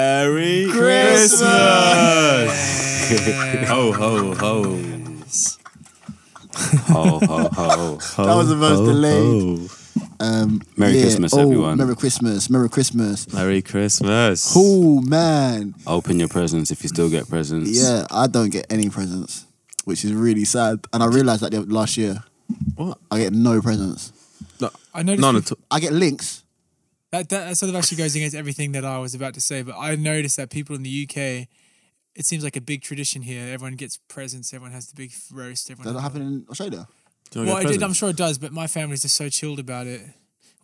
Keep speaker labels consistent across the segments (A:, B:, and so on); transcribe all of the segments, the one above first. A: Merry
B: Christmas!
A: ho ho ho's. Ho ho ho. ho
B: That was the most
A: ho,
B: delayed.
A: ho.
B: Um,
A: Merry
B: yeah.
A: Christmas,
B: Oh,
A: everyone.
B: Merry Christmas. Merry Christmas.
A: Merry Christmas.
B: Oh man,
A: Open your presents if you still get presents.
B: yeah. I don't get any presents, which is really sad. And I realized that the other- last year.
A: What?
B: I get no presents.
C: I noticed
A: None at all.
B: I get links.
C: that, that that sort of actually goes against everything that I was about to say, but I noticed that people in the UK, it seems like a big tradition here. Everyone gets presents, everyone has the big roast, everyone.
B: Does that happen in Australia?
A: Do you
C: Well,
A: want
C: it
A: to
C: did,
A: get
C: I'm
A: presents?
C: sure it does, but my family's just so chilled about it.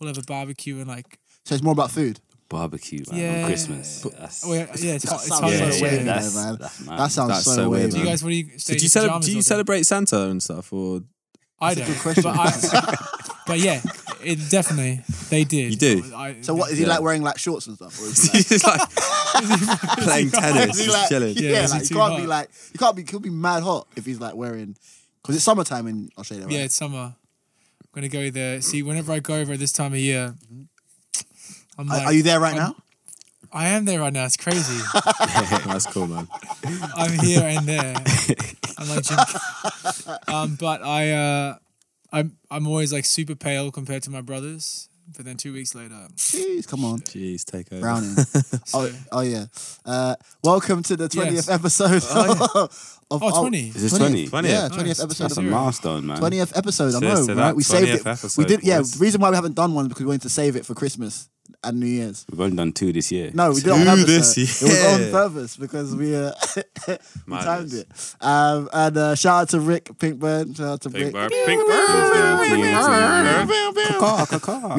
C: We'll have a barbecue and like,
B: So it's more about food.
A: Barbecue man,
C: Yeah.
A: on Christmas. That's,
C: oh yeah, yeah, it's hot. It's
B: sounds
C: hot.
B: so
C: Yeah,
B: weird,
C: yeah.
B: man.
A: that's-
B: man.
A: that's mad.
B: That sounds
D: That's
B: so,
D: so
B: weird.
D: weird,
C: Do you guys? What do you?
D: So
C: stay
D: do
C: in
D: you, cele-
C: pajamas
D: do
C: all
D: you
C: day?
D: celebrate Santa and stuff, or
C: I
B: That's a
C: don't.
B: good question.
C: But, I, but yeah, it definitely they did.
D: You do?
C: I,
B: So what is he
D: Yeah.
B: like wearing like shorts and stuff? Or is he like,
D: just like playing tennis,
B: is he
D: just
B: like-
D: chilling?
B: Yeah,
C: Yeah, is he
B: like, he
C: too
B: can't
C: hot?
B: be like he can't be could be mad hot if he's like wearing because it's summertime in Australia. Right?
C: Yeah, it's summer. I'm gonna go there. See, whenever I go over this time of year, I'm
B: Are,
C: like,
B: are you there right
C: I'm-
B: now?
C: I am there right now. It's crazy.
D: That's cool, man.
C: I'm here and there. I'm like Jim. Um, but I, uh, I'm I'm always like super pale compared to my brothers. But then two weeks later, oh,
B: Jeez, come on.
D: Jeez, take over.
B: Browning. oh, oh yeah. Uh, welcome to the
C: Yes.
B: twentieth episode. of
C: oh,
B: our-
C: 20.
A: Is this 20?
D: 20th.
B: Yeah,
D: Yeah.
B: twentieth
C: Nice.
B: episode.
A: That's a
B: Of,
A: milestone, man.
B: 20th episode. I
D: Cheers
B: know,
D: to
B: right?
D: that
B: We saved
D: 20th
B: it. we
D: episode,
B: did. Yeah.
D: boys.
B: The reason why we haven't done one is because we wanted to save it for Christmas and New Year's.
A: We've only done two this year.
B: No, we did it on
D: Two
B: purpose.
D: this
B: though. It was on
D: year.
B: purpose because we uh, we timed
D: Madness.
B: it. Um, and uh, shout out to Rick Pinkburn. Shout out to Rick.
D: Pink bird.
B: We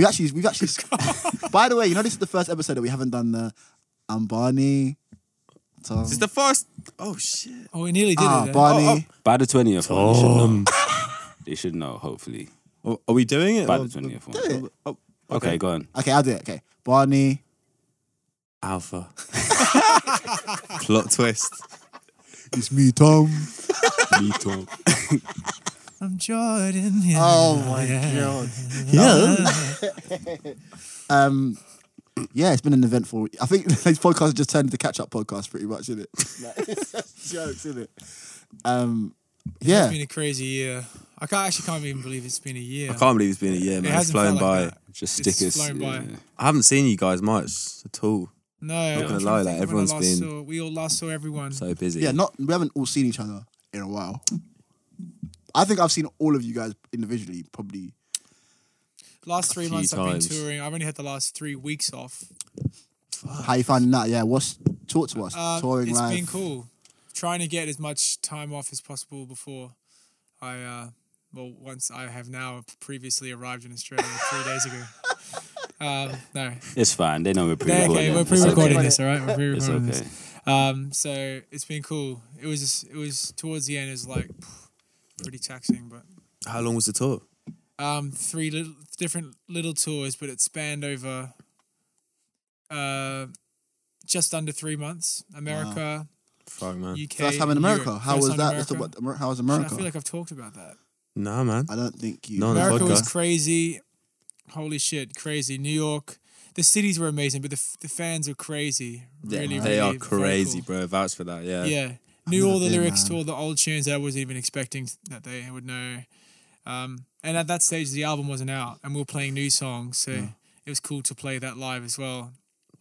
B: actually, we've actually. by the way, you know this is the first episode that we haven't done the Ambani. Tom.
D: This is the first. Oh shit.
C: Oh, we nearly did
B: ah,
C: it. eh?
B: Barney.
A: By the 20th one, you should know. They should know, hopefully.
D: Are are we doing it?
A: By
D: or-
A: the 20th one.
B: Did it?
D: Oh,
A: Okay, go on.
B: Okay, I'll do it. Okay, Barney.
D: Alpha. Plot twist.
B: It's me, Tom.
D: Me talk.
C: I'm Jordan. Yeah.
B: Oh my god. Yeah. um. Yeah, it's been an eventful. I think this podcast has just turned into catch-up podcast, pretty much, isn't it? Like, it's just jokes, isn't it? Um,
C: It's
B: yeah,
C: been a crazy year. I can't, actually can't even believe it's been a year.
D: I can't believe it's been a year, man. It's
C: hasn't
D: flown
C: felt
D: by.
C: like that.
A: Just
C: It's
A: stick us.
C: flown by.
A: yeah.
D: I haven't seen you guys much at all.
C: No, I'm
D: gonna
C: trying to
D: lie, like,
C: think when I
D: everyone's
C: last
D: been-
C: saw- we all last saw everyone.
D: So busy.
B: yeah. Not we haven't all seen each other in a while. I think I've seen all of you guys individually, probably.
C: last three
D: few
C: months
D: times.
C: I've been touring. I've only had the last three weeks off.
B: How you finding that? Yeah, what's talk to us?
C: Um,
B: Touring
C: it's
B: life.
C: been cool. Trying to get as much time off as possible before I, uh, well, once I have now previously arrived in Australia three days ago. Um, no,
A: It's fine. They know we're pre
C: okay,
A: recording.
C: we're
A: It's okay.
C: pre-recording this, all right? We're
A: It's
C: pre-recording
A: okay.
C: this. Um, so it's been cool. It was just, it was towards the end. It was like pretty taxing, but
D: How long was the tour?
C: um, three little, different little tours, but it spanned over uh, just under three months. America,
D: Fuck, man.
C: UK.
B: First time in America.
C: Europe.
B: How
C: First
B: was
C: time
B: that?
C: in
B: Let's talk
C: America.
B: about Amer- how was
C: Shit,
B: America.
C: I feel like I've talked about that.
D: Nah, man.
B: I don't think you.
D: No, no.
C: America was
D: podcast.
C: crazy. Holy shit, crazy. New York. The cities were amazing, but the, f- the fans were crazy.
D: Yeah,
C: Really,
D: they
C: really
D: are crazy,
C: vocal.
D: bro. Vouch for that. Yeah.
C: Yeah. Knew all the
B: never been,
C: lyrics to
B: man.
C: all the old tunes that I wasn't even expecting that they would know. Um, and at that stage, the album wasn't out, and we were playing new songs, so it was cool to play that live as well.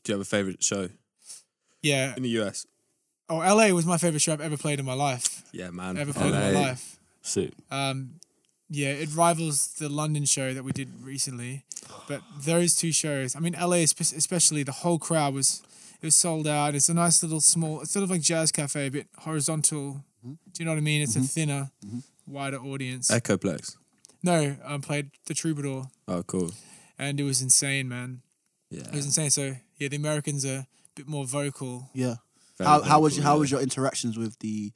D: Do you have a favorite show
C: Yeah.
D: in the US?
C: Oh, LA was my favorite show I've ever played in my life.
D: Yeah, man.
C: Ever played in my
D: LA.
C: life.
A: Sick.
C: Um, yeah, it rivals the London show that we did recently, but those two shows. I mean, LA espe- especially, the whole crowd was it was sold out. It's a nice little small. It's sort of like jazz cafe, a bit horizontal. Do you know what I mean? It's a thinner, wider audience.
D: Echoplex.
C: no, I um, played the Troubadour,
D: Oh, cool.
C: and it was insane, man.
D: Yeah.
C: It was insane. So yeah, the Americans are a bit more vocal.
B: Yeah.
D: Very
B: How how was
D: vocal,
B: how
D: yeah.
B: was your interactions with the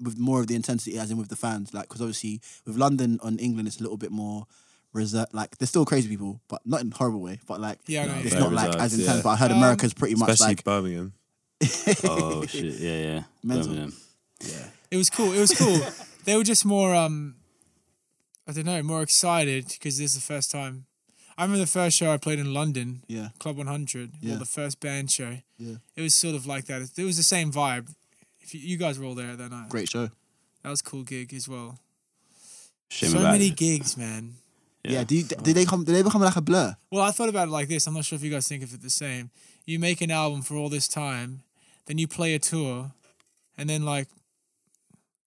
B: with more of the intensity as in with the fans? Like because obviously with London on England it's a little bit more reserved. Like they're still crazy people, but not in a horrible way. But like
C: Yeah, I know.
B: it's
D: very
B: not like
D: reserved,
B: as intense.
D: yeah.
B: But I heard
C: Um,
B: America's pretty much
D: Especially
B: like
D: Birmingham.
A: Oh, shit. Yeah, yeah.
B: Mental.
A: Birmingham.
C: It was cool. It was cool. they were just more um I don't know, more excited because this is the first time. I remember the first show I played in London,
B: Yeah.
C: Club 100,
B: Yeah.
C: well, the first band show.
B: Yeah.
C: It was sort of like that. It was the same vibe. If you, you guys were all there that night.
B: Great show.
C: That was a cool gig as well.
A: Shame
C: so
A: about
C: many
A: it.
C: gigs, man.
B: Yeah. do you, did they come? Did they become like a blur?
C: Well, I thought about it like this. I'm not sure if you guys think of it the same. You make an album for all this time, then you play a tour, and then like,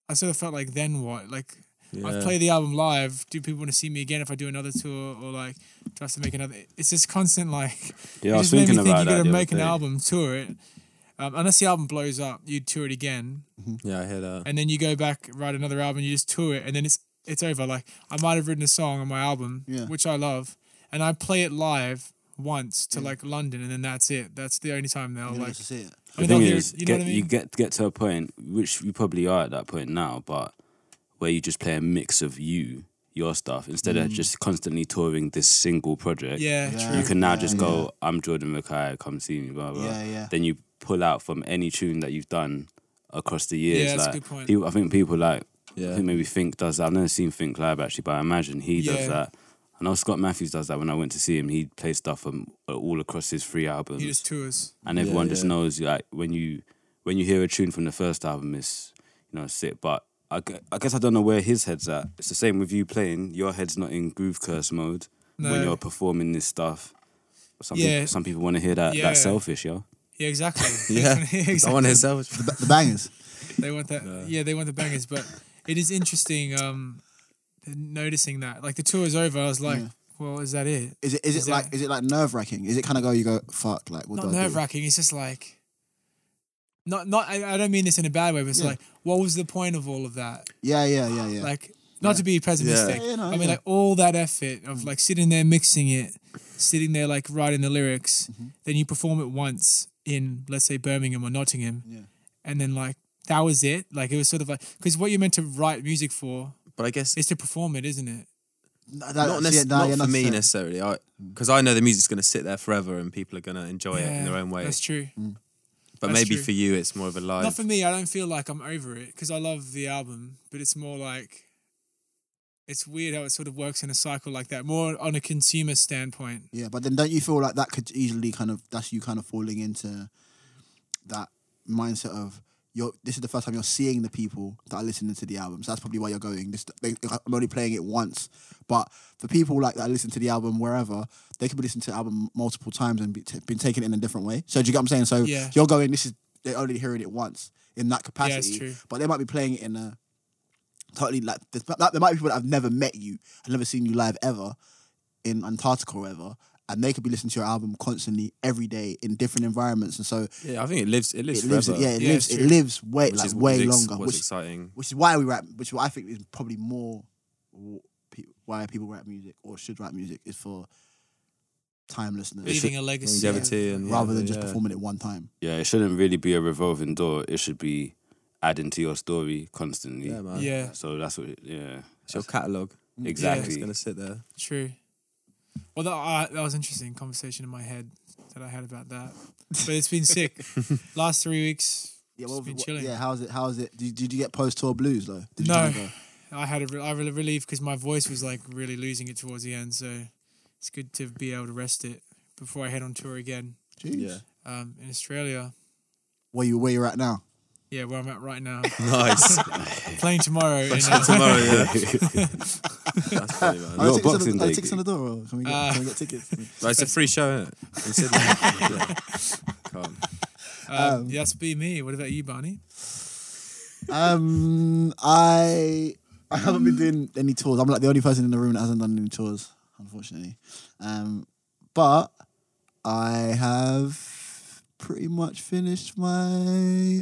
C: I sort of felt like, then what? Like, I
D: Yeah.
C: play the album live. Do people want to see me again if I do another tour, or like, do I have to make another? It's this constant like.
A: Yeah,
C: it
A: I was
C: just made me
A: thinking
C: think
A: about
C: you
A: that
C: gotta
A: the other
C: make an
A: day.
C: album, tour it. Um, unless the album blows up, you tour it again,
D: Yeah, I hear that.
C: and then you go back write another album you just tour it and then it's it's over like i might have written a song on my album
B: Yeah.
C: which i love and i play it live once to like london and then that's it that's the only time they'll
B: You know,
C: like
B: just see
C: I
B: it.
C: mean, they'll
A: the thing
C: hear
A: is,
C: it, you know
A: get,
C: what i
A: you
C: mean
A: get get to a point which you probably are at that point now, but where you just play a mix of you, your stuff, instead of just constantly touring this single project.
C: Mm. yeah,
B: Yeah.
A: You
C: true
A: can now
B: Yeah,
A: just
B: yeah.
A: go, I'm Jordan Mackay, come see me, blah blah. blah."
B: Yeah, yeah.
A: Then you pull out from any tune that you've done across the years.
C: that's a
A: like,
C: good point.
A: People, I think people like I
D: Yeah.
A: think maybe Think does that. I've never seen Think live actually, but I imagine he
C: Yeah.
A: does that. I know Scott Matthews does that when I went to see him. He plays stuff from all across his three albums
C: he just tours
A: and
D: Yeah,
A: everyone just
D: yeah.
A: knows like when you when you hear a tune from the first album it's you know sick but I, gu- I guess I don't know where his head's at it's the same with you playing your head's not in groove curse mode
C: No.
A: when you're performing this stuff some, peop-
C: Yeah.
A: some people want to hear that
C: Yeah.
A: that selfish yo
C: yeah exactly
D: Yeah, I
C: exactly.
D: want to selfish.
B: The, ba- the bangers.
C: they want that yeah they want the bangers but it is interesting um noticing that like the tour is over i was like well is that it
B: Is it? Is it
C: Is
B: like?
C: that-
B: Is it like nerve wracking? Is it kind of go? You go fuck. Like what
C: not
B: do I do?
C: nerve wracking. It's just like, not not. I, I don't mean this in a bad way, but it's
B: Yeah.
C: like, what was the point of all of that?
B: Yeah, yeah, yeah, yeah.
C: Like, not to be pessimistic.
B: Yeah, yeah, no,
C: I mean,
B: yeah.
C: like all that effort of like sitting there mixing it, sitting there like writing the lyrics,
B: Mm-hmm.
C: then you perform it once in let's say Birmingham or Nottingham,
B: Yeah.
C: and then like that was it. Like it was sort of like because what you're meant to write music for
D: But I guess
C: is to perform it, isn't it?
B: not,
D: not, nec- not for me necessarily. I
B: Mm.
D: because I know the music's going to sit there forever and people are going to
B: Oh,
D: enjoy it in their own way.
C: That's true.
D: but
C: that's
D: maybe
C: true.
D: for you, it's more of a live.
C: Not for me. I don't feel like I'm over it because I love the album, but it's more like it's weird how it sort of works in a cycle like that, more on a consumer standpoint.
B: Yeah, but then don't you feel like that could easily kind of that's you kind of falling into that mindset of you're this is the first time you're seeing the people that are listening to the album. So that's probably why you're going. This they, I'm only playing it once, but for people like that listen to the album wherever they could be listening to the album multiple times and be t- been taken in a different way. So do you get what I'm saying? So
C: Yeah.
B: you're going. This is they're only hearing it once in that capacity,
C: it's true.
B: but they might be playing it in a totally like there's- like, there might be people that have never met you, I've never seen you live ever in Antarctica or whatever, and they could be listening to your album constantly every day in different environments, and so
D: yeah, I think it lives. It lives
B: it lives.
D: forever.
B: Yeah, it
C: Yeah,
B: lives.
C: it's
B: It
C: true.
B: lives way
D: which
B: like
D: is
B: way
D: what's-
B: longer,
D: What's
B: which
D: exciting?
B: which is why we rap. Which is why I think is probably more w- pe- why people rap music or should rap music is for timelessness
C: Leaving a legacy.
D: Longevity and
B: rather than just
D: yeah.
B: performing it one time.
A: yeah it shouldn't really be a revolving door it should be adding to your story constantly
D: Yeah, man.
C: Yeah,
A: so that's what it- yeah
D: It's your catalogue.
A: exactly
D: It's going to sit there.
C: true. Well, that, uh, that was interesting conversation in my head that I had about that. But it's been sick. Last three weeks,
B: Yeah, well,
C: It's been
B: what-
C: chilling.
B: yeah. How's it? How's it? Did, did you get post tour blues though? Did you
C: No.
B: kinda go,
C: I had a re- I really relieved because my voice was like really losing it towards the end. So it's good to be able to rest it before I head on tour again
B: Jeez.
D: Yeah.
C: um, in Australia.
B: Where you where you're at now?
C: Yeah, where I'm at right now.
D: Nice.
C: playing tomorrow. in, uh,
D: Tomorrow, yeah. That's funny, man.
A: got
B: Are there tickets on
A: Boxing
B: the- are there
A: Day
B: tickets on the door. Or can we get, can we get tickets?
D: Right, it's a free show, isn't it? In Sydney. yeah. Can't.
C: Um, yeah, that's be me. What about you, Barney?
B: Um, I I haven't been doing any tours. I'm like the only person in the room that hasn't done any tours, unfortunately. Um, but I have pretty much finished my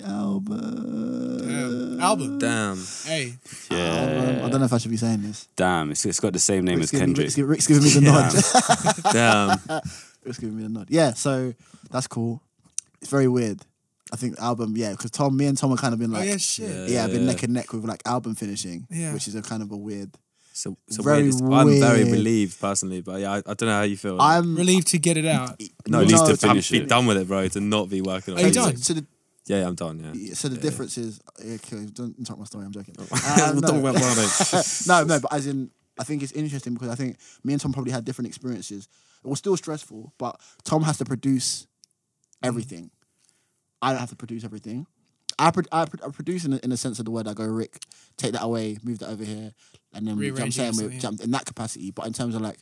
B: album.
C: Um, album.
D: Damn.
C: Hey,
D: Oh,
B: Album. I don't know if I should be saying this.
A: damn it's, it's got the same name
B: Rick's
A: as
B: giving,
A: Kendrick
B: Rick's, gi- Rick's giving me the nod.
D: Damn.
B: Rick's giving me the nod. Yeah, so that's cool. It's very weird. I think the album, yeah, because Tom, me and Tom have kind of been
C: oh
B: like,
C: yeah, shit.
D: Yeah.
B: yeah, I've been neck and neck with like album finishing,
C: Yeah.
B: which is a kind of a weird.
D: So, so
B: Very
D: weird. It's- I'm very
B: weird.
D: relieved personally, but yeah, I, I don't know how you feel.
B: I'm
C: Relieved to get it out.
D: no,
A: No,
D: at least
A: to
D: to, have-
A: finish
D: be
A: it.
D: done with it, bro. To not be working on.
C: Are you
D: it.
B: so-
C: done?
B: So the
D: Yeah, yeah, I'm done. Yeah.
B: Yeah, So the uh, difference is, okay, don't interrupt my story. I'm joking.
D: We'll
B: Um,
D: talk
B: no.
D: about Barney.
B: no, no, but as in I think it's interesting because I think me and Tom probably had different experiences. It was still stressful, but Tom has to produce everything. I don't have to produce everything. I, pro- I, pro- I produce in, the- in the sense of the word. I go, Rick, take that away, move that over here, and then we jump,
C: Rearrange it or
B: saying we
C: something, yeah.
B: jump in that capacity. But in terms of like,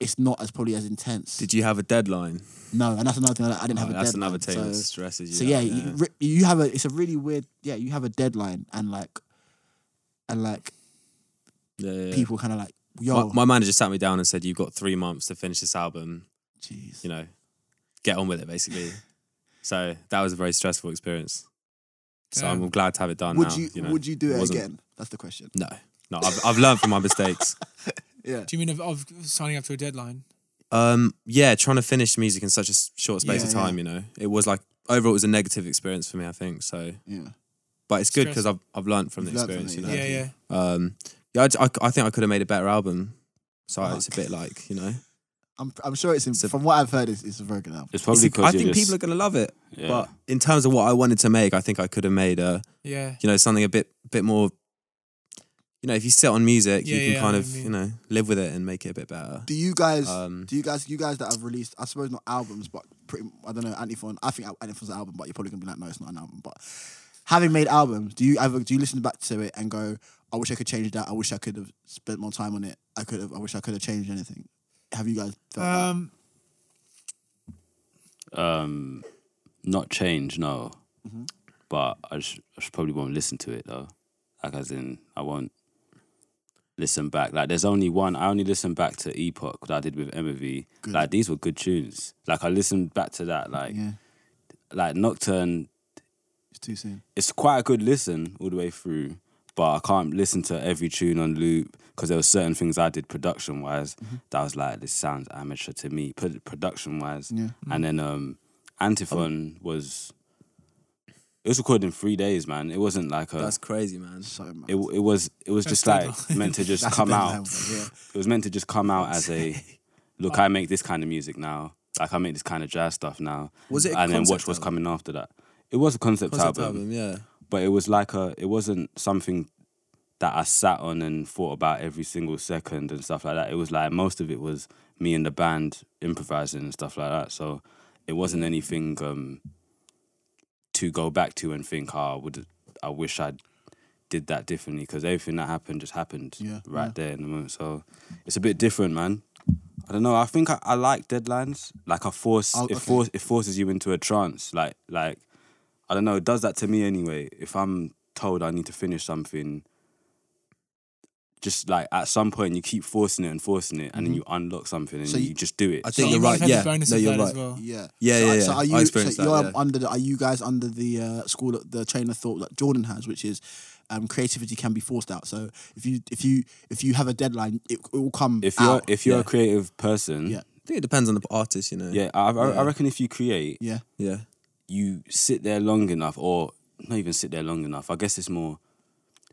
B: it's not as probably as intense.
D: Did you have a deadline?
B: no, and that's another thing. Like, I didn't have
D: Oh,
B: a
D: that's
B: deadline.
D: another thing that
B: So-
D: stresses you.
B: so
D: out,
B: yeah, You, re- you have a it's a really weird yeah you have a deadline and like and like
D: Yeah, yeah, yeah.
B: people kind of like yo
D: My, my manager sat me down and said, "You've got three months to finish this album.
B: jeez
D: You know, get on with it, basically." so that was a very stressful experience. So
C: Damn.
D: I'm glad to have it done
B: would
D: now.
B: you,
D: know.
B: would you do it
D: wasn't-
B: again? That's the question.
D: No, no. I've, I've learned from my mistakes.
B: Yeah.
C: Do you mean of, of signing up to a deadline?
D: Um, yeah, trying to finish music in such a s- short space
B: Yeah,
D: of
B: yeah.
D: time. You know, it was like overall it was a negative experience for me. I think so,
B: Yeah.
D: but it's good because
C: Stressful.
D: I've I've learned from the
B: You've learned from
D: experience.
B: it,
D: you know.
C: Yeah, yeah.
D: Um, yeah, I, j- I c- I think I could have made a better album. So it's a
B: Fuck.
D: bit like you know.
B: I'm, I'm sure it's, in,
D: It's a-
B: from what I've heard, it's, it's a very good album.
A: It's probably
D: It's- I
A: because
D: think people are gonna love it,
A: yeah.
D: but in terms of what I wanted to make, I think I could have made a
C: Yeah.
D: you know something a bit bit more. You know, if you sit on music,
C: Yeah,
D: you can
C: yeah, I
D: kind
C: know
D: of
C: what you
D: you know live with it and make it a bit better.
B: Do you guys,
D: Um,
B: do you guys, you guys that have released, I suppose not albums, but pretty, I don't know, Antiphon, I think Antiphon's an album, but you're probably going to be like, no, it's not an album. But having made albums, do you ever, do you listen back to it and go, I wish I could change that. I wish I could have spent more time on it. I could have, I wish I could have changed anything. Have you guys felt that?
C: Um,
A: um, not change, no.
B: Mm-hmm.
A: But I just, I just probably won't listen to it though. Like as in, I won't listen back. Like there's only one. I only listened back to Epoch that I did with Emma V.
B: Good.
A: Like these were good tunes. Like I listened back to that. Like
B: Yeah.
A: like Nocturne.
B: It's too soon.
A: It's quite a good listen all the way through. But I can't listen to every tune on loop because there were certain things I did production wise
B: Mm-hmm.
A: that was like this sounds amateur to me production wise.
B: Yeah.
D: Mm.
A: And then um Antiphon was it was recorded in three days, man. It wasn't like
C: uh,
A: a
D: That's crazy, man.
B: So much.
A: it, it was it was
C: That's
A: just like
C: deadline.
A: meant to just
B: That's a
A: come
B: bit
A: out.
B: loud, but yeah.
A: It was meant to just come out as a look, I make this kind of music now. Like I make this kind of jazz stuff now.
D: Was it a
A: and then watch
D: concept
A: what's
D: album?
A: coming after that. It was a concept,
D: Concept
A: album,
D: album, yeah.
A: but it was like a it wasn't something that I sat on and thought about every single second and stuff like that. It was like most of it was me and the band improvising and stuff like that. So it wasn't anything um, to go back to and think, oh, I would I wish I did that differently because everything that happened just happened
B: Yeah,
A: right
B: yeah.
A: there in the moment. So it's a bit different, man. I don't know. I think I, I like deadlines. Like I force
B: Oh,
A: it
B: okay.
A: force it forces you into a trance. Like like I don't know. It does that to me anyway. If I'm told I need to finish something just like at some point you keep forcing it and forcing it, and then you unlock something and
B: So
A: you,
B: you-
A: just do it.
D: I
C: so
D: think
C: you
D: you're
C: might
D: right.
C: have
D: Yeah,
C: the bonus
D: no,
C: of
D: you're
C: that as
D: right.
C: well.
B: Yeah.
D: Yeah,
B: so,
D: yeah,
B: So
D: yeah.
B: are
D: I
B: you?
D: experienced
B: so
D: that,
B: you're
D: yeah.
B: under the, are you guys under the uh, school the train of thought that Jordan has, which is um, creativity can be forced out. So if you if you if you have a deadline, it, it will come.
A: if you're
B: out.
A: if you're
D: yeah.
A: a creative person,
B: Yeah.
D: I think it depends on the artist, you know.
A: yeah, I, I, I reckon if you create,
B: yeah,
D: yeah.
A: you sit there long enough, or not even sit there long enough. I guess it's more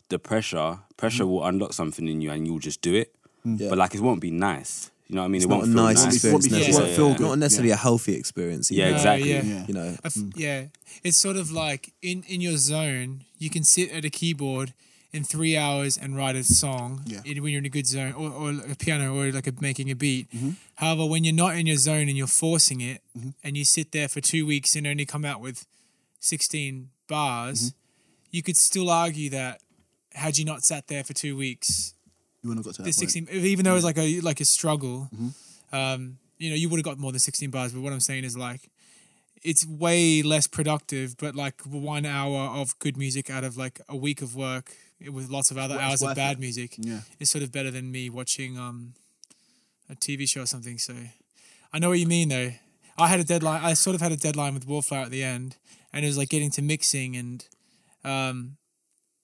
A: the pressure.
D: Mm.
A: Pressure will unlock something in you, and you'll just do it.
D: Yeah.
A: But like, it won't be nice. You know what I mean?
D: Mm. It's
A: it
D: not
A: won't
D: a
A: feel
D: nice, experience.
B: Won't be-
D: no.
C: yeah,
D: It's not
A: yeah,
D: feel
A: yeah.
D: good. Not necessarily a healthy experience.
A: Yeah,
D: either,
A: exactly.
C: Uh, yeah.
B: yeah, Mm.
D: You know,
C: I f- yeah it's sort of like in in your zone you can sit at a keyboard in three hours and write a song
B: Yeah.
C: in- when you're in a good zone or, or a piano or like a, making a beat
B: Mm-hmm.
C: however when you're not in your zone and you're forcing it and you sit there for two weeks and only come out with 16 bars
B: Mm-hmm.
C: you could still argue that had you not sat there for two weeks
B: you wouldn't have got to that Mm-hmm.
C: the
B: point.
C: 16 even though it was like a like a struggle um you know you would have got more than 16 bars but what i'm saying is like it's way less productive but like one hour of good music out of like a week of work with lots of other
B: Well,
C: hours
B: it's
C: of
B: worth
C: bad
B: it.
C: music
B: Yeah,
C: is sort of better than me watching um a tv show or something so i know what you mean though i had a deadline i sort of had a deadline with wallflower at the end and it was like getting to mixing and um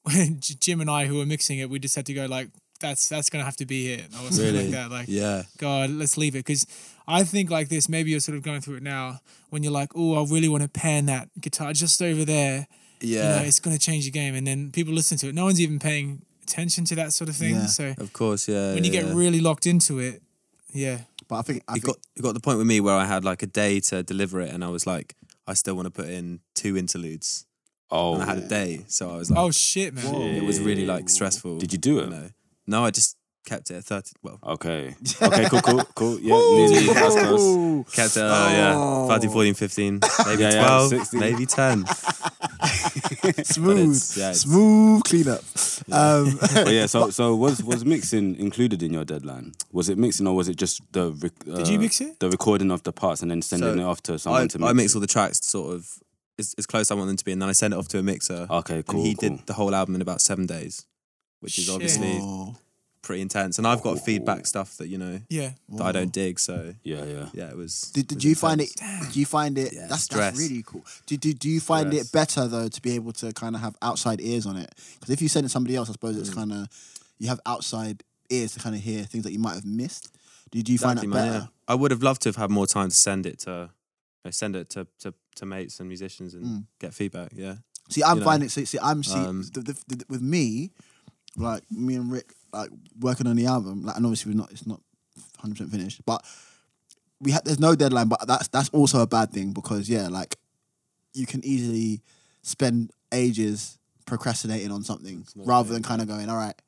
C: when J- Jim and I who were mixing it, we just had to go like, that's that's gonna have to be it or something
D: Really?
C: like that. Like,
D: yeah.
C: God, let's leave it because I think like this. Maybe you're sort of going through it now when you're like, oh, I really want to pan that guitar just over there.
D: Yeah.
C: you know, it's gonna change the game. And then people listen to it. No one's even paying attention to that sort of thing.
B: Yeah.
C: So
D: Of course, yeah.
C: when you
D: yeah.
C: get really locked into it, yeah,
B: but I think I
D: it
B: think,
D: got it got to the point with me where I had like a day to deliver it, and I was like, I still want to put in two interludes, and I
A: Oh,
D: had a day, so I was like,
C: oh shit, man,
A: Whoa.
D: it was really like stressful.
A: Did you do it?
D: know. No, I just kept it at 30. Well,
A: Okay. Okay, cool, cool, cool. Yeah, nearly. That's close.
B: Ooh.
D: kept it, uh, yeah,
C: Oh.
D: 13, 14, 15, maybe
A: Yeah, yeah,
D: 12,
A: 16.
D: maybe 10.
B: smooth,
D: it's- yeah, it's-
B: smooth cleanup. Um,
A: But yeah, so so was was mixing included in your deadline? Was it mixing or was it just the rec- uh,
C: Did you mix it?
A: The recording of the parts and then sending
D: So,
A: it off to someone
D: I,
A: to
D: I
A: mix.
D: mix all the tracks sort of as, as close as I want them to be, and then I send it off to a mixer.
B: Ah,
A: Okay, cool.
D: and he
A: cool.
D: did the whole album in about seven days, which is
C: Shit.
D: obviously
B: oh,
D: pretty intense. And I've got feedback stuff that you know
C: Yeah.
D: that I don't dig. So
A: Yeah, yeah.
D: yeah, it was.
B: Did,
D: was
B: did you find it?
D: intense.
B: Do you find it? that's
D: stress.
B: that's really cool. Do, do, do you find it better though to be able to kind of have outside ears on it? Because if you send it to somebody else, I suppose
D: Mm.
B: it's kind of you have outside ears to kind of hear things that you might have missed. Do, do you
D: Exactly,
B: find
D: man,
B: that
D: yeah.
B: better?
D: I would have loved to have had more time to send it to, you know, send it to, to to mates and musicians and
B: Mm.
D: get feedback. Yeah,
B: See, I'm
D: You know,
B: finding see, see I'm see
D: um,
B: the, the, the- with me, like me and Rick, like working on the album, like and obviously we're not it's not 100 percent finished, but we had there's no deadline, but that's that's also a bad thing because yeah, like you can easily spend ages procrastinating on something rather than kind of going, all right,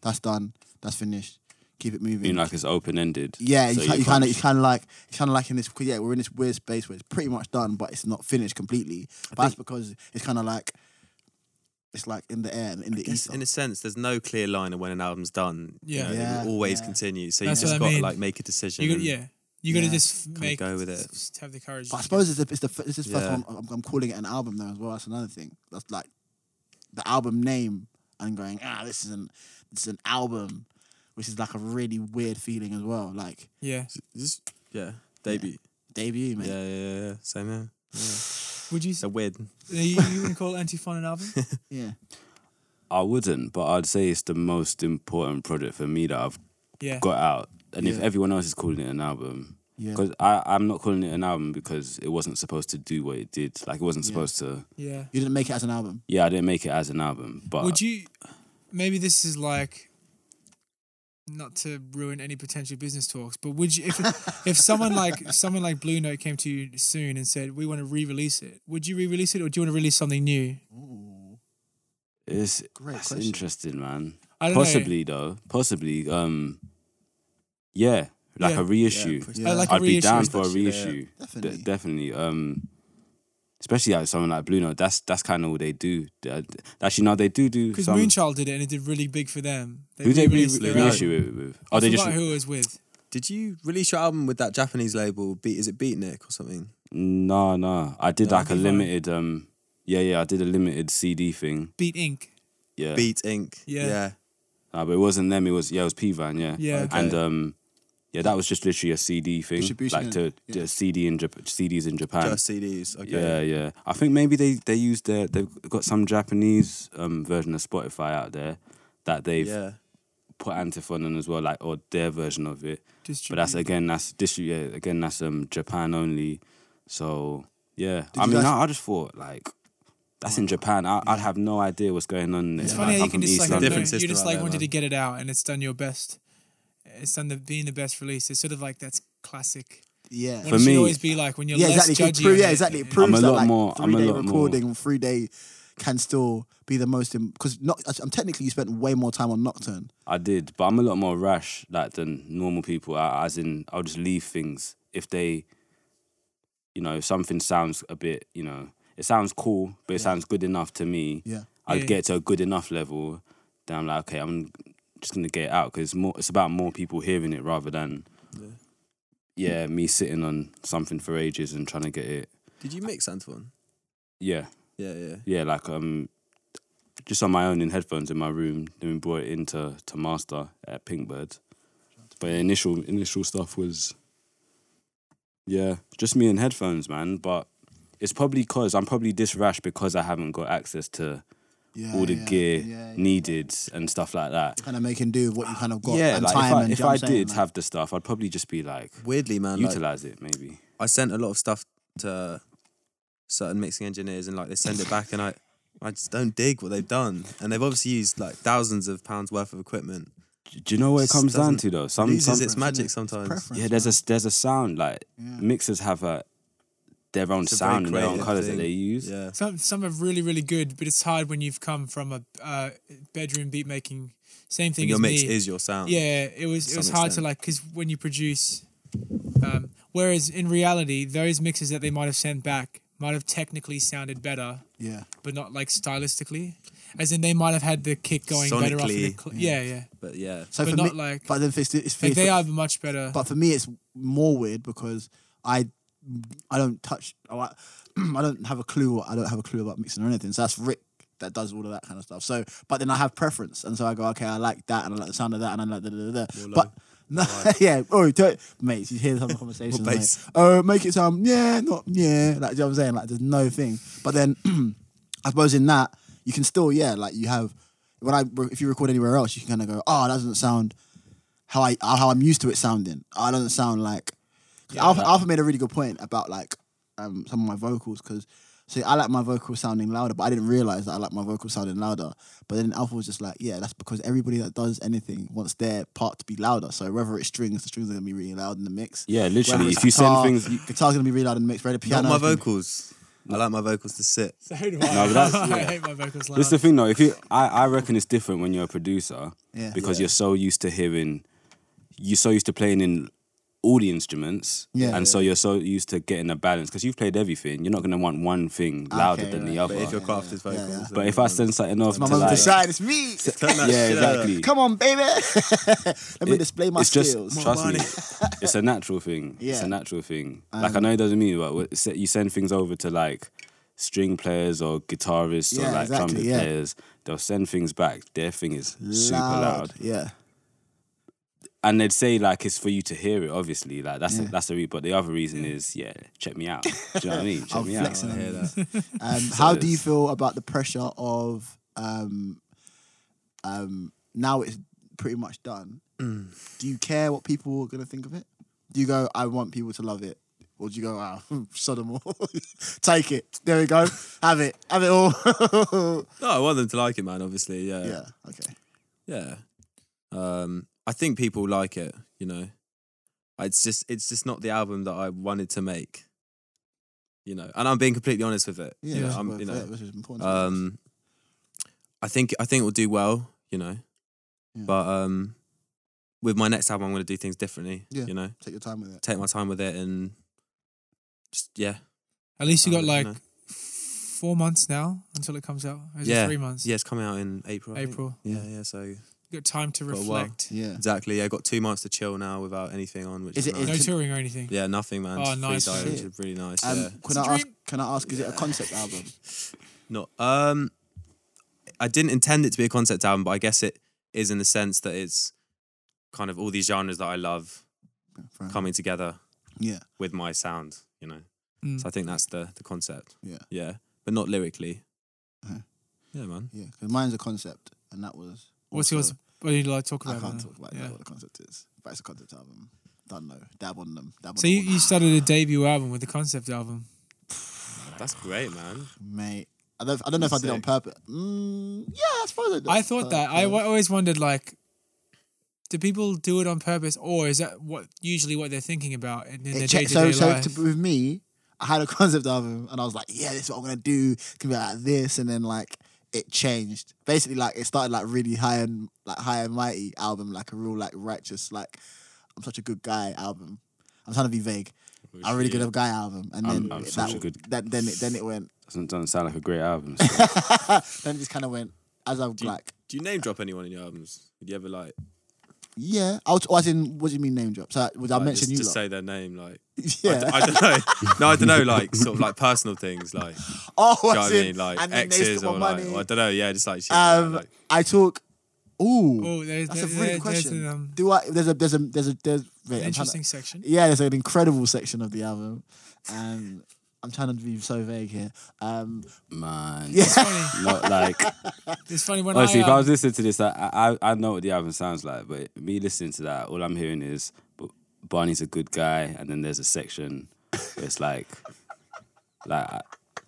B: that's done, that's finished, keep it moving.
A: Being like it's open ended.
B: yeah, you, ki- you kind of, you kind of like, you kind of like in this. 'cause Yeah, we're in this weird space where it's pretty much done, but it's not finished completely. But that's because it's kind of like, it's like in the air and in the
D: Guess
B: ether.
D: in a sense, there's no clear line of when an album's done. you
C: Yeah.
D: know, it
B: Yeah,
D: will always
B: yeah.
D: continue. So
C: That's
D: you
C: what I
D: just got
C: mean.
D: to like make a decision.
C: You got
D: and-
C: yeah. You got to
B: Yeah.
C: just f-
D: Kinda
C: make
D: go with it.
C: Just have the courage.
B: but I
C: to-
B: suppose it's the, it's the it's this first
D: Yeah.
B: one. I'm, I'm calling it an album though as well. That's another thing. That's like the album name and going ah this is an this is an album, which is like a really weird feeling as well. Like
C: yeah.
D: Just- yeah, debut.
B: debut, man.
D: Yeah, yeah, yeah. yeah. Same here.
C: Would you?
D: It's a weird.
C: you, you wouldn't call Antiphon an album?
B: Yeah.
A: I wouldn't, but I'd say it's the most important project for me that I've
C: Yeah.
A: got out. And if
B: Yeah.
A: everyone else is calling it an album,
B: Yeah.
A: because I'm not calling it an album because it wasn't supposed to do what it did. Like it wasn't supposed to.
C: Yeah.
B: You didn't make it as an album.
A: Yeah, I didn't make it as an album, but
C: Would you? Maybe this is like not to ruin any potential business talks, but would you if if someone like if someone like Blue Note came to you soon and said we want to re-release it, would you re-release it or do you want to release something new?
A: it's
B: Great
A: that's
B: question.
A: interesting, man.
C: I don't know.
A: Possibly though, possibly. Um, yeah, like
C: Yeah.
A: a reissue.
B: Yeah.
C: Uh, like
A: I'd
C: a
A: be
C: reissue
A: down
C: is
A: for a
C: actually-
A: reissue.
B: Definitely.
A: De- definitely. Um, especially like someone like Blue Note. That's that's kind of all they do. They- Actually, no, they do do.
C: Because
A: Some,
C: Moonchild did it and it did really big for them. They
A: who they re-
C: re-released their
A: reissue
C: album.
A: it with? Oh, they
C: I
A: just
C: forgot who it was with.
D: Did you release your album with that Japanese label? Beat is it Beatnik or something?
A: no, no. I did like
C: that'd
A: a
C: be fine.
A: limited. Um, yeah, yeah. I did a limited CD thing.
C: Beat Inc.
A: Yeah,
D: Beat Inc.
C: Yeah.
D: yeah.
A: Uh, but it wasn't them. It was yeah, it was P Van. Yeah,
C: Yeah. Okay.
A: and um. Yeah, that was just literally a CD thing,
B: Distribution,
A: like to
B: yeah.
A: to CD in Jap- CDs in Japan.
D: Just CDs. Okay.
A: Um, Yeah, yeah. I think maybe they they use their they've got some Japanese um version of Spotify out there that they've
D: Yeah.
A: put Antiphon on as well, like or their version of it.
C: Distrib-
A: But that's again that's this yeah, again that's um Japan only. So yeah, I
B: you
A: mean
B: guys-
A: I, I just thought like that's in Japan. I, I'd have no idea what's going on.
C: It's
A: there.
C: funny
A: I
C: how
A: come
C: you can
A: from
C: just
A: East
C: like
A: London.
C: no, you
D: Different system
C: just
D: out
C: like
D: there,
C: wanted to
D: man.
C: get it out and it's done your best. It's done the being the best release. It's sort of like that's classic.
B: Yeah.
C: What
A: For
C: it should
A: me-
C: always be like when you're
B: yeah,
C: less
B: exactly.
C: judgy.
B: Could prove,
C: on
B: yeah,
C: it.
B: exactly. It
C: Yeah.
B: proves
A: I'm a
B: that
A: lot
B: like
A: more- I'm a
B: three day
A: lot more-
B: recording, and three day can still be the most because not. I'm technically you spent way more time on Nocturne.
A: I did, but I'm a lot more rash like than normal people. I, as in, I'll just leave things if they, you know, if something sounds a bit, you know, it sounds cool, but it sounds good enough to me.
B: Yeah.
A: I'd
C: Yeah.
A: get to a good enough level. Then I'm like, okay, I'm just gonna get it out because more. It's about more people hearing it rather than, yeah, me sitting on something for ages and trying to get it.
D: Did you mix Antoine?
A: Yeah,
D: Yeah, yeah.
A: yeah, like um, just on my own in headphones in my room. Then we brought it into to master at Pinkbird. But the initial initial stuff was, yeah, just me in headphones, man. But it's probably cause I'm probably this rash because I haven't got access to
B: Yeah,
A: all the
B: yeah,
A: gear
B: yeah, yeah.
A: needed and stuff like that.
B: Kind of making do with what you kind of got.
A: yeah,
B: and
A: like
B: time
A: if I,
B: and
A: if
B: do you know
A: I
B: what I'm saying?
A: did
B: Like,
A: have the stuff, I'd probably just be like,
D: Weirdly, man, like,
A: utilize it maybe.
D: I sent a lot of stuff to certain mixing engineers, and like they send it back, and I, I just don't dig what they've done, and they've obviously used like thousands of pounds worth of equipment.
A: Do you know what it
D: Just
A: comes down
D: doesn't-
A: to though? Some,
D: loses
A: some
D: its
B: preference,
D: magic
B: innit?
D: sometimes.
B: preference,
A: yeah, there's
B: man.
A: a there's a sound like
B: Yeah.
A: mixers have a their own
D: It's a very
A: sound and their own
D: creative
A: colors
D: thing.
A: that they use.
D: Yeah.
C: Some some are really really good, but it's hard when you've come from a uh, bedroom beat making. Same thing
D: And your
C: as
D: mix
C: me.
D: is your sound.
C: yeah, it was
D: to
C: it was
D: some
C: hard to
D: extent.
C: like because when you produce, um, whereas in reality those mixes that they might have sent back might have technically sounded better,
B: Yeah.
C: but not like stylistically, as in they might have had the kick going better off of the
D: Sonically,
C: cl- yeah yeah.
D: But yeah.
B: So
C: But
B: for
C: not
B: me,
C: like-
B: But then it's, it's
C: Like
B: fearful-
C: they are much better.
B: But for me, it's more weird because I I don't touch. oh, I, I don't have a clue. I don't have a clue about mixing or anything. So that's Rick that does all of that kind of stuff. So, but then I have preference, and so I go, okay, I like that, and I like the sound of that, and I like da da da. da. But no, yeah, oh, don't, mate, you hear some conversations.
D: What
B: mate.
D: bass?
B: Oh, make it sound yeah, not yeah. Like do you know what I'm saying, like there's no thing. But then I suppose in that you can still yeah, like you have when I if you record anywhere else, you can kind of go, oh, that doesn't sound how I how I'm used to it sounding. I doesn't sound like. 'cause Alpha, Alpha made a really good point about like um, some of my vocals because so I like my vocals sounding louder, but I didn't realize that I like my vocals sounding louder. But then Alpha was just like, yeah, that's because everybody that does anything wants their part to be louder. So whether it's strings, the strings are gonna be really loud in the mix.
A: Yeah, literally,
B: Whether it's
A: if you send
B: guitar,
A: things- you-
B: guitar's gonna be really loud in the mix. Whether
D: Not
B: piano,
D: my
B: is gonna be-
D: vocals. I like my vocals to sit.
C: so do I.
A: but that's-
C: I
A: yeah.
C: hate my vocals loud.
A: This is the thing though. If you, I, I reckon it's different when you're a producer
B: Yeah.
A: because you're so used to hearing, you're so used to playing in all the instruments,
B: Yeah.
A: and so you're so used to getting a balance because you've played everything. You're not gonna want one thing louder
B: Okay,
A: than
B: right.
A: the
B: But
A: other.
D: But if your craft is vocals.
B: yeah.
D: then
A: But if
D: you
A: I
D: want-
A: send something off
B: My
A: to
B: mum's
A: like,
B: decide it's me.
D: Turn that
A: yeah,
D: shit up.
A: exactly.
B: Come on, baby. Let me
A: It-
B: display my
A: it's just
B: skills.
A: trust me. it's a natural thing. It's
B: Yeah. Um,
A: a natural thing. Like I know it doesn't mean, but what- se- you send things over to like string players or guitarists
B: Yeah,
A: or like
B: exactly,
A: trumpet
B: yeah.
A: players. They'll send things back. Their thing is super loud,
B: Yeah.
A: and they'd say like it's for you to hear it. Obviously, like that's
B: Yeah.
A: that's the reason. But the other reason is yeah, check me out. Do you know what I mean? Check
B: I'm
A: me out.
B: flexing
D: I hear
B: on
D: that.
B: Um, how do you
A: it's-
B: feel about the pressure of um, um, now it's pretty much done? Do you care what people are going to think of it? Do you go, I want people to love it? Or do you go, ah, Sodom, take it. There we go. Have it. Have it all.
D: No, I want them to like it, man. Obviously, yeah,
B: yeah. Okay.
D: yeah. Um, I think people like it. You know, it's just it's just not the album that I wanted to make. You know, and I'm being completely honest with it.
B: Yeah.
D: you know,
B: that's
D: I'm,
B: worth
D: you
B: it,
D: know,
B: which is important to us.
D: um, I think I think it will do well. You know,
B: Yeah.
D: but um, with my next album, I'm going to do things differently.
B: Yeah.
D: You know,
B: Take your time with it.
D: take my time with it and just yeah,
C: At least you got
D: Um,
C: like
D: no.
C: four months now until it comes out. Or Is
D: yeah,
C: it three months?
D: Yeah, it's coming out in April. I think.
C: April.
D: Yeah, yeah. So
C: You got time to
D: Got a while.
C: reflect.
B: Yeah.
D: exactly, yeah. I got two months to chill now without anything on. Which
B: Is
D: is,
B: it-
D: nice.
B: is
C: No
B: Can-
C: touring or anything.
D: Yeah, nothing, man.
C: Oh,
D: Just
C: nice.
D: Free dive, which
B: Shit.
D: is really nice.
B: Um,
D: yeah.
B: Can
C: a
B: I ask?
C: dream.
B: Can I ask? Is it a concept album?
D: Not. Um, I didn't intend it to be a concept album, but I guess it is in the sense that it's kind of all these genres that I love coming together
B: Yeah.
D: with my sound. You know,
C: Mm.
D: so I think that's the the concept.
B: Yeah.
D: Yeah, but not lyrically.
B: Uh-huh.
D: Yeah, man.
B: Yeah. Because mine's a concept, and that was.
C: What's
B: also-
C: yours? What do you like to talk about?
B: I can't
C: man?
B: talk about
C: Yeah.
B: that, what the concept is, but it's a concept album. Don't know. Dab on them. Dab on Ah,
C: So
B: all
C: you,
B: them.
C: you started a debut album with a concept album.
D: That's great, man.
B: mate. I don't, I don't know if I did it on
D: Sick.
B: purpose. Mm, yeah, uh, I suppose I did. it
C: I
B: on
C: thought that. I
B: purpose.
C: wa- always wondered like, do people do it on purpose, or is that what usually what they're thinking about in, in
B: It
C: their day
B: checked-
C: to
B: so
C: day
B: so
C: life?
B: to, with me, I had a concept album, and I was like, yeah, this is what I'm gonna do. It's gonna be like this, and then like it changed. Basically, like it started like really high and like high and mighty album, like a real like righteous like I'm such a good guy album. I'm trying to be vague. I'm really good at guy album, and
A: Oh, I'm-
B: then
A: I'm
B: that,
A: such a good-
B: that then it then it went
A: Doesn't, doesn't sound like a great album. so-
B: then it just kind of went as I've
D: you-
B: like
D: Do you name drop anyone in your albums? Did you ever like?
B: yeah. I was, oh, as in, what do you mean name drop? So would I
D: like,
B: mention
D: just,
B: you?
D: Just
B: lot?
D: say their name, like. I,
B: yeah.
D: d- I don't know. No, I don't know. Like sort of like personal things, like do you
B: oh,
D: know
B: as
D: what I
B: in,
D: mean, like
B: and then they
D: exes
B: stole
D: or
B: my
D: like
B: money.
D: or I don't know. Yeah, just like shit. like that,
B: um,
D: like-
B: I talk. Ooh,
C: oh, there's,
B: that's a
C: there-
B: really
C: there-
B: good question.
C: There's an, um,
B: do I? There's a there's a there's a there's wait, I'm trying to-
C: interesting section.
B: yeah. There's an incredible section of the album, and I'm trying to be so vague here. Um,
A: Man,
B: Yeah.
C: It's funny.
A: not like
C: It's funny when I,
A: honestly, Oh, if I
C: um,
A: was listening to this, I, I I know what the album sounds like, but me listening to that, all I'm hearing is "But Barney's a good guy, and then there's a section where it's like, like. I-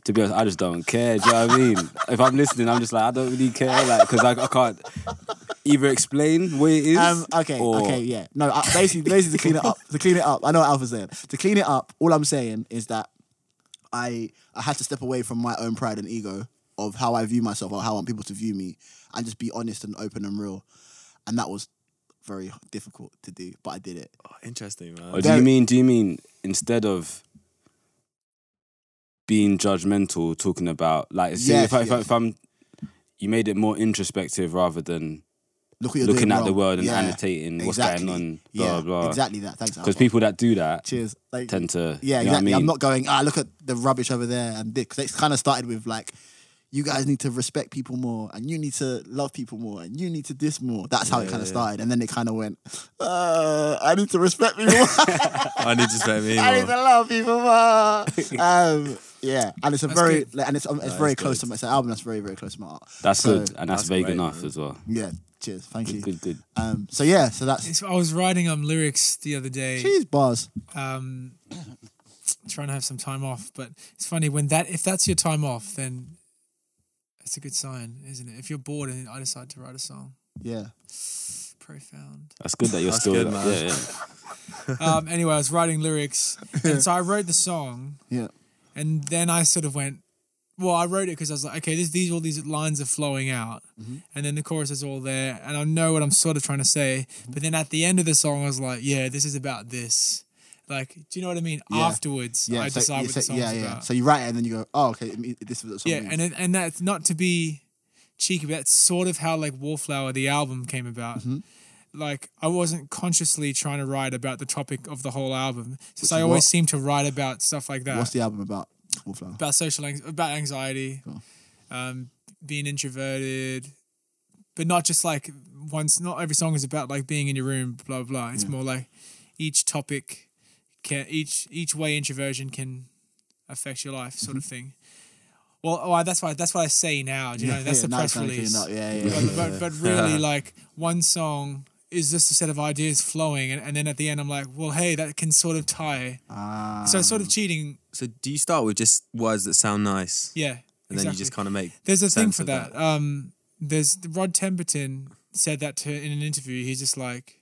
A: To be honest, I just don't care. Do you know what I mean? If I'm listening, I'm just like, I don't really care, like, because I, I can't either explain what it is.
B: Um, okay,
A: or-
B: okay, yeah. No, uh, basically, basically to clean it up, to clean it up. I know what Alpha's saying. To clean it up, all I'm saying is that I I had to step away from my own pride and ego of how I view myself or how I want people to view me, and just be honest and open and real, and that was very difficult to do, but I did it.
D: Oh, interesting, man.
A: Or do you
B: Very-
A: mean? Do you mean instead of being judgmental, talking about like, see,
B: Yes,
A: if, I, if, I,
B: yes.
A: if I'm, you made it more introspective rather than
B: Look what you're
A: looking
B: doing
A: at the
B: wrong.
A: world and
B: Yeah,
A: annotating what's going
B: exactly.
A: on, blah
B: yeah,
A: blah.
B: Exactly that. Thanks.
A: Because
B: Because
A: people that do that
B: cheers. Like,
A: tend to,
B: Yeah,
A: you know what
B: exactly.
A: I
B: I'm
A: mean?
B: not going. Ah, look at the rubbish over there and dick. Because it's kind of started with like, you guys need to respect people more, and you need to love people more, and you need to this more. That's how it
D: Yeah,
B: kind of
D: yeah.
B: started, and then it kind of went. Uh, I need to respect people. more.
D: I need to spend me.
B: I need to
D: more.
B: love people more. um, yeah, and it's a
C: That's
B: very
C: good.
B: like, and it's um, it's very close to my it's an album that's very very close to my heart.
A: that's
B: So,
A: good, and that's,
D: That's
A: vague
D: great,
A: enough
D: man.
A: as well.
B: Yeah, cheers. Thank you.
A: Good, good.
B: Um, so yeah, so that's
C: It's- I was writing um lyrics the other day.
B: cheers bars.
C: um, trying to have some time off. But it's funny when that if that's your time off, then that's a good sign, isn't it? If you're bored and I decide to write a song,
B: Yeah,
C: profound.
A: That's good that you're
D: That's
A: still,
D: good,
A: yeah,
D: man.
A: yeah.
C: Um, anyway, I was writing lyrics, and so I wrote the song,
B: yeah,
C: and then I sort of went. Well, I wrote it because I was like, okay, this, these all these lines are flowing out,
B: Mm-hmm.
C: and then the chorus is all there, and I know what I'm sort of trying to say.
B: Mm-hmm.
C: But then at the end of the song, I was like, yeah, this is about this. Like, do you know what I mean?
B: Yeah.
C: Afterwards,
B: yeah.
C: I
B: so,
C: decide
B: yeah,
C: what the
B: so-
C: song's
B: yeah, yeah.
C: about.
B: So you write it and then you go, oh okay, it mean- this is what the song
C: yeah,
B: means.
C: and it, and that's not to be cheeky, but that's sort of how like Wallflower the album came about.
B: Mm-hmm.
C: Like I wasn't consciously trying to write about the topic of the whole album, since
B: Which
C: I
B: is
C: always
B: what-
C: seem to write about stuff like that
B: What's the album about? Wallflower.
C: about social anx- about anxiety,
B: Cool.
C: um, being introverted, but not just like once. Not every song is about like being in your room, blah blah. It's more like each topic can each each way introversion can affect your life, sort of thing. Well, oh, I- that's why that's what I say now. Do you know? That's the
B: now it's
C: press
B: kinda cleaned
C: release.
B: up. Yeah, yeah, yeah.
C: But, but, but really, like one song is just a set of ideas flowing, and, and then at the end, I'm like, well, hey, that can sort of tie.
B: Ah,
C: So it's sort of cheating,
D: So do you start with just words that sound nice,
C: yeah.
D: and then you just kind of make?
C: There's a thing
D: sense
C: for
D: of
C: that.
D: that.
C: Um, there's Rod Temperton said that to in an interview. He's just like,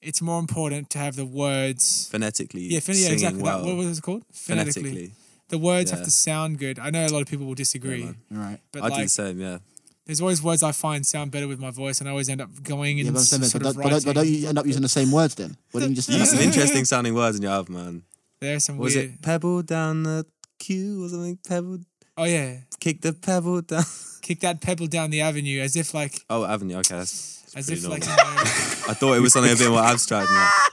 C: it's more important to have the words.
D: phonetically
C: Yeah, phonetically.
D: singing
C: yeah exactly. that.
D: well.
C: what was it called?
D: phonetically.
C: The words have
D: Yeah.
C: to sound good. I know a lot of people will disagree,
D: man.
B: right.
C: but
D: I do
C: like,
D: the same, yeah.
C: there's always words I find sound better with my voice, and I always end up going
B: Yeah,
C: and
B: but, I'm
C: s-
B: saying, that-
C: sort
B: but,
C: of
B: don't- but don't, but don't
C: writing.
B: you end up using the same words then? Why don't you just?
D: That's some interesting sounding words in your album, man.
C: There's some
D: What Was
C: weird.
D: it pebble down the queue or something? Pebble
C: Oh yeah,
D: kick the pebble down.
C: kick that pebble down the avenue as if like
D: Oh, Avenue. Okay, that's, that's
C: as
D: pretty
C: if
D: normal.
C: like. you know,
D: I thought it was something a bit more abstract, than that.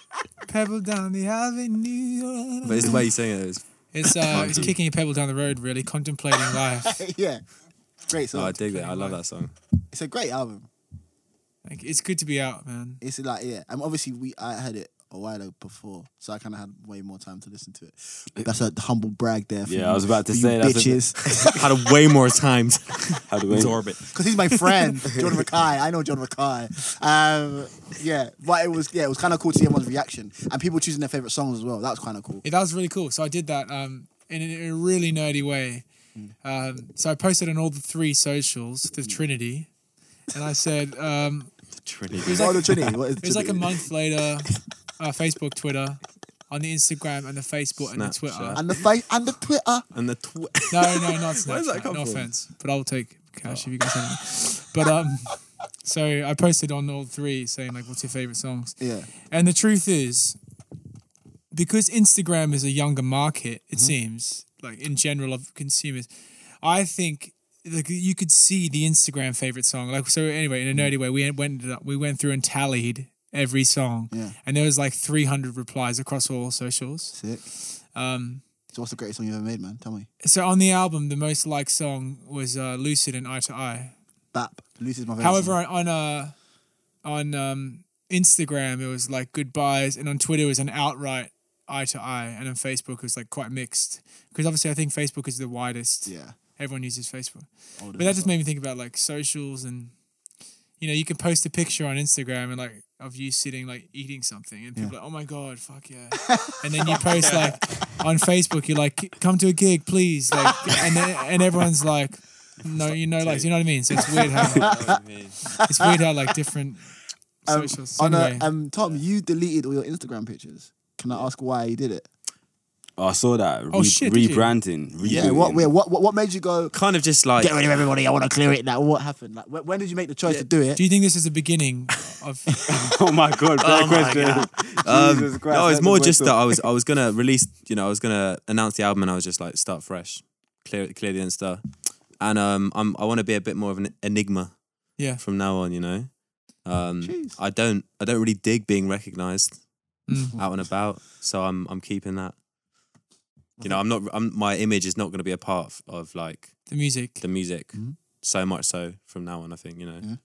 C: Pebble down the avenue.
D: but it's the way you sing it. It's,
C: It's uh, it's kicking a pebble down the road, really contemplating life.
B: yeah, great
D: oh,
B: song.
D: I dig that. I love that song.
B: it's a great album.
C: Like, it's good to be out, man.
B: It's like yeah, and obviously we I had it a while before, so I kind of had way more time to listen to it. But that's a humble brag there. For
A: Yeah, I
B: you-
A: was about to
B: for you
A: say, that's a-
B: bitches,
D: Had a way more time to
A: How do we?
D: absorb it.
B: because he's my friend, John Rakai. I know John Rakai. Um, yeah, but it was yeah, it was kind of cool to see everyone's reaction and people choosing their favorite songs as well. That was kind of cool.
C: Yeah, that was really cool. So I did that um, in, a, in a really nerdy way.
D: Mm.
C: Um, so I posted on all the three socials, the Trinity, and I said um,
D: Trinity.
B: oh, the Trinity. What is
C: it was like a month later, uh, Facebook, Twitter, on the Instagram and the Facebook and the Twitter.
D: Snapchat.
B: And the face and the Twitter.
D: And the tw-
C: No, no, not Snapchat.
D: Where does that come
C: no
D: from? Oh.
C: offense, but I'll take cash if you guys have it. But um, so I posted on all three saying like, "What's your favorite songs?"
B: Yeah.
C: And the truth is, because Instagram is a younger market, it seems like in general of consumers, I think like you could see the Instagram favorite song. Like so, anyway, in a nerdy way, we went we went through and tallied every song,
B: Yeah.
C: and there was like three hundred replies across all socials.
B: Sick.
C: Um,
B: So what's the greatest song you ever made, man? Tell me.
C: so on the album, the most liked song was uh, "Lucid" and "Eye to Eye."
B: Bap. Lucy's my favorite.
C: However,
B: song.
C: on on, uh, on um, Instagram, it was like "Goodbyes," and on Twitter, it was an outright "Eye to Eye," and on Facebook, it was like quite mixed because obviously, I think Facebook is the widest.
B: yeah.
C: everyone uses Facebook,
B: Older
C: but that just
B: song.
C: made me think about like socials and you know, you can post a picture on Instagram and like of you sitting like eating something, and people are like, "Oh my god, fuck yeah!" and then you post like on Facebook, you're like, "Come to a gig, please," like, and then, and everyone's like, "No, you know, like, you know what I mean?" So it's weird how it's weird how like different
B: Um,
C: socials.
B: on a,
C: anyway,
B: um, Tom, you deleted all your Instagram pictures. Can I ask why you did it?
A: Oh, I saw that. Re-
C: Oh, shit, did you?
A: rebranding.
B: Yeah, what,
A: rebooting.
B: wait, what, what, what made you go,
D: Kind of just like
B: get rid of everybody, I want to clear it now? What happened? Like, when, when did you make the choice to do it?
C: Do you think this is the beginning of?
A: oh my god, bad
D: Oh my
A: question.
D: Um,
A: Jesus Christ,
D: no,
A: let
D: it's
A: the
D: more
A: boy
D: just uh,
A: talk.
D: that I was I was gonna release, you know, I was gonna announce the album and I was just like start fresh, clear clear the Insta, and um, I'm I want to be a bit more of an enigma
C: yeah.
D: from now on, you know. Um,
B: Jeez.
D: I don't I don't really dig being recognised
C: Mm.
D: out and about, so I'm I'm keeping that. You know, I'm not. I'm, my image is not going to be a part of, of like
C: The music.
D: the music
B: Mhm.
D: so much so from now on. I think you know.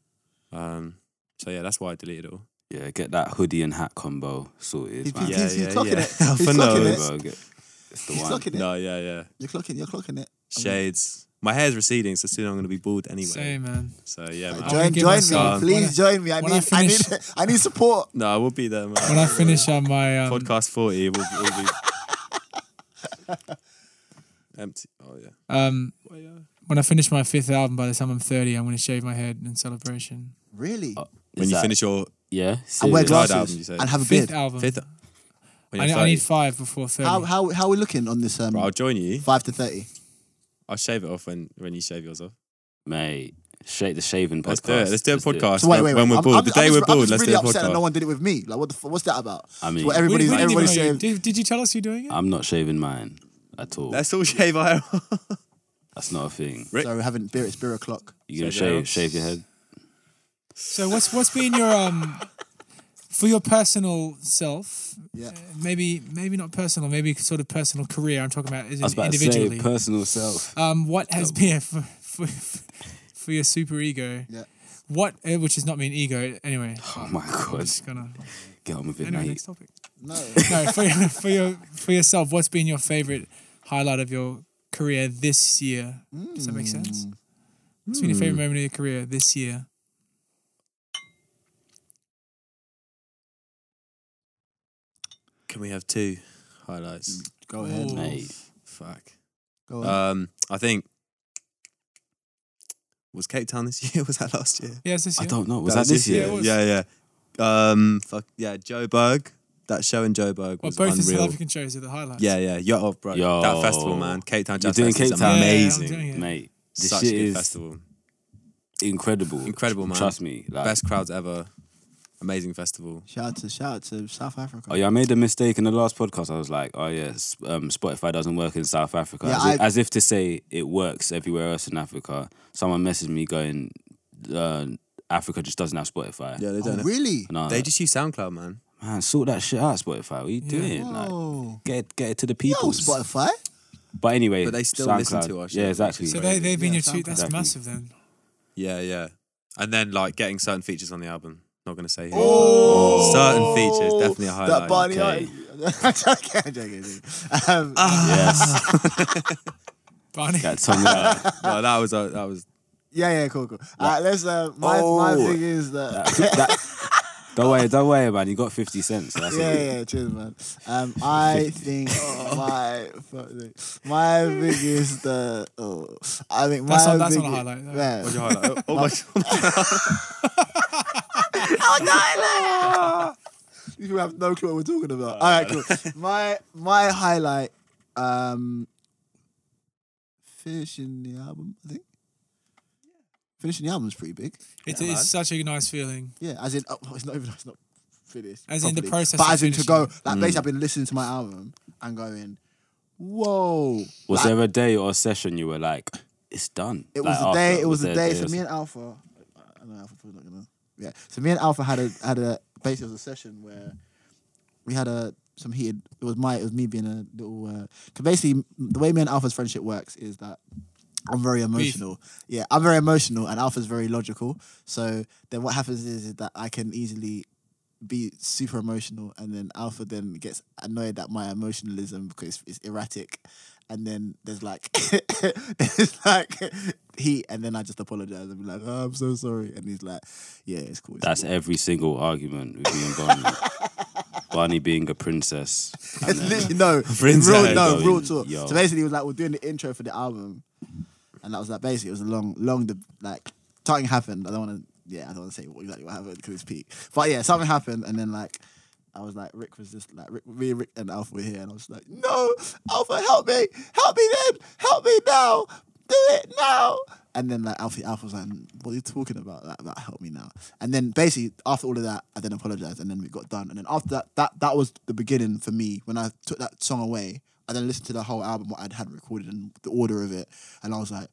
D: Um, so yeah, that's why I deleted it all.
A: Yeah, get that hoodie and hat combo sorted.
B: He's,
A: man.
B: he's,
D: Yeah,
B: he's,
D: yeah,
B: clocking
D: yeah.
B: it. He's
D: For
B: clocking
D: now.
B: it.
A: Bro, get- it's the
B: He's
A: one.
B: clocking it.
D: No, yeah, yeah.
B: You're clocking. You're clocking it.
D: Shades. My hair's receding, so soon I'm going to be bald anyway.
C: Same man.
D: So yeah,
B: Like,
D: man.
C: I
B: join,
C: wanna give
B: join me,
C: myself- when I-
B: please join me. I
C: when I
B: need, I need,
C: finish-
B: I need support.
D: No, I will be there, man.
C: When I finish on my um,
D: Podcast 40 will, will be empty. Oh yeah.
C: um, when I finish my fifth album, by the time I'm 30, I'm going to shave my head in celebration.
B: Really?
D: When
A: Is
D: you
A: that-
D: finish your
A: yeah,
B: and
A: serious.
D: third
B: wear glasses
D: album, you said.
A: Oh,
B: and have a
C: Fifth
B: beard.
C: album.
D: fifth. When
C: I,
D: you're
C: need, I need
D: 30.
C: five before 30.
B: How how how are we looking on this? Um,
D: Bro, I'll join you.
B: five to thirty.
D: I'll shave it off when, when you shave yours off.
A: mate. Shake the shaving podcast.
D: Let's do it. Let's do a podcast.
B: So wait, wait, wait.
D: When we're
B: I'm-
D: bored,
B: I'm-
D: the
B: I'm
D: day
B: just-
D: we're
B: I'm
D: bored,
B: just
D: let's
B: really
D: do a
B: upset that
D: podcast.
B: no one did it with me. Like, what the f- what's that about?
A: I
C: We-
A: mean- We-
B: Well,
C: we
B: everybody's
C: didn't
B: everybody's
C: know you.
B: saying
C: Did, did you tell us you're doing it?
A: I'm not shaving mine at all.
D: Let's all shave our hair off.
A: That's not a thing.
D: Rick?
B: so we're having beer. It's beer o'clock.
A: You gonna
D: Shave your
A: shave shave your head?
C: So what's what's been your um for your personal self?
B: Yeah.
C: Maybe maybe not personal, maybe sort of personal career. I'm talking about as
A: I was
C: in
A: about to say
C: individually.
A: personal self.
C: um, what has been for, for for your super ego?
B: Yeah.
C: What uh, which is not mean ego anyway.
A: Oh my
C: I'm
A: god,
C: just gonna
A: get on with it,
C: anyway.
A: mate.
C: Next topic.
B: No.
C: No, for your, for your for yourself, what's been your favorite highlight of your career this year? Does that make
B: Mm.
C: sense? What's been your favorite moment of your career this year?
D: Can we have two highlights?
B: Go ahead.
C: Ooh.
A: Mate,
D: Fuck.
B: Go ahead.
D: Um, I think was Cape Town this year? Was that last year?
C: Yes, this
A: I
C: year.
A: don't know. Was that, this year?
C: it was.
D: Yeah, yeah. Um, fuck yeah, Joe Berg. That show in Joe Berg
C: Well,
D: was
C: both the South
D: unreal.
C: African shows are the highlights.
D: Yeah, yeah. Yo, oh, bro,
A: Yo.
D: that festival, man. Cape Town
A: You're
D: Jazz
A: doing Cape
D: Festival is
A: Town,
C: Yeah, yeah, I'm
D: amazing.
C: doing it.
A: mate. This
D: Such a
A: shit
D: good
A: is
D: festival.
A: incredible.
D: Incredible, man.
A: Trust me. Like,
D: Best crowds ever. Amazing festival.
B: shout out to shout out to South Africa.
A: Oh yeah, I made a mistake in the last podcast. I was like, "Oh yeah, s- um, Spotify doesn't work in South Africa,"
B: Yeah,
A: as, if,
B: I-
A: as if to say it works everywhere else in Africa. Someone messaged me going, uh, "Africa just doesn't have Spotify."
D: Yeah, they
B: Oh,
D: don't.
B: really?
A: And I was
D: They
A: like,
D: just use SoundCloud, man.
A: man, sort that shit out, Spotify. What are you doing? Like,
B: Whoa.
A: get it, get it to the
B: Yo,
A: people.
B: Spotify.
A: But anyway,
D: But they still listen
A: SoundCloud.
D: to our shit,
A: Yeah,
D: which
A: exactly.
D: is
C: So
D: Right.
C: they, they've been
B: Yeah,
C: your two.
B: SoundCloud.
C: That's
A: Exactly.
C: massive then.
D: Yeah, yeah. And then like getting certain features on the album. Not gonna say who.
B: Oh,
D: Certain features, definitely a highlight.
B: That Barney.
A: okay.
B: I'm joking. I'm joking. Um,
D: Ah.
A: yes,
C: Barney.
A: that tongue out.
D: no, that was uh, that was
B: Yeah, yeah, cool, cool.
D: Ah.
B: All right, let's. Uh, my my
A: Oh.
B: thing is that.
A: That- don't worry, don't worry, man. You got fifty cents. That's
B: Yeah,
A: it.
B: yeah, cheers, man. Um, I think
C: Oh.
B: my fuck me. my biggest uh, oh, I think my
C: That's not- that's not a
B: biggest,
C: highlight, though.
B: Man,
D: What's your highlight? Oh, oh my god.
B: you have no clue what we're talking about. All right, cool. my my highlight, um, finishing the album. I think finishing the album is pretty big.
C: It
D: man.
C: is such a nice feeling.
B: Yeah, as in oh, it's not even it's not finished.
C: As in the
B: properly.
C: process
B: but
C: of
B: as in to
C: finishing
B: go
C: it. Mm.
B: like basically I've been listening to my album and going, whoa.
A: Was
B: Like,
A: there a day or a session you were like, "It's done"?
B: It
A: Like,
B: was the
A: after,
B: day. It was
A: there
B: the
A: a
B: day.
A: or
B: So me and Alpha, I know Alpha probably not gonna. Yeah. So me and Alpha had a had a basically it was a session where we had a some heated. It was my it was me being a little. Uh, cause basically the way me and Alpha's friendship works is that. I'm very emotional. Yeah, I'm very emotional, and Alpha's very logical. So then, what happens is, is that I can easily be super emotional, and then Alpha then gets annoyed at my emotionalism because it's, it's erratic, and then there's like there's like heat, and then I just apologize and be like, oh, "I'm so sorry," and he's like, "Yeah, it's cool." It's
A: That's
B: cool.
A: every single argument with me and Barney. Barney being a princess. and
B: It's
A: then-
B: literally no
D: Friends
B: real,
D: are
B: no
A: going,
B: real talk.
A: yo.
B: So basically, it was like we're doing the intro for the album, and that was like basically it was a long, long de- like something happened. I don't want to, yeah, I don't want to say what, exactly what happened because it's peak. But yeah, something happened, and then like I was like, Rick was just like, Rick, me, Rick, and Alpha were here, and I was like, no, Alpha, help me, help me then, help me now, do it now. And then like Alpha, Alpha was like, what are you talking about? Like, that help me now. And then basically after all of that, I then apologized, and then we got done. And then after that, that that was the beginning for me when I took that song away. I then listened to the whole album what I'd had recorded and the order of it, and I was like,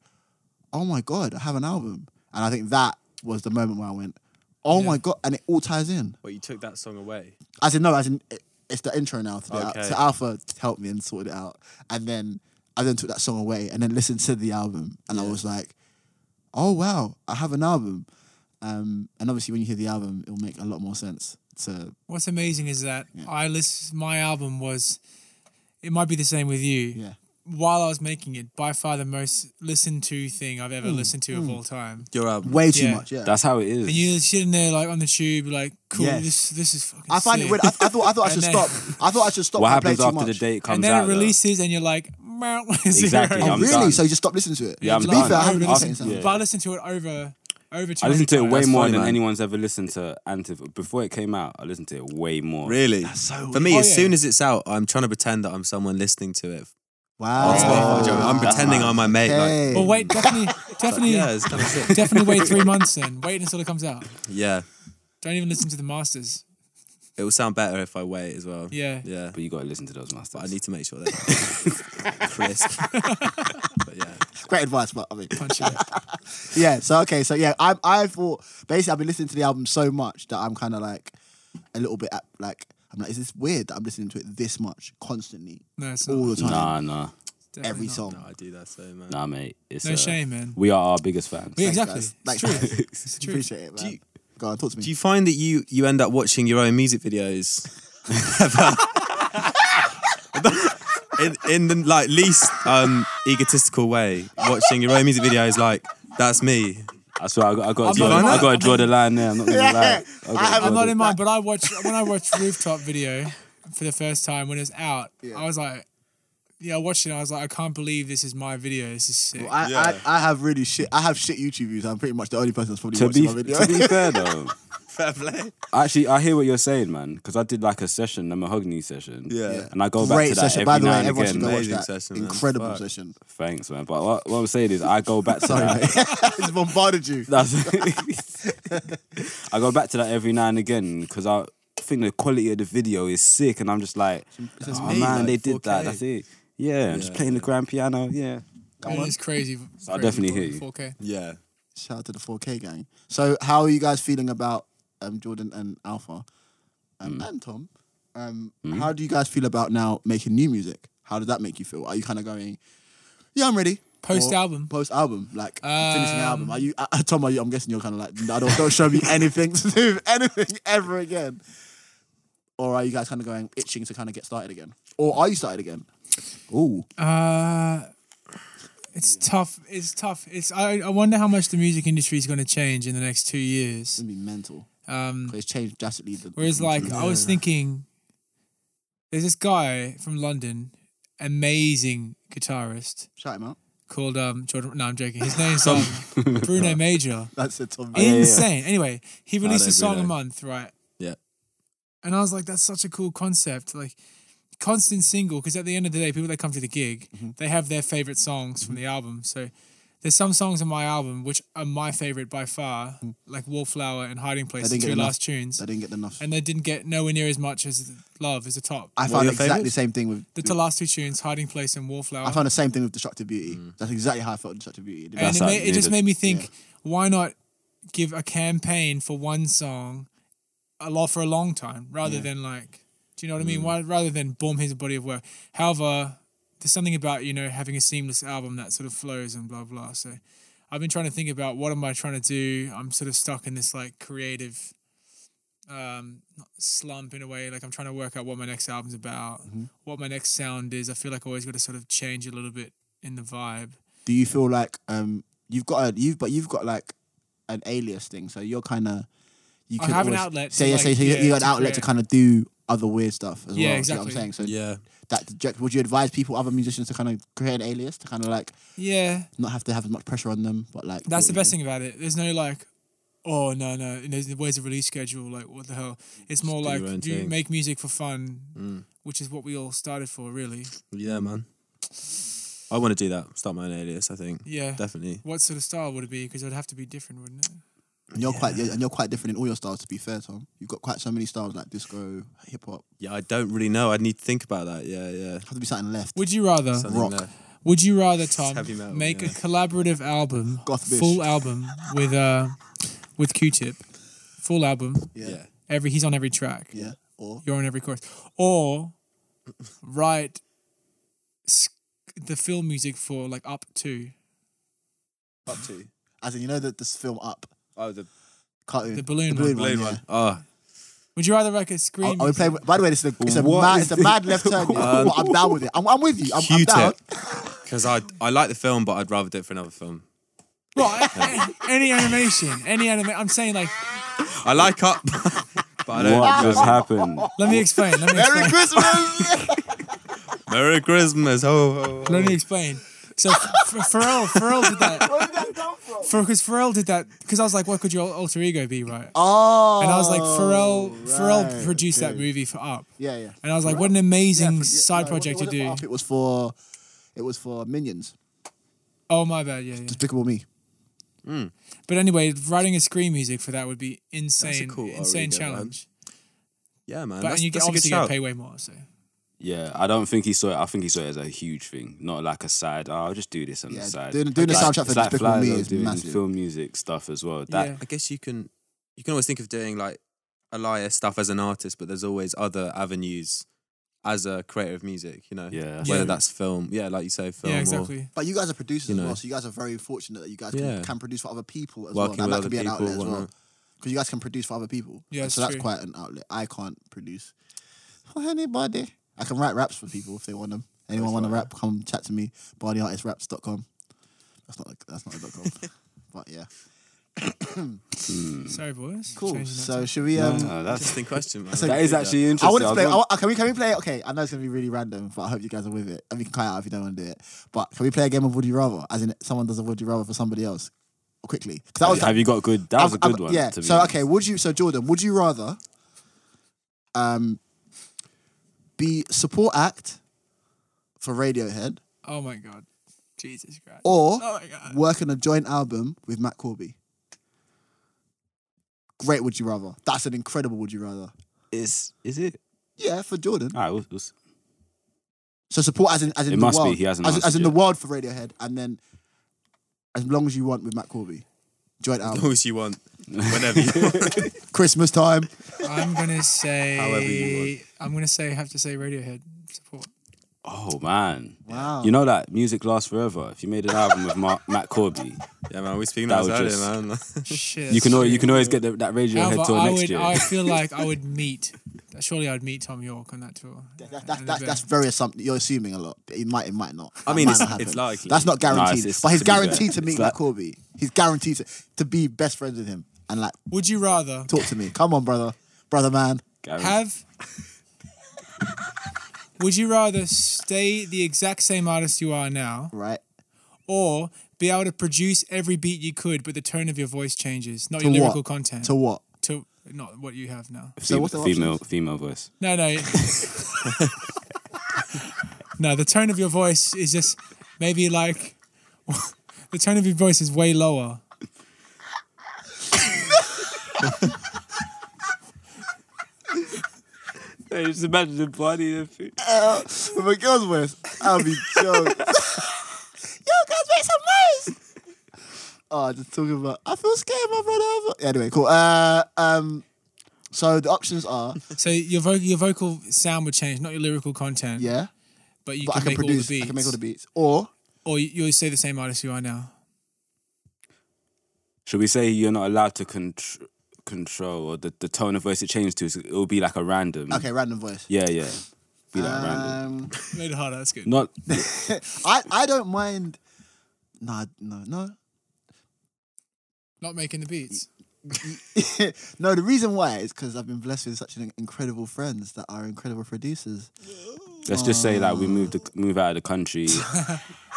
B: oh my god, I have an album. And I think that was the moment where I went, oh
C: Yeah.
B: my god, and it all ties in.
D: Well, you took that song away.
B: I said no, as in it, it's the intro now to, the,
D: Okay.
B: to Alpha helped me and sorted it out. And then I then took that song away and then listened to the album and I was like, oh wow, I have an album. Um, and obviously when you hear the album, it'll make a lot more sense to
C: What's amazing is that I list my album was. It might be the same with you.
B: yeah.
C: While I was making it, by far the most listened to thing I've
B: Hmm,
C: ever listened to of all time.
D: Your album.
B: Way too
C: Yeah.
B: much, yeah.
A: That's how it is.
C: And you're sitting there like on the tube, like cool.
B: Yes.
C: This this is fucking.
B: I find
C: sick.
B: it weird. I, I thought I thought I
C: And
B: should
C: then-
B: stop. I thought I should stop.
A: what
B: and play
A: happens
B: too
A: after the
B: much.
A: date comes
C: and then
A: out?
C: it
A: though?
C: releases, and you're like, meow, zero.
A: Exactly,
B: Oh
A: I'm
B: really?
A: done.
B: So you just stop listening to it?
A: Yeah, I'm
B: to be
A: done.
B: fair, I haven't
A: I've-
B: been listening to
A: yeah.
C: But I listened to it over, over.
A: I listened to it
C: 200
A: way
C: times.
A: more
D: funny,
A: than
D: man.
A: anyone's ever listened to Antif. Before it came out, I listened to it way more.
D: Really?
B: so
D: For me,
C: Oh,
D: as
C: yeah.
D: soon as it's out, I'm trying to pretend that I'm someone listening to it.
B: Wow.
D: on Spotify, do you know what I mean? I'm
A: that's
D: pretending
A: mad.
D: I'm my mate. Like,
B: Hey.
C: Well, wait, definitely, definitely,
D: yeah, it's kind of sick.
C: definitely wait three months. Then wait until it comes out.
D: Yeah,
C: Don't even listen to the masters.
D: it will sound better if I wait as well.
C: Yeah.
D: yeah.
A: But you got to listen to those masters.
D: But I need to make sure that crisp. but yeah,
B: Great advice, but I mean,
C: Punch it.
B: yeah. So okay, so yeah, I I thought basically I've been listening to the album so much that I'm kind of like a little bit at- like I'm like, is this weird that I'm listening to it this much constantly
C: No, it's not.
B: all the time,
A: Nah, nah,
C: Definitely
B: every
C: not.
B: song?
D: no, I do that so man.
A: nah, mate. It's
C: No
A: uh,
C: shame, man.
A: We are our biggest fans.
C: Yeah, exactly.
B: Thanks,
C: It's
B: guys. Thanks,
C: true.
B: guys.
C: It's true.
B: Appreciate it, man.
D: you-
B: Go on, talk to me.
D: Do you find that you you end up watching your own music videos? in, in the like least um, egotistical way, watching your own music videos, like that's me.
A: I swear, I got, I got, to
C: not
A: draw,
D: in
A: I
D: mine.
A: got to draw the line there. I'm not gonna lie. I
B: I
A: got to
B: have-
A: draw
C: I'm not
A: the-
C: in mine, but I watched when I watched Rooftop Video for the first time when it was out.
B: Yeah.
C: I was like, yeah, I watched it. and I was like, I can't believe this is my video. This is sick.
B: Well, I,
D: Yeah.
B: I, I have really shit. I have shit YouTube views. I'm pretty much the only person that's probably
A: To
B: watching
A: be,
B: my video.
A: to be fair though,
D: Fair play.
A: actually, I hear what you're saying, man. Because I did like a session, a mahogany session.
D: Yeah.
A: And I go back
B: Great
A: to that
B: session.
A: every
B: By the
A: now
B: way,
A: and
B: everyone
A: again.
B: should go watch
D: Amazing
B: that.
D: session, man.
B: Incredible
D: Fuck.
B: session.
A: Thanks, man. But what, what I'm saying is, I go back to
B: Sorry,
A: that.
B: mate. it's bombarded you.
A: That's I go back to that every now and again because I think the quality of the video is sick, and I'm just like, oh
D: amazing,
A: man, they
D: like
A: did that.
D: 4K.
A: That's it. Yeah, I'm just
D: Yeah.
A: playing the grand piano. Yeah,
C: It is crazy.
A: I
C: crazy
A: definitely
C: for-
A: hear you.
C: 4K.
D: Yeah.
B: Shout out to the 4K gang. So, how are you guys feeling about um, Jordan and Alpha um, and Tom? Um, How do you guys feel about now making new music? How does that make you feel? Are you kind of going, yeah, I'm ready?
C: Post album?
B: Post album, like finishing an album.
C: Um,
B: Are you, uh, Tom? Are you, I'm guessing you're kind of like, I don't, don't show me anything to do, anything ever again. Or are you guys kind of going itching to kind of get started again? Or are you started again? Ooh,
C: Uh, it's tough. It's tough. It's I, I wonder how much the music industry is going to change in the next two
B: it's
C: years.
B: gonna be mental.
C: Um,
B: 'Cause It's changed drastically. The,
C: Whereas, like, I was thinking, there's this guy from London, amazing guitarist
B: shout him out.
C: called um Jordan. No, I'm joking. His name's um, Bruno Major.
B: That's it, Tom.
A: yeah, yeah.
C: Insane. Anyway, he released
D: know
C: a song a
D: Bruno.
C: month, right?
D: Yeah.
C: And I was like, that's such a cool concept. Like, constant single, because at the end of the day, people that come to the gig,
B: Mm-hmm.
C: they have their favorite songs from the album. So there's some songs on my album which are my favorite by far, like Wallflower and Hiding Place, the
B: Mm. didn't get
C: two
B: enough-
C: last tunes.
B: I didn't get enough.
C: and they didn't get nowhere near as much as Love as the top.
B: I
D: are
B: found
D: your
B: exactly the
D: favourites?
B: same thing with.
C: the two last two tunes, Hiding Place and Wallflower.
B: I found the same thing with Destructive Beauty. That's exactly how I felt with Destructive Beauty. It
C: and
A: That's
C: it,
A: how
C: ma-
A: it
C: it just
A: needed-
C: made me think, why not give a campaign for one song a lot for a long time rather than like, do you know what I
A: Mm.
C: mean? Why, rather than boom, here's a body of work. However, there's something about, you know, having a seamless album that sort of flows and blah, blah. So I've been trying to think about what am I trying to do? I'm sort of stuck in this like creative um not slump in a way like i'm trying to work out what my next album's about
A: Mm-hmm.
C: what my next sound is i feel like i always got to sort of change a little bit in the vibe
B: Do you feel like um you've got a you've but you've got like an alias thing, so you're kind of you
C: I
B: could
C: have an
B: always-
C: outlet
B: So
C: to,
B: yeah, so
C: like,
B: so you
C: yeah,
B: you got
C: to
B: an outlet to
C: create.
B: kind of do other weird stuff as
C: Yeah,
B: well.
C: exactly.
B: You know what I'm saying so.
D: Yeah.
B: That deject- would you advise people, other musicians, to kind of create an alias to kind of like
C: yeah
B: not have to have as much pressure on them, but like
C: That's the
B: you
C: best
B: know,
C: thing about it. There's no like, oh no no and there's, where's the release schedule like what the hell it's more
D: do your own
C: like do you
D: thing.
C: make music for fun
D: Mm.
C: which is what we all started for really
D: Yeah, man. I want to do that. Start my own alias. I think
C: yeah
D: definitely.
C: what sort of style would it be because it would have to be different wouldn't it
B: And you're quite yeah, and you're quite different in all your styles. To be fair, Tom, you've got quite so many styles like disco, hip hop.
D: Yeah, I don't really know. I'd need to think about that. Yeah, yeah.
B: Have to be something left.
C: would you rather
D: Something
B: Rock.
D: there.
C: would you rather Tom
D: heavy metal,
C: make a
D: yeah.
C: collaborative album
B: Goth bitch.
C: full album with uh with Q-Tip full album
B: yeah. yeah,
C: every he's on every track
B: Or
C: you're on every chorus or write s- the film music for like up to
D: Up to
B: as in you know that this film up
D: oh the
B: cartoon,
C: The balloon one.
D: blue
B: yeah.
D: one. Oh,
C: would you rather like a screen
B: I, I would play. By the way, this is a, it's a mad, it's a mad left turn. yeah.
D: Um,
B: I'm down with it. I'm, I'm with you. I'm, I'm down.
D: Q-tip. Because I I like the film, but I'd rather do it for another film.
C: Right, any animation, any anime. I'm saying like,
D: I like up, but I don't.
A: What just happened?
C: let me explain. Let me
B: Merry
C: explain.
B: Christmas.
D: Merry Christmas. Ho, ho, ho.
C: Let me explain. So F- F- Pharrell, Pharrell did that.
B: Where did that come from?
C: Because Pharrell did that. Because I was like, what could your alter ego be, right?
B: Oh.
C: And I was like, Pharrell, Pharrell
B: right,
C: produced that
B: okay.
C: movie for Up.
B: Yeah, yeah.
C: And I was like, what an amazing
B: Yeah, for- yeah,
C: side
B: no,
C: project
B: it
C: to
B: wasn't- it
C: do.
B: wasn't for Up, It was for, it was for Minions,
C: Oh my bad, yeah, yeah.
B: Despicable Me.
C: But anyway, writing a screen music for that would be insane,
D: cool
C: insane
D: alter ego, man.
C: challenge.
D: Yeah, man.
C: But
D: that's
C: and you get
D: that's a good
C: obviously get
D: shout.
C: pay way more. So
A: Yeah, I don't think he saw it. I think he saw it as a huge thing, not like a side. Oh, I'll just do this on
B: Yeah,
A: the side.
B: doing- doing the
A: Like-
B: soundtrack for
A: it's like
B: Despicable Me
A: Flyzo
B: is
A: doing
B: massive.
A: Film music stuff as well. That
C: Yeah.
D: I guess you can you can always think of doing like Elias stuff as an artist, but there's always other avenues as a creator of music, you know.
A: Yeah.
D: Whether
C: Yeah.
D: that's film, yeah, like you say, film
C: yeah, exactly.
B: But you guys are producers
D: You
B: as well,
D: know.
B: so you guys are very fortunate that you guys
D: Yeah.
B: can, can produce for other people
D: or
B: as
D: working
B: well.
D: with
B: That, that
D: other
B: could be an
D: people.
B: outlet as well.
D: whatnot.
B: Because you guys can produce for other people.
C: Yeah, it's
B: so that's
C: true.
B: quite an outlet. I can't produce for anybody. I can write raps for people if they want them. Anyone want to rap? Come chat to me. Bodyartistraps.com. That's not a- that's not a dot com, but yeah.
C: Sorry, boys.
B: Cool.
C: Changing that
B: So
C: to-
B: should we? Um,
A: No, Uh, that's
D: Interesting question, man.
A: that is actually
B: I
A: interesting.
B: want to
A: was
B: play.
A: wondering-
B: I- can we can we play? Okay, I know it's gonna be really random, but I hope you guys are with it. And we can cut it out if you don't want to do it. But can we play a game of Would You Rather? As in, someone does a Would You Rather for somebody else quickly. 'Cause that was
A: have you got good? That was a
B: I've-
A: good
B: I've-
A: one.
B: Yeah.
A: to be
B: so
A: honest.
B: okay, would you? So Jordan, would you rather, um, be support act for Radiohead
C: oh my god, Jesus Christ.
B: or
C: Oh my god.
B: work on a joint album with Matt Corby? Great. Would you rather? That's an incredible. Would you rather?
A: is is it?
B: Yeah, for Jordan.
A: All right, we'll, we'll, s-
B: So support as in as in
A: It
B: the
A: must be,
B: world.
A: he hasn't
B: as,
A: answered
B: as in the
A: yet.
B: world for Radiohead, and then as long as you want with Matt Corby, joint
D: As
B: album.
D: long as you want. Whenever you want.
B: Christmas time.
C: I'm gonna say.
D: However you
C: I'm gonna say. Have to say Radiohead support.
A: oh man,
B: Wow.
A: you know that music lasts forever. If you made an album with Mark, Matt Corby,
D: Yeah, man, we're speaking
A: That
D: about
A: would
D: earlier,
A: just-
D: man.
C: Shit.
A: you can always, you can always get the, that Radiohead
C: However,
A: tour
C: I
A: next
C: would.
A: year.
C: I feel like I would meet. Surely I'd meet Tom York on that tour.
B: That, that, that, that's very assumption. You're assuming a lot. It might, it might not.
D: I
B: That
D: mean,
B: might
D: it's-
B: not happen.
D: it's likely.
B: That's not
A: it's-
B: guaranteed.
A: it's-
B: but he's
A: to be fair,
B: guaranteed to
A: it's
B: meet
A: like-
B: Matt Corby. He's guaranteed to, to be best friends with him and like
C: Would you rather
B: talk to me. Come on, brother, brother man.
A: Guarantee.
C: have? would you rather stay the exact same artist you are now,
B: Right
C: or be able to produce every beat you could, but the tone of your voice changes, not
B: To
C: your
B: what?
C: lyrical content,
B: to what?
C: to not what you have now?
A: Fem-
B: so what's the
A: female female voice.
C: No, no. no, the tone of your voice is just maybe like the tone of your voice is way lower.
A: just imagine the body.
B: With a girl's voice, I'll be joking. Yo, girls make some noise. Oh, just talking about. I feel scared, my brother. Yeah, Anyway, cool. Uh, um, so the options are
C: So your vocal your vocal sound would change, not your lyrical content.
B: yeah,
C: but you
B: but
C: can,
B: I can
C: make
B: produce.
C: all the beats.
B: I can make all the beats, or
C: Or you, you'll stay the same artist you are now.
A: Should we say you're not allowed to contr control or the, the tone of voice it changed to? so It'll be like a random.
B: okay, random voice.
A: Yeah, yeah. Be like random.
B: Um,
C: Made it harder. That's good.
A: Not
B: I, I don't mind. Nah, no, no.
C: Not making the beats.
A: Mm.
B: no, the reason why is because I've been blessed with such an incredible friends that are incredible producers.
A: Let's just say like we moved the, move out of the country.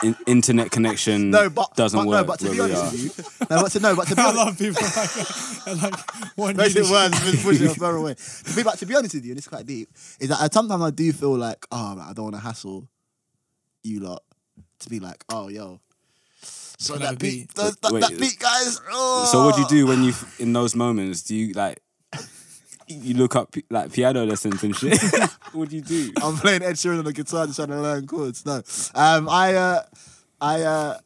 A: In, internet connection
B: No, but
A: doesn't
B: but,
A: work.
B: No, but to
A: where
B: be
A: we
B: honest
A: are.
B: with you, no, but to, no, but to be
C: I
B: honest,
C: love people like that. I like one
B: makes it
C: unity.
B: worse. It's pushing it further away. To be, but to be honest with you, and it's quite deep, is that I, sometimes I do feel like, oh, man, I don't want to hassle you lot to be like, oh, yo. So
C: Can I have a
B: that beat,
C: beat?
B: that, that,
A: Wait,
B: that beat, guys. Oh.
A: So what do you do when you in those moments? Do you like you look up like piano lessons and shit? what do you do?
B: I'm playing Ed Sheeran on the guitar, just trying to learn chords. No, um, I, uh, I, uh,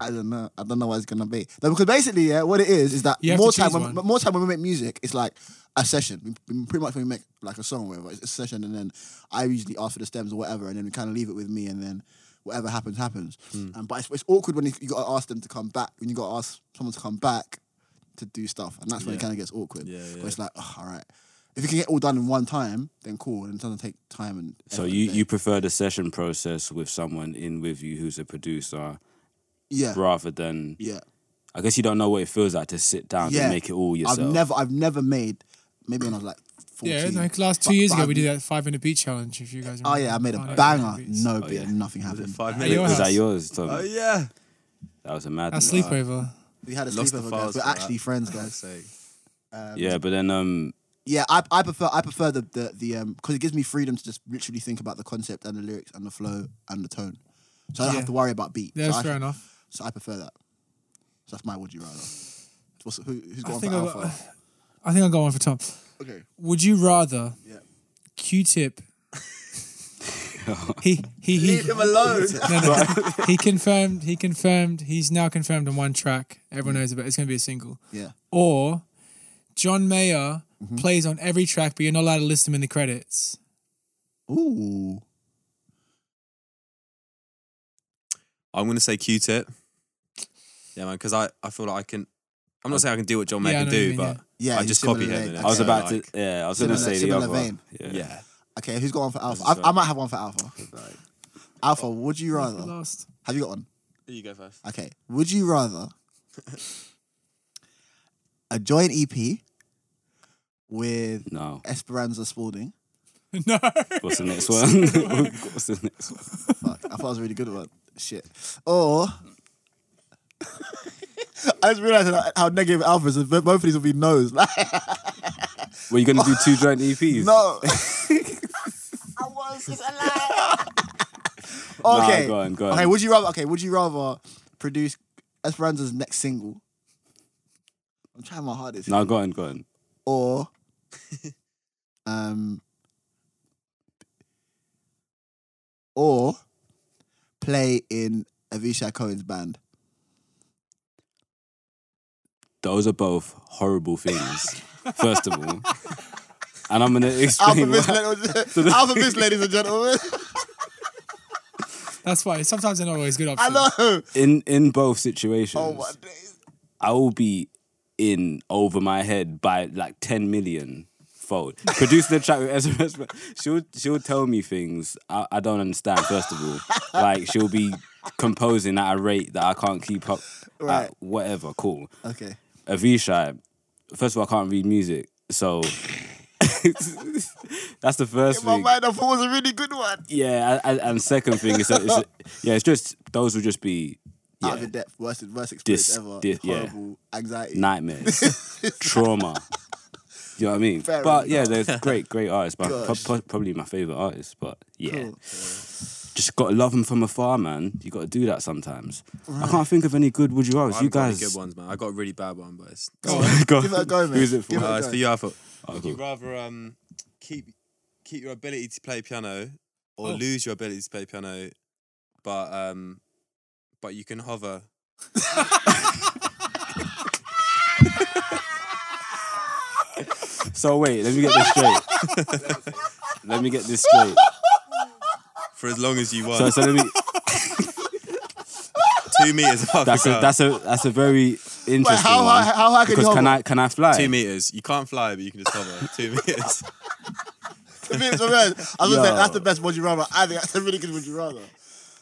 B: I don't know. I don't know what it's gonna be. No, because basically, yeah, what it is is that
C: You have
B: more
C: to
B: time,
C: choose
B: when,
C: one.
B: more time when we make music, it's like a session. We, we- pretty much when we make like a song, or whatever, it's a session, and then I usually ask for the stems or whatever, and then we kind of leave it with me, and then whatever happens happens. Um, but it's, it's awkward when you, you got to ask them to come back, when you got to ask someone to come back to do stuff, and that's when it kind of gets awkward.
D: Yeah,
B: Where
D: yeah.
B: it's like, "Ugh, all right. If you can get all done in one time, then cool. And it doesn't take time and
A: So
B: effort,
A: you,
B: then-
A: you prefer the session process with someone in with you who's a producer
B: yeah
A: rather than
B: yeah
A: I guess you don't know what it feels like to sit down
B: yeah
A: and make it all yourself.
B: I've never I've never made maybe when I was like fourteen.
C: Yeah, like last two
B: but-
C: years
B: but
C: ago,
B: I've-
C: we did that five minute beat challenge. If you guys,
B: Oh
C: remember.
B: yeah, I made a
C: Five minute
B: banger.
C: beats.
B: No
A: Oh,
B: beat,
A: yeah.
B: and nothing
D: Was it
B: happened.
D: five
C: At
A: Is
C: your
D: minutes?
C: house.
A: that yours, Tom?
D: Oh yeah.
A: That was a mad.
C: Our
A: one.
C: sleepover.
B: We had a
D: Lost the files
B: sleepover, guys. We're
D: for that.
B: actually friends, guys.
D: That's sick.
B: Um,
A: Yeah, but then um,
B: yeah. I, I prefer I prefer the the, the um because it gives me freedom to just literally think about the concept and the lyrics and the flow and the tone, so I don't
C: Yeah.
B: have to worry about beat.
C: Yeah,
B: so,
C: that's
B: I,
C: fair enough.
B: so I prefer that. So that's my would you rather. What's, who, who's
C: I
B: going
C: think
B: for
C: I
B: alpha?
C: got. I think I got one for Tom.
B: Okay.
C: Would you rather
B: Yeah.
C: Q-tip? he he he.
D: Leave him alone.
C: No, no. he confirmed. He confirmed. He's now confirmed on one track. Everyone knows about. it. It's going to be a single.
B: Yeah.
C: Or John Mayer
B: Mm-hmm.
C: plays on every track, but you're not allowed to list him in the credits.
B: Ooh.
D: I'm gonna say Q-tip. Yeah, man, because I, I feel like I can. I'm not saying I can do what John Mayer
C: Yeah, I
D: can
C: know what you
D: do,
C: mean,
D: but
B: Yeah.
D: I
B: he's
D: just copy
B: similar
D: him.
B: vein.
D: innit?
A: I was
D: So,
B: Okay.
A: about
D: like,
A: to. Yeah, I was
B: Similar-
A: gonna say the
B: similar
A: other one.
B: vein.
A: Yeah.
D: Yeah,
B: Okay, who's going for Alpha?
D: This is
B: I, I
D: right.
B: might have one for Alpha. Alpha, would you rather?
C: Last.
B: Have you got one?
D: you go first.
B: Okay. Would you rather a joint EP with
A: No.
B: Esperanza Spalding?
C: No.
A: What's the next one? What's the next one?
B: Fuck, I thought I was a really good at one. Shit. Or. I just realized how- how negative Alpha is. Both of these will be no's. Like,
A: Were you gonna do two joint E EPs?
B: no. I was just alive. okay.
A: Nah, go on, go on.
B: Okay, would you rather? Okay, would you rather produce Esperanza's next single? I'm trying my hardest.
A: No, go on, go on.
B: Or, um, or play in Avishai Cohen's band.
A: Those are both horrible things. First of all, and I'm gonna
B: Alpha
A: explain.
B: Miss,
A: why.
B: ladies, Alpha Miss, ladies and gentlemen.
C: That's why. Sometimes they're not always good
B: I
C: options.
B: know.
A: In in both situations,
B: Oh my days.
A: I will be in over my head by like 10 million fold. Producing a track with Ezra, Ezra she'll she'll tell me things I, I don't understand. First of all, like she'll be composing at a rate that I can't keep up. at
B: Right.
A: whatever, cool.
B: Okay.
A: Avishai, first of all, I can't read music, so that's the first
B: My
A: thing.
B: mind, I thought was a really good one.
A: Yeah, and, and second thing is, that it's, yeah, it's just those would just be
B: Out of
A: yeah,
B: your depth, worst, worst experience
A: Dis-
B: ever.
A: di- yeah.
B: Horrible anxiety.
A: nightmares, trauma. You know what I mean?
B: Fair
A: but
B: enough.
A: yeah, there's great, great artists, but pro-
B: Gosh.
A: pro- probably my favorite artist. But yeah,
B: Cool.
A: just gotta love them from afar, man. You gotta do that sometimes. I can't think of any good would you
D: I
A: artists. You
D: haven't got any
A: guys,
D: good ones, man. I got a really bad one, but it's.
A: Go on.
B: Give it a go, mate.
A: Who's it for?
B: Give it a
D: Uh, it's
B: go.
D: for you, Alpha.
A: Oh,
D: Would
A: cool.
D: you rather um keep keep your ability to play piano or
C: Oh.
D: lose your ability to play piano, but um but you can hover?
A: So wait, let me get this straight. let me get this straight.
D: For as long as you
A: So,
D: want,
A: so let me.
D: two meters above
A: That's a
D: the ground.
A: that's a that's a very interesting
B: Wait, how
A: one.
B: high, how high can
A: because
B: you hold
A: can
B: on?
A: I can I fly?
D: two meters. You can't fly, but you can just hover. two meters.
B: To be- to be honest, I was gonna say
A: Yo.
B: that's the best would you rather. I think that's a really good would you rather.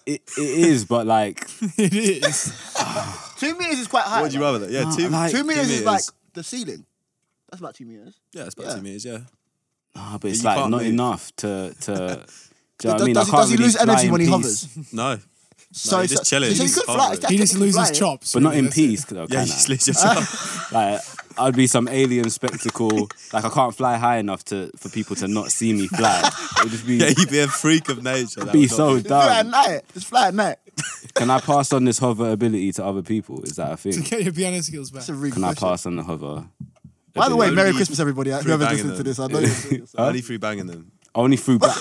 A: It, it is, but like,
C: it is.
B: Two meters is quite high.
D: What would you
B: like.
D: rather? That? Yeah, two.
A: like-
B: Two meters is
D: meters.
B: like the ceiling. That's about two meters.
D: yeah, it's about
B: yeah.
D: two meters. Yeah.
A: ah, but it's
D: you
A: like
D: can't
A: not
D: move.
A: enough to to Do you know what I
B: Does-
A: mean?
B: does
A: I
B: he-
A: can't
B: does he
A: really
B: lose
A: fly
B: energy
A: in
B: when he
A: peace.
B: hovers?
D: No,
B: So
D: he
B: it's-
D: just chilling,
B: So he
D: he's
B: could fly.
D: hovering.
B: it's
C: He just
B: technically
C: loses
B: flying.
C: chops.
A: But not in
C: really, that's it.
A: peace, though,
D: yeah,
A: can
D: you
A: I?
D: just lose yourself.
A: Like I'd be some alien spectacle. Like I can't fly high enough to for people to not see me fly. It'd just be
D: yeah, you'd be a freak of nature. that
A: be
D: would not
A: so
B: Just fly at
A: dumb.
B: night. Just fly at night.
A: Can I pass on this hover ability to other people? Is that a thing?
C: Get your piano skills back.
B: That's a rude
A: Can I
B: question.
A: pass on the hover?
B: By the way,
A: ability?
B: Merry
D: Only
B: Christmas, everybody.
D: through
B: Whoever's
D: banging
B: listening to
D: them.
B: be this, I know. you're-
D: Only free banging them.
A: only through back.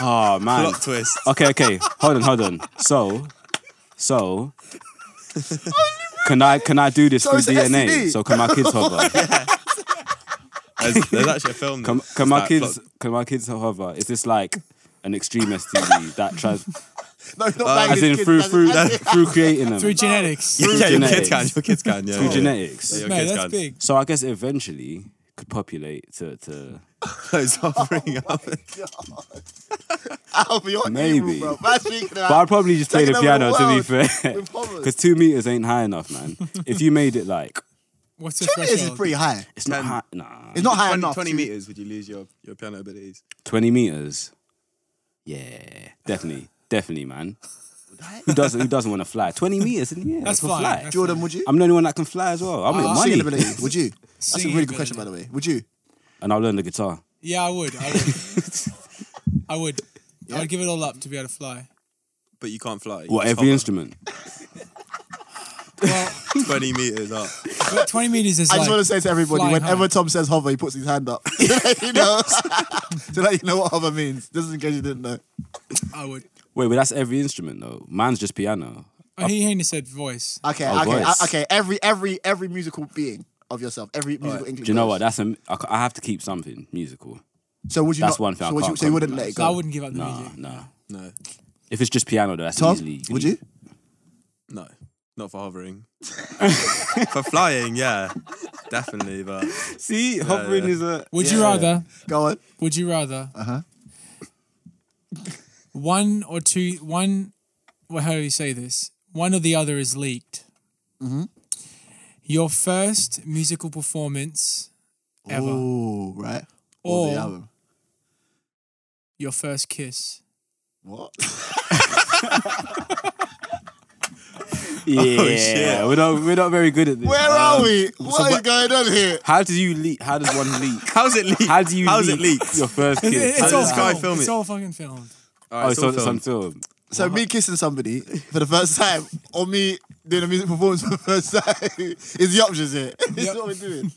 A: oh man.
D: Plot twist.
A: Okay, okay. Hold on, hold on. So, so. Can I can I do this
B: So
A: through
B: it's a
A: DNA?
B: STD.
A: So can my kids hover?
D: There's, there's actually a film.
A: Can,
D: that's
A: can my
D: that
A: kids
D: plot-
A: can my kids hover? Is this like an extreme STD that trans
B: No, not banging
A: as in
B: kids,
A: through
B: that's-
A: through
B: that's-
A: through creating them
C: Through genetics.
D: Yeah, your kids
A: genetics.
D: can. Your kids can. Yeah,
A: through
D: yeah.
A: genetics?
D: Yeah,
C: Mate,
D: kids
C: that's
D: can.
C: big.
A: So I guess eventually could populate to to
D: Those hovering up.
B: Alvin, you're
A: Maybe.
B: evil, bro. Man, speaking
D: Uh,
A: But I'd
B: of-
A: probably just play
B: Taking
A: the
B: over the
A: piano to be
B: world
A: fair,
B: with hovers.
A: because two meters ain't high enough, man. if you made it like
C: What's the
B: Two meters is
C: threshold?
B: pretty high.
A: it's not
D: Ten.
A: high, nah,
B: It's not high
D: 20,
B: enough.
D: 20
B: to-
D: meters would you lose your, your piano abilities?
A: 20 meters. Yeah, definitely, definitely, man. Who doesn't who doesn't want to fly? 20 meters in the air.
C: That's
A: I can
C: fine,
A: Fly.
C: that's
B: Jordan, would you?
A: I'm the only one that can fly as
D: Ah,
A: well. I'll make
C: Uh,
B: Singing
A: money.
B: ability, would you? That's a
C: Singing
B: really good question, by
C: ability.
B: the way. Would you?
A: And I'll learn the guitar.
C: Yeah, I would. I would. I would. I would give it all up to be able to fly.
D: But you can't fly. You
A: What,
D: just
A: every
D: hover
A: instrument?
C: Well,
D: 20 meters up.
C: but 20 meters is
B: I
C: like.
B: just want to say to everybody,
C: flying
B: whenever
C: high.
B: Tom says hover, he puts his hand up. to let you know, to let you know what hover means. Just in case you didn't know.
C: I would.
A: Wait, but that's every instrument though. Mine's just piano.
C: Oh, he only said voice.
B: Okay,
A: Oh,
B: okay,
A: voice.
B: uh, okay. Every every every musical being of yourself, every musical
A: Do
B: inkling.
A: you know what?
B: voice.
A: That's a, I, c- I have to keep something musical.
B: So would you?
A: That's
B: not,
A: one thing
B: So,
A: I
B: would you,
A: can't
B: so you wouldn't let
A: compromise.
B: it
C: So I
B: go.
C: wouldn't give up the
A: Nah,
C: music.
A: nah.
D: No,
A: If it's just piano though, that's
B: Tom,
A: easily.
B: would you?
D: no, not for hovering. for flying, yeah, definitely. But
A: See, hovering
D: yeah.
A: is a.
C: Would you rather?
B: Go on.
C: Would you rather
B: Uh huh.
C: one or two? One. Well, how do you say this? One or the other is leaked.
B: Mm-hmm.
C: Your first musical performance ever,
B: Oh, right.
C: Or-
B: the album.
C: your first kiss.
B: What?
A: Yeah,
D: shit.
A: we're not we're not very good at this.
B: Where
C: Um,
B: are we? What is
A: so what-
B: going on here?
A: How do you leak? How does one leak?
D: how's it leak?
A: How do you?
D: How's
A: leak
D: it leaked?
A: Your first
C: It-
A: kiss.
C: it's
D: did
C: all
D: this guy
C: filmed.
D: film
C: It's
D: it?
C: all fucking filmed.
D: All right,
A: Oh,
D: it's
A: so
D: all
A: it's on
D: filmed.
A: film.
B: So me kissing somebody for the first time, or me doing a music performance for the first time, is the options here. This
C: Yep.
B: is what we're doing.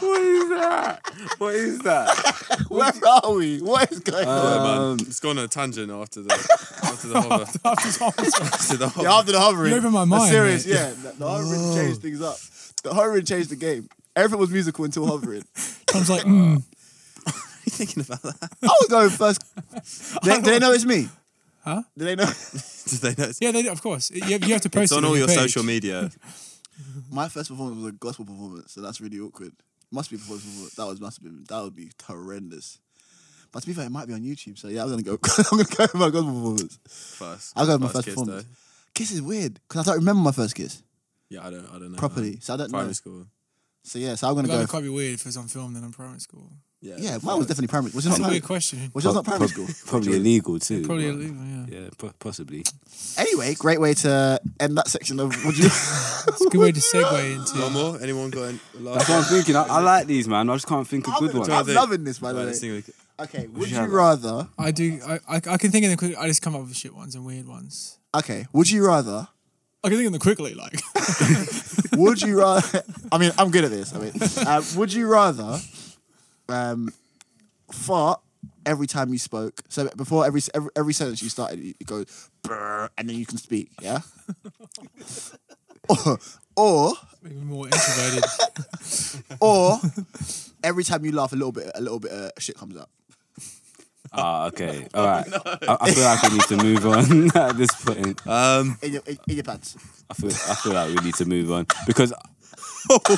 A: What is that? What is that?
B: Where are we? What is going
A: Uh,
D: Yeah,
B: on?
D: man,
A: um,
D: it's gone on a tangent after the after the hover.
C: After it's all-
D: after the hover.
B: Yeah, after the hovering,
C: You opened my
B: the
C: mind,
B: Serious,
C: mate.
B: yeah. The, the hovering changed things up. The hovering changed the game. Everything was musical until hovering.
C: Tom's like, mm.
D: you thinking about that?
B: I was going first. They, do they know it's me? Huh? Do they know?
D: Did they know? It's,
C: yeah, they do, of course. You have, you have to post
D: it's
C: it
D: on all your
C: page.
D: social media.
B: My first performance was a gospel performance, so that's really awkward. Must be performance. performance. That was must have been that would be horrendous. But to be fair, it might be on YouTube. So yeah, I'm gonna go. I'm gonna go with my gospel performance.
D: First,
B: I'll go with my
D: First
B: first
D: kiss,
B: performance.
D: though.
B: Kiss is weird because I don't remember my first kiss
D: Yeah, I don't, I don't know.
B: properly, so I
D: man.
B: don't
D: Primary
B: know.
D: school.
B: So yeah, so I'm gonna
C: That'd
B: go.
C: be quite be weird if it was on film than on primary school.
D: Yeah,
B: yeah, mine was definitely primary. Was it not
C: That's a
B: primary?
C: weird question.
B: Was yours not primary school?
A: Probably illegal too.
C: Probably
A: but-
C: illegal, yeah.
A: Yeah, po- possibly.
B: Anyway, great way to end that section of. Would you?
C: It's a good way to segue into.
D: One more? Anyone got any, a last
A: That's what I'm thinking. I, I like these, man. I just can't think of
B: I'm,
A: good
B: gonna-
A: ones.
B: I'm
D: I think-
B: loving this, by
D: Right,
B: the
D: let's
B: way.
D: think we-
B: Okay, would
A: you
B: you
A: have-
B: rather?
C: I do. I, I, I can think of them quickly. I just come up with shit ones and weird ones.
B: Okay, would you rather?
C: I can think of them quickly. Like,
B: Would you rather? I mean, I'm good at this. I mean, uh, would you rather um, fart every time you spoke? So before every every, every sentence you started, you, you go "Brr," and then you can speak. Yeah. or, or
C: maybe more introverted.
B: or every time you laugh, a little bit a little bit of shit comes up.
A: Ah, okay. All right. I, I feel like we need to move on at this point.
D: Um,
B: In your, in, in your pants.
A: I feel I feel like we need to move on because
B: Like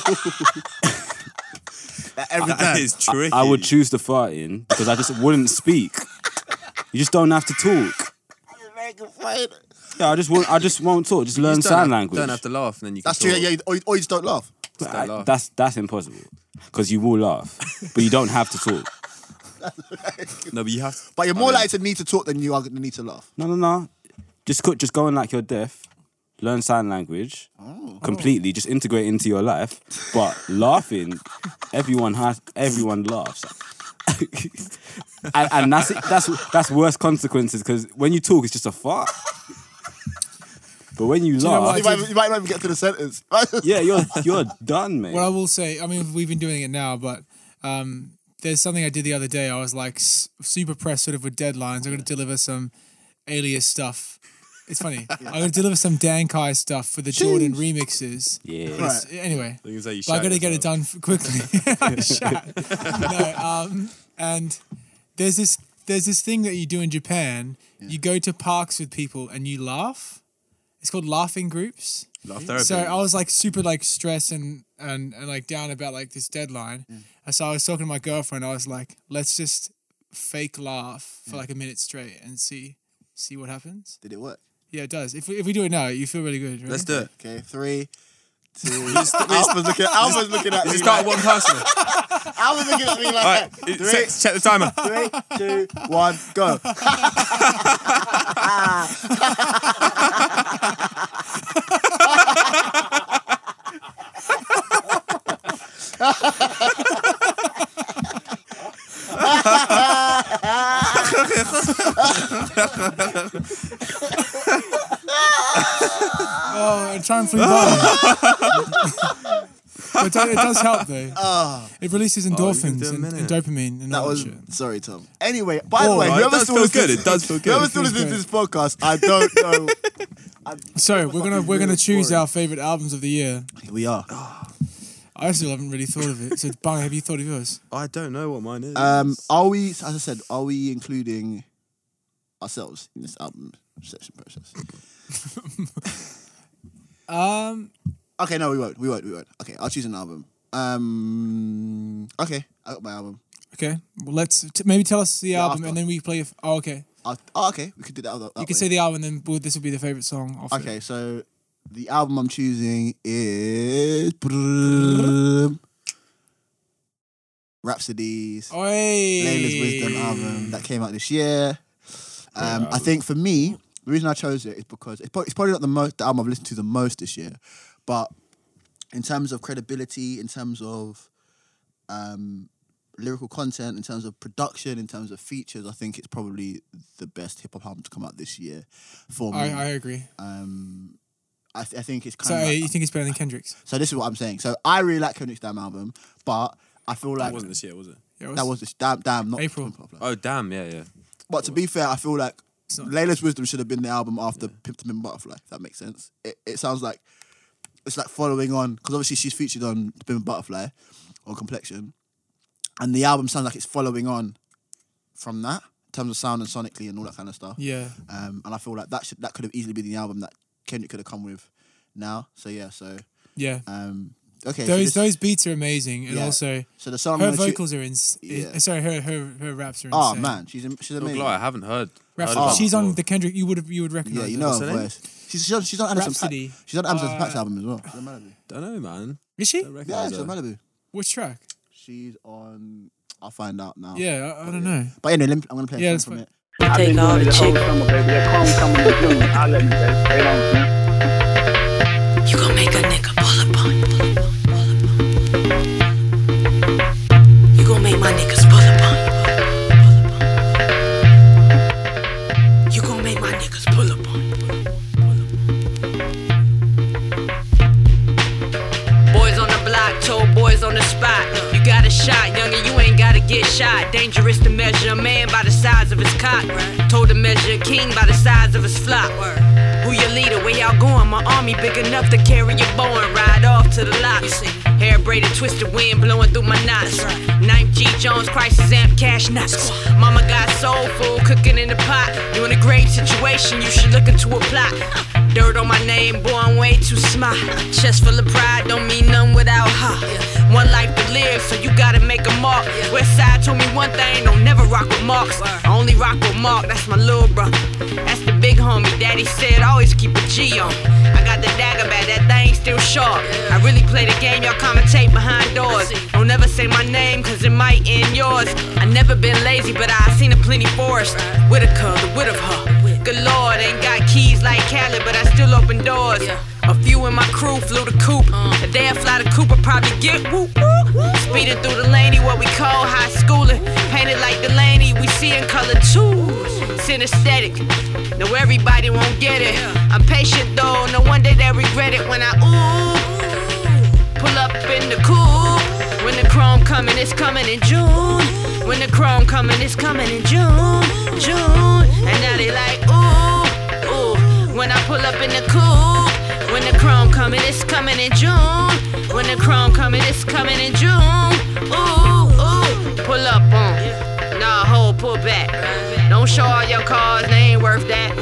B: every time.
D: that is tricky.
A: I would choose the farting because I just wouldn't speak. You just don't have to talk. Yeah, I just won't. I just won't talk. Just learn
D: Just don't
A: sign
D: have-
A: language.
D: Don't have to laugh, and then you.
B: That's
D: can
B: true.
D: talk.
B: Yeah, yeah, or, you, or you just don't laugh.
A: I-
D: laugh.
A: that's that's impossible because you will laugh, but you don't have to talk.
D: No, but you have.
B: But you're more likely to need to talk than you are going to need to laugh.
A: No, no, no. Just go, just go in like you're deaf. Learn sign language completely. Just integrate into your life. But laughing, everyone has. Everyone laughs. and, and that's that's that's worse consequences because when you talk, it's just a fart. But when you
C: know
A: laugh,
C: what
B: You might, you might not even get to the sentence.
A: yeah, you're you're done, mate.
C: What I will say, I mean, we've been doing it now, but um, there's something I did the other day. I was like s- super pressed, sort of with deadlines. I'm going to deliver some alias stuff. It's funny. I'm going to deliver some Dankai stuff for the Jordan remixes.
A: yeah,
B: Right.
C: Anyway,
D: Things that you
C: but I
D: shout
C: gotta get it
D: yourself.
C: done f- quickly. Shut. no, um, and there's this there's this thing that you do in Japan. You go to parks with people and you laugh. It's called laughing groups.
D: Laugh therapy.
C: So I was like super like stressed and and, and like down about like this deadline.
D: Mm.
C: And so I was talking to my girlfriend. I was like, let's just fake laugh
D: Mm.
C: for like a minute straight and see see what happens.
B: Did it work?
C: Yeah, it does. If we, if we do it now, you feel really good. Right?
D: Let's do it.
B: Okay, three, two. Alpha's looking. Alpha's looking at me.
D: Just start
B: like,
D: one person.
B: Alpha's looking at me like
D: All right,
B: that.
D: it-
B: Three,
D: check- check the timer.
B: three, two, one, go.
C: Oh, and try and flee by. but it does- it does help though. it releases endorphins
D: Oh, do a
C: and, and
D: minute.
C: dopamine and
B: Ah. That
C: all
B: was
C: that shit.
B: sorry, Tom. Anyway, by the
C: Oh,
B: way,
D: it
B: whoever
D: does
B: still
D: feel
B: listens-
D: good, it does feel good.
B: Whoever
D: It
B: still
C: feels
B: listens to
C: good.
B: this podcast, I don't know.
C: So we're gonna we're gonna
B: really
C: choose
B: boring.
C: our favorite albums of the year.
B: we are.
C: I still haven't really thought of it. So Bang, have you thought of yours?
D: I don't know what mine is.
B: Um, are we? As I said, are we including ourselves in this album selection process?
C: Um,
B: Okay, no, we won't. We won't. We won't. Okay, I'll choose an album. Um, okay, I got my album.
C: okay. Well, let's t- maybe tell us the
B: Yeah, I've
C: album
B: got-
C: and then we play. If, oh, okay.
B: I'll, oh, okay, we could do that. that
C: you can say the album, and then well, this will be the favorite song. Off it.
B: Okay, so the album I'm choosing is Rhapsodies.
C: Oi.
B: Layla's Wisdom album that came out this year. Um, I think for me, the reason I chose it is because it's, pro- it's probably not the most the album I've listened to the most this year, but in terms of credibility, in terms of um, lyrical content, in terms of production, in terms of features, I think it's probably the best hip hop album to come out this year for me.
C: I, I agree.
B: um, I, th- I think it's
C: So uh,
B: kind of.
C: you think it's better than Kendrick's?
B: so this is what I'm saying. So I really like Kendrick's damn album, but I feel like
D: that wasn't this year, was it?
C: Yeah, it
B: that was this damn damn not
C: April.
D: Oh damn, yeah, yeah.
B: But to be fair, I feel like
C: It's not-
B: Layla's Wisdom should have been the album after Pimp to Pimp Butterfly, if that makes sense. It, it sounds like it's like following on, because obviously she's featured on Pimp Butterfly on Complexion. And the album sounds like it's following on from that in terms of sound and sonically and all that kind of stuff.
C: Yeah.
B: Um, and I feel like that should that could have easily been the album that Kendrick could have come with now. So yeah, so
C: Yeah.
B: um, okay. so,
C: Those
B: this-
C: those beats are amazing, and
B: Yeah.
C: also
B: so the song
C: her
B: I'm gonna choo-
C: vocals are in.
B: Yeah.
C: Sorry, her her her raps are.
B: Oh
C: insane.
B: man, she's am- she's
D: Not
B: amazing.
D: gonna lie, I haven't heard.
C: Rhapsody.
D: heard of that
C: she's on
D: before.
C: the Kendrick. You would have you would
B: Yeah,
C: recognize.
B: you
C: her.
B: know
D: What's her
B: her
D: name?
B: voice. She's, she's on she's on Anderson Paak.
C: Rhapsody.
B: She's on Anderson
C: Uh,
B: Paak's album as well. She's on Malibu.
D: Don't know, man.
C: Is she?
D: Don't
B: Yeah,
D: recognise
B: she's
D: her.
B: on Malibu.
C: Which track?
B: She's on. I'll find out now.
C: Yeah, I, I don't know.
B: But anyway, let me, I'm gonna play
C: Yeah,
B: a
C: that's
B: song from
C: fine.
B: it.
E: I've
F: Take
E: been
F: all
E: doing
F: the
E: this whole
F: chick.
E: summer, baby. That crumb coming soon. I love you, baby. Stay on, man.
F: You gon' make a nigga pull up on. pull up on, pull up on. You gon' make my niggas pull up on. pull up on. You gon' make my niggas pull up on.
G: Boys on the block, told boys on the spot. You got a shot, younger, you ain't gotta get shot. Dangerous to measure a man by the size of his cock. Told to measure a king by the size of his flock. Who your leader? Where y'all going? My army big enough to carry your bow and ride off to the lot. Hair braided, twisted wind blowing through my knots. Ninth G Jones, crisis amp, cash nuts. Mama got soul food cooking in the pot. You in a grave situation, you should look into a plot. Dirt on my name, boy, I'm way too smart. Chest full of pride, don't mean nothing without her. One life to live, game, so you gotta make a mark. Westside told me one thing, don't never rock with marks. I only rock with Mark, that's my little bro. That's the big homie. Daddy said always keep a G on. I got the dagger back, that thing still sharp. I really play the game, y'all commentate behind doors. Don't ever say my name, cause it might end yours. I never been lazy, but I seen a plenty forest. Whitaker, the wit of her. Good lord, ain't got keys like Cali, but I still open doors. A few in my crew flew the coop. The day I fly the coop, I probably get whoop whoop. Speeding through the laney, what we call high schooling. Painted like Delaney, we see in color too. Synesthetic, no everybody won't get it. I'm patient though, no wonder they regret it when I ooh. Pull up in the coupe. When the chrome coming, it's coming in June. When the chrome coming, it's coming in June, June. And now they like ooh, ooh. When I pull up in the coupe. When the chrome coming, it's coming in June. When the chrome coming, it's coming in June. Ooh, ooh. Pull up on. Nah, hold, pull back. Don't show all your cars, they ain't worth that.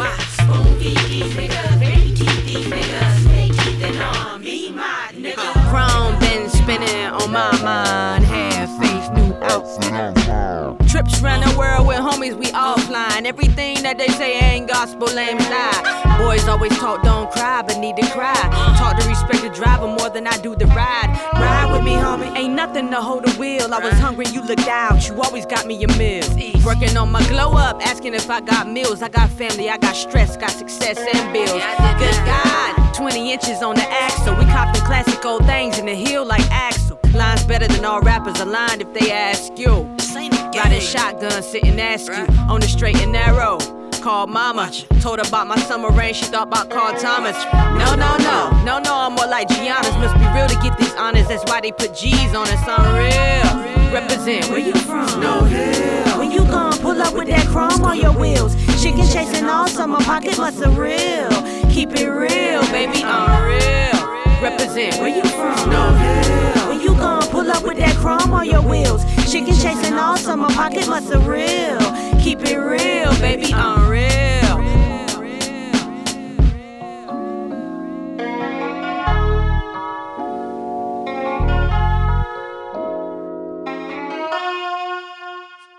G: Chrome been spinning on my mind. Have faith, new outfit. Trips round the world with homies, we offline. Everything that they say ain't gospel, lame lie. Boys always talk, don't cry, but need to cry. Talk to respect the driver more than I do the ride. Ride with me, homie. Ain't nothing to hold a wheel. I was hungry, you looked out. You always got me your meals. Working on my glow up, asking if I got meals. I got family, I got stress, got success and bills. Good God, 20 inches on the axle. We copping classic old things in the heel like Axel. Lines better than all rappers aligned if they ask you. Riding shotgun, sitting ask you on the straight and narrow. Called mama, told her about my summer rain. She thought about Carl Thomas. No, no, no, no, no. I'm more like Giannis. Must be real to get these honors. That's why they put G's on us. I'm real. Represent. Where you from? Snow Hill. When you gon' pull up with that chrome on your wheels? Chicken chasing all summer. Pocket muscle real. Keep it real, baby. I'm real. Represent. Where you from? Snow Hill. When you gon' pull up with that chrome on your wheels? Chicken chasing all summer. Pocket muscle real. Keep it real, baby. I'm real.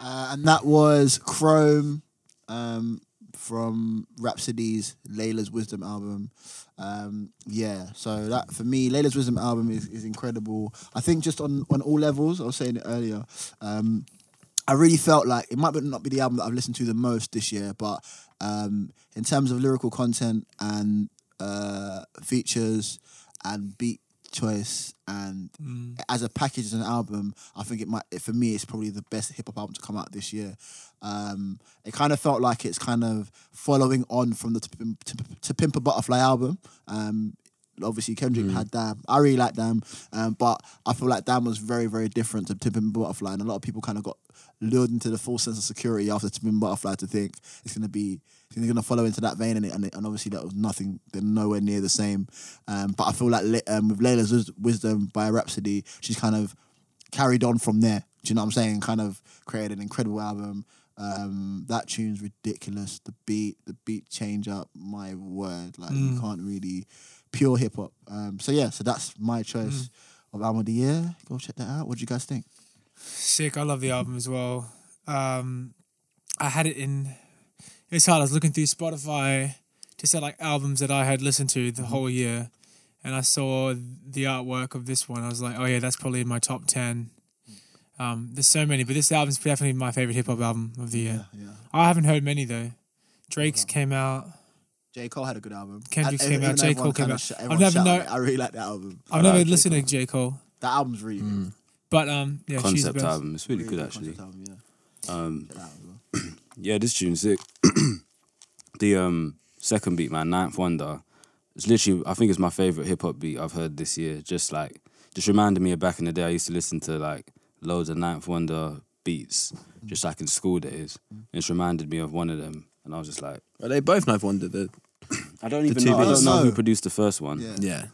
B: Uh, and that was Chrome um, from Rhapsody's Layla's Wisdom album. Um, yeah, so that for me, Layla's Wisdom album is, is incredible. I think just on, on all levels, I was saying it earlier, um, I really felt like it might be- not be the album that I've listened to the most this year, but um, in terms of lyrical content and uh, features and beat choice and as a package as an album, I think it might it- for me it's probably the best hip hop album to come out this year. Um, it kind of felt like it's kind of following on from the to, Pimp- to, to Pimp a Butterfly album. Um, obviously Kendrick had Damn. I really like Damn, um, but I feel like Damn was very, very different to Tipping Butterfly, and a lot of people kind of got lured into the false sense of security after Tipping Butterfly to think it's gonna be it's gonna follow into that vein, and it, and, it, and obviously that was nothing, they're nowhere near the same. Um, but I feel like Le- um, with Layla's Wis- Wisdom by Rhapsody, she's kind of carried on from there. Do you know what I'm saying? Kind of created an incredible album. Um, that tune's ridiculous. The beat, the beat change up. My word, like
C: Mm.
B: you can't really pure hip hop. Um, so yeah, so that's my
C: Mm.
B: choice of album of the year. Go check that out. What do you guys think?
C: Sick. I love the album as well. Um, I had it in. It's hard. I was looking through Spotify just at like albums that I had listened to
B: Mm-hmm.
C: the whole year, and I saw the artwork of this one. I was like, oh yeah, that's probably in my top ten. Um, there's so many, but this album's definitely my favorite hip hop album of the year.
B: yeah.
C: I haven't heard many though. Drake's came out.
B: J Cole had a good album.
C: Kendrick's
B: And
C: came
B: even-
C: out,
B: even
C: J.
B: everyone
C: Cole came
B: kinda
C: out.
B: sh-
C: I've
B: everyone
C: never
B: shouted
C: know-
B: it. I really like that album.
C: I've never Mm. listened to J Cole,
B: That album's really good.
C: but um, yeah, she's the
A: Concept
C: best.
A: album. It's really good actually.
B: Concept album, yeah.
C: Um,
A: Yeah, this tune's sick. the um second beat, man, Ninth Wonder. It's literally I think it's my favourite hip hop beat I've heard this year. Just like just reminded me of back in the day I used to listen to like loads of Ninth Wonder beats, just like in school days. And it's reminded me of one of them. And I was just like,
D: Are they both knife wonder? The,
A: I don't even
D: two
A: know. I
D: beats.
A: don't know
B: No.
A: who produced the first one.
B: Yeah.
D: yeah.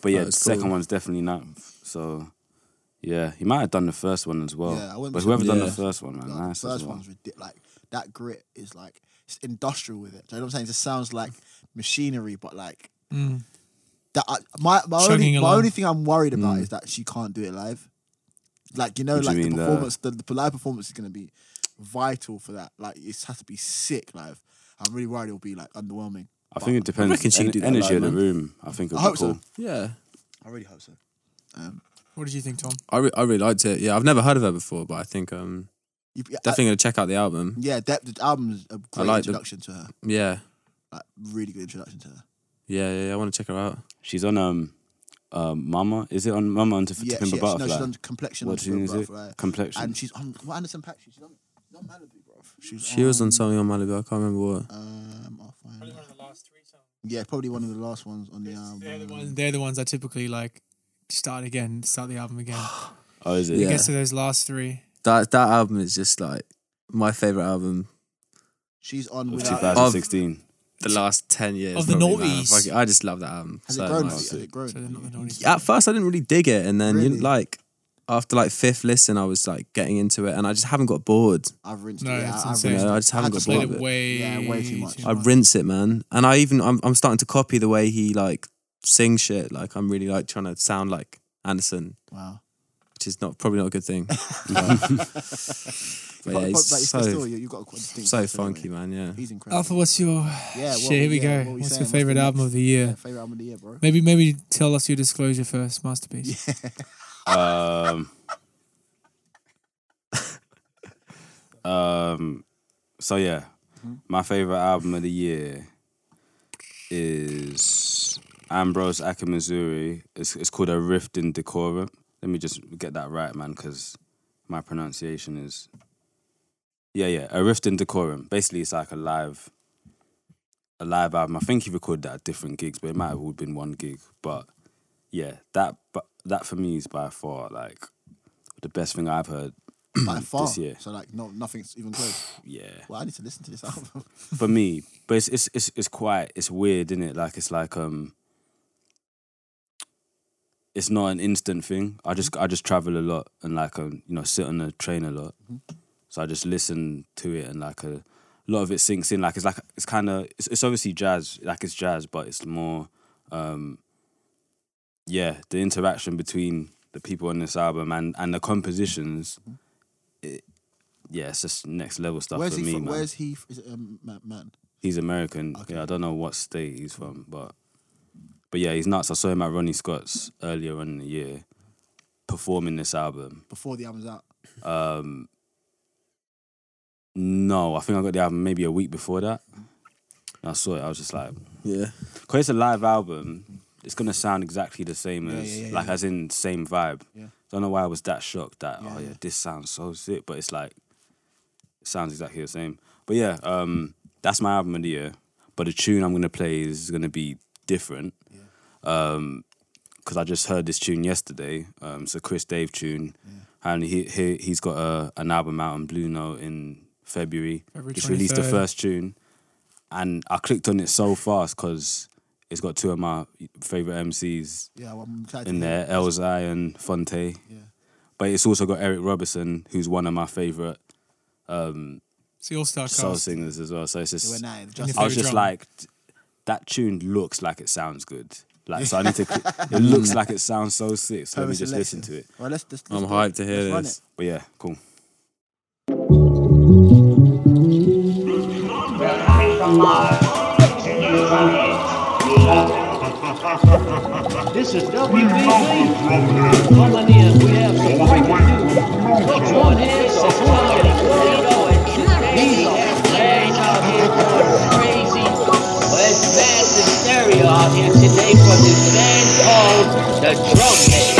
A: But yeah,
D: Oh,
A: the
D: it's
A: second
D: cool.
A: one's definitely Ninth. So yeah, he might have done the first one as well.
B: Yeah, I wouldn't
A: but
B: be
A: whoever done the
D: surprised.
A: first one, man,
B: Like,
A: nice
B: the
A: as
B: first
A: well.
B: one's ridiculous. Like that grit is like it's industrial with it. Do you know what I'm saying? It just sounds like machinery, but like
C: Mm.
B: that. I, my my,
C: Chugging
B: only, my
C: along.
B: only thing I'm worried about is that she can't do it live. Like you know,
A: Mm. What do you
B: like the
A: mean, the-
B: performance, the, the live performance is gonna be vital for that. Like it has to be sick live. I'm really worried it'll be like underwhelming.
A: I think it depends.
D: reckon she can
A: En-
D: do that
A: energy
D: live,
A: in the
D: man.
A: room. I think.
B: I
A: It'll
B: hope
A: be cool.
B: so.
D: Yeah.
B: I really hope so. Um,
C: What did you think, Tom?
D: I, re- I really liked it. Yeah, I've never heard of her before, but I think um
B: You, yeah,
D: definitely gonna check out the album.
B: I, uh, yeah, that the album's a great
D: like the-
B: introduction to her.
D: Yeah,
B: Like really good introduction to her.
D: yeah, yeah. yeah, I want to check her out.
A: She's on um, uh, Mama. Is it on Mama and to
B: Yeah, she,
A: Timber
B: yeah, she- no, she's
A: Butterfly?
B: on complexion.
A: What's
B: on
A: her name,
B: Timber
A: is it?
B: Butterfly.
A: Complexion.
B: And she's on what Anderson Pack? She's on not Malibu, bro. She's
D: She was on something on Malibu. I can't remember what.
B: Um, I'll find it.
C: of the last three songs.
B: yeah, probably one of the last ones on the
C: They're the
B: album.
C: ones. They're the ones I typically like. Start again. Start the album again.
A: oh, is it?
D: Yeah.
C: I guess to those last three.
D: That that album is just like my favorite album.
B: She's on
A: Of
B: without.
A: 2016.
D: The last ten years
C: Of the
D: probably, man.
C: noughties.
D: Fuck it, I just love that album.
B: Has
D: so
B: it grown?
D: much.
B: on you? Has it grown?
C: So they're
B: on
C: not the
B: you?
C: naughty.
D: at first I didn't really dig it, and then you
B: Really?
D: like after like fifth listen, I was like getting into it, and I just haven't got bored.
B: I've rinsed
C: No,
B: it. Yeah,
C: it's
B: I've
C: insane.
B: rinsed
D: No, I just
B: had
D: haven't
B: to
D: got
B: play
C: Played
D: bored.
C: it way.
B: Yeah, way too much.
D: I rinse it, man, and I even I'm I'm starting to copy the way he like sings shit. Like I'm really like trying to sound like Anderson,
B: Wow.
D: which is not probably not a good thing. but, but yeah,
B: But, but,
D: he's
B: but it's
D: so
B: still, you- you've got a distinct
D: so
B: voice anyway.
D: funky, man. Yeah,
B: He's incredible.
C: Alpha, what's your
B: Yeah, what-
C: shit? Here we
B: yeah,
C: go.
B: what we
C: what's
B: saying?
C: your
B: What's
C: favorite
B: the
C: album
B: next-
C: of the year?
B: favorite album of the year, bro.
C: Maybe maybe tell us your disclosure first, masterpiece.
A: Um, um, so yeah, my favorite album of the year is Ambrose Akamazuri. It's, it's called A Rift in Decorum. Let me just get that right, man, because my pronunciation is. Yeah, yeah, A Rift in Decorum. Basically, it's like a live, a live album. I think he recorded that at different gigs, but it might have all been one gig. But yeah, that but that for me is by far like the best thing I've heard.
B: By far.
A: year.
B: So like, no, nothing's even close.
A: Yeah,
B: Well, I need to listen to this album.
A: for me, but it's it's it's, it's quite it's weird, isn't it? Like it's like um, it's not an instant thing. I just I just travel a lot and like um you know sit on the train a lot,
B: Mm-hmm.
A: so I just listen to it and like a, lot of it sinks in. Like it's like it's kind of it's, it's obviously jazz, like it's jazz, but it's more um, yeah, the interaction between the people on this album and and the compositions. It, yeah, it's just next level stuff
B: Mm-hmm. Where's
A: for
B: he
A: me,
B: from?
A: man.
B: Where's he? f- Is it um, Ma- man?
A: He's American. Yeah, I don't know what state he's from, but but yeah, he's nuts. I saw him at Ronnie Scott's earlier on in the year performing this album.
B: Before the album's out.
A: Um No, I think I got the album maybe a week before that. And I saw it, I was just like
D: yeah.
A: because it's a live album, it's gonna sound exactly the same
B: Yeah,
A: as
B: yeah, yeah,
A: like
B: yeah.
A: as in same vibe.
B: Yeah.
A: Don't know why I was that shocked that oh yeah,
B: yeah.
A: this sounds so sick, but it's like it sounds exactly the same. But yeah, um, that's my album of the year. But the tune I'm gonna play is gonna be different. Um 'cause because I just heard this tune yesterday. Um, it's a Chris Dave tune, and he, he he's got a, an album out on Blue Note in February.
C: February
A: just released the
C: 23rd.
A: first tune, and I clicked on it so fast because it's got two of my favorite MCs
B: Yeah, well, I'm excited. to
A: in there,
B: hear it.
A: Elzai and Fonte.
B: Yeah.
A: But it's also got Eric Robertson, who's one of my favorite
C: It's the All Star
A: soul
C: cast.
A: singers as well. So it's
B: They were
A: just,
B: nice.
C: if
B: Just
A: I was
C: Favorite
A: just
C: drummer.
A: like, that tune looks like it sounds good. Like, so I need to, cl- it looks like it sounds so sick. So let me just listen to it.
B: Well, let's, let's,
D: I'm
B: let's
D: hyped to hear
B: let's run
D: this.
B: it.
A: But yeah, cool.
H: This is WBC. Come on in, we have some breaking news. What's on here? So fucking Florida. These are flags out here going crazy. But it's fast and stereo out here today for this band called the Drumhead.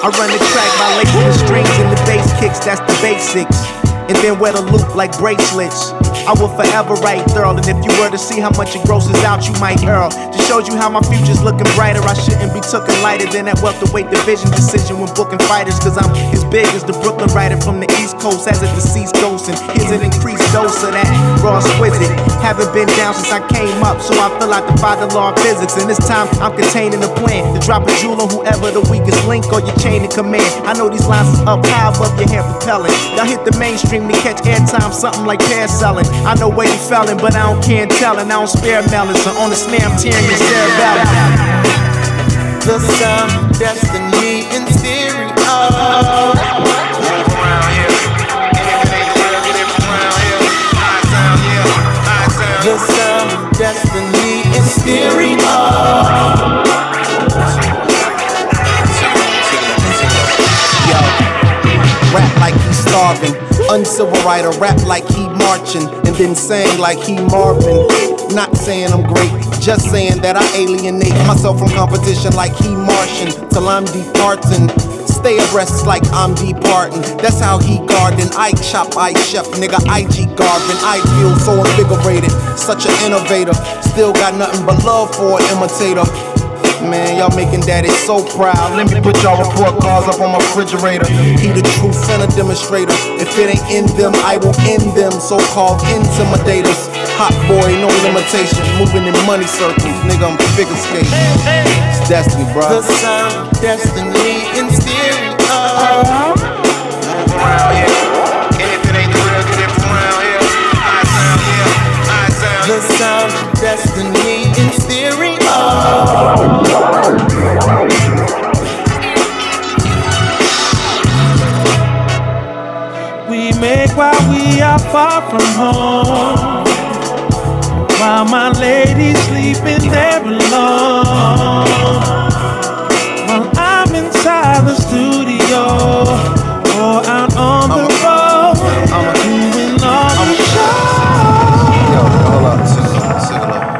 I: I run the track by lacing the strings and the bass kicks, that's the basics. and then wear the loop like bracelets. I will forever write thorough, and if you were to see how much it grosses out, you might hurl. Just shows you how my future's looking brighter. I shouldn't be taken lighter than that welterweight division decision when booking fighters, cause I'm as big as the Brooklyn writer from the East Coast as a deceased ghost, and here's an increased dose of that raw exquisite. Haven't been down since I came up, so I feel I defy the law of physics, and this time I'm containing the plan to drop a jewel on whoever the weakest link or your chain of command. I know these lines is up high above your hand propelling. Y'all hit the mainstream to catch airtime, something like pair selling. I know where you fell in, but I don't care and tell, and I don't spare melon. So on the snare, I'm tearing your cerebellum. The sun, destiny, and theory. Oh. The sun, destiny, and theory. Rap like he's starving. Uncivil writer, rap like he marching. And then sang like he Marvin. Not saying I'm great, just saying that I alienate myself from competition like he Martian. Till I'm departing. Stay abreast like I'm departing. That's how he garden. I chop, I chef, nigga. I G garden. I feel so invigorated. Such an innovator. Still got nothing but love for an imitator. Man, y'all making daddy so proud. Let me put y'all report cards up on my refrigerator. He the true center demonstrator. If it ain't in them, I will end them. So called intimidators. Hot boy, no limitation. Moving in money circles. Nigga, I'm figure skating. It's destiny, bro. The sound, destiny, and theory. Uh-huh. The sound of destiny in theory.
J: We make while we are far from home. While my lady's sleeping there alone. While I'm inside the studio or out on the road. doing all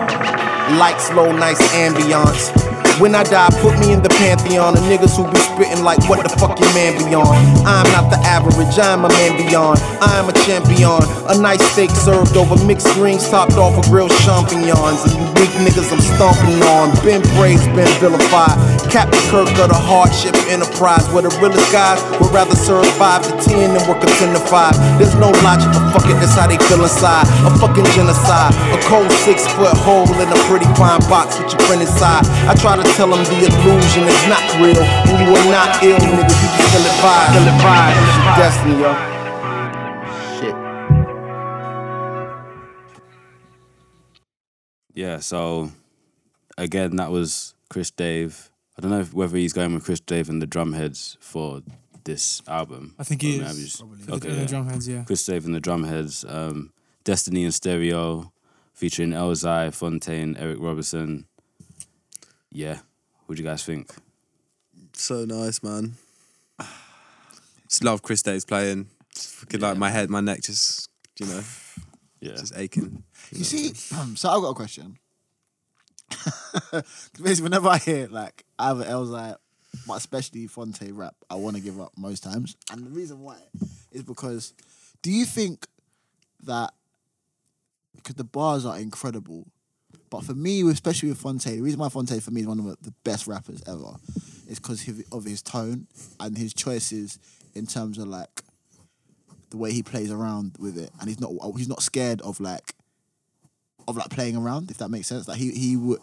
J: the
I: Lights low, nice ambiance. When I die, put me in the pantheon of niggas who be spitting like, what the fuck your man be on? I'm not the average, I'm a man beyond. I'm a champion. A nice steak served over mixed greens, topped off with grilled champignons. And you weak niggas I'm stomping on. Been praised, been vilified. Captain Kirk of the hardship enterprise, where the realest guys would rather serve five to ten than work a ten to five. There's no logic, but fuck it, that's how they feel inside. A fucking genocide, a cold six foot hole in a pretty fine box with your friend inside. I try to tell them the illusion is not real, and you are not ill, nigga. You just feel it vibe, feel it vibe. Destiny, yo. Shit.
A: Yeah, so again, that was Chris Dave. I don't know if, whether he's going with Chris Dave and the Drumheads for this album.
C: I think he
A: Or maybe
C: is.
A: just-
C: Probably.
A: Okay,
C: Yeah, the
A: yeah.
C: Drumheads, yeah.
A: Chris Dave and the Drumheads, um, Destiny and Stereo, featuring Elzai, Fontaine, Eric Robertson. Yeah, what do you guys think?
D: So nice, man. Just love Chris Day's playing. Fucking like my head, my neck just you know,
A: Yeah,
D: just aching.
B: You see, um, so I've got a question. 'Cause Basically, whenever I hear like either Elzai, but especially Fonte rap, I want to give up most times. And the reason why is because do you think that because the bars are incredible, but for me, especially with Fonte, the reason why Fonte for me is one of the best rappers ever is because of his tone and his choices in terms of like the way he plays around with it, and he's not oh, he's not scared of like of like playing around, if that makes sense. Like he he would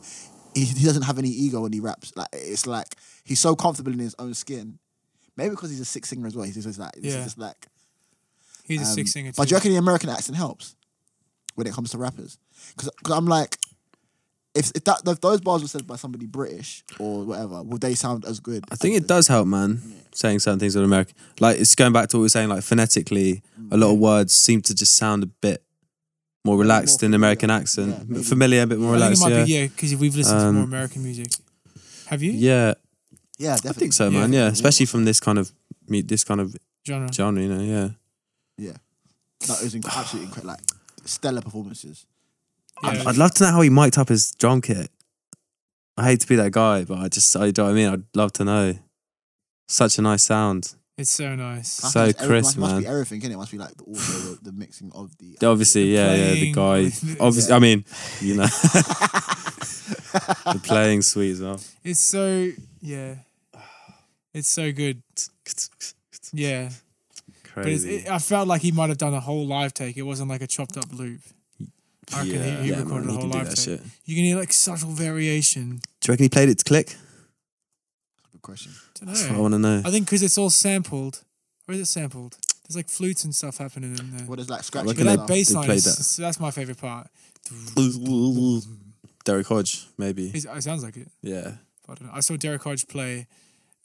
B: he, he doesn't have any ego when he raps. Like it's like he's so comfortable in his own skin. Maybe because he's a sick singer as well. He's just like this
C: Yeah.
B: is just like.
C: He's a
B: um,
C: six singer.
B: But
C: too.
B: do you reckon the American accent helps when it comes to rappers? Because I'm like, if, if that if those bars were said by somebody British or whatever, would they sound as good?
D: I think it does help, man. Saying certain things in America, like it's going back to what we were saying, like phonetically, a lot of words seem to just sound a bit more relaxed in American accent,
B: Yeah,
D: Bit
B: maybe.
D: familiar, a bit more
C: I think it
D: relaxed.
C: might
D: Yeah,
C: be,
D: yeah.
C: yeah, because we've listened to
D: Um,
C: more American music. Have you?
B: Yeah,
D: I
B: definitely.
D: think so,
C: Yeah.
D: man. Yeah, especially from this kind of me, this kind of
C: Genre.
D: genre, you know. Yeah,
B: Yeah, no, it was inc- absolutely incredible. Like stellar performances.
C: Yeah.
D: I'd love to know how he mic'd up his drum kit. I hate to be that guy, but I just, I do you know what I mean. I'd love to know. Such a nice sound.
C: It's so nice.
D: So crisp,
B: must, must be
D: man.
B: everything, can it? Must be like the audio, the, the mixing of the.
D: Obviously, yeah, yeah. The
C: playing
D: guy,
C: with-
D: obviously, I mean, you know, the playing sweet as well.
C: It's so yeah. It's so good. Yeah, but it's,
D: Crazy.
C: it, I felt like he might have done a whole live take. It wasn't like a chopped up loop. I reckon
D: Yeah,
C: he, he
D: yeah,
C: recorded
D: man,
C: a
D: he
C: whole
D: can do
C: live
D: that
C: take.
D: shit.
C: You can hear like subtle variation.
D: Do you reckon he played it to click?
B: Good question.
C: Dunno.
D: That's what I want to know.
C: I think because it's all sampled. Or is it sampled? There's like flutes and stuff happening in there.
B: What is like scratching?
C: But
D: reckon
B: and
C: that
D: they-
B: stuff?
C: bass line,
D: they played
C: is,
D: that.
C: so that's my favorite part.
D: Derek Hodge, maybe.
C: It's- It sounds like it.
D: yeah.
C: I don't know. I saw Derek Hodge play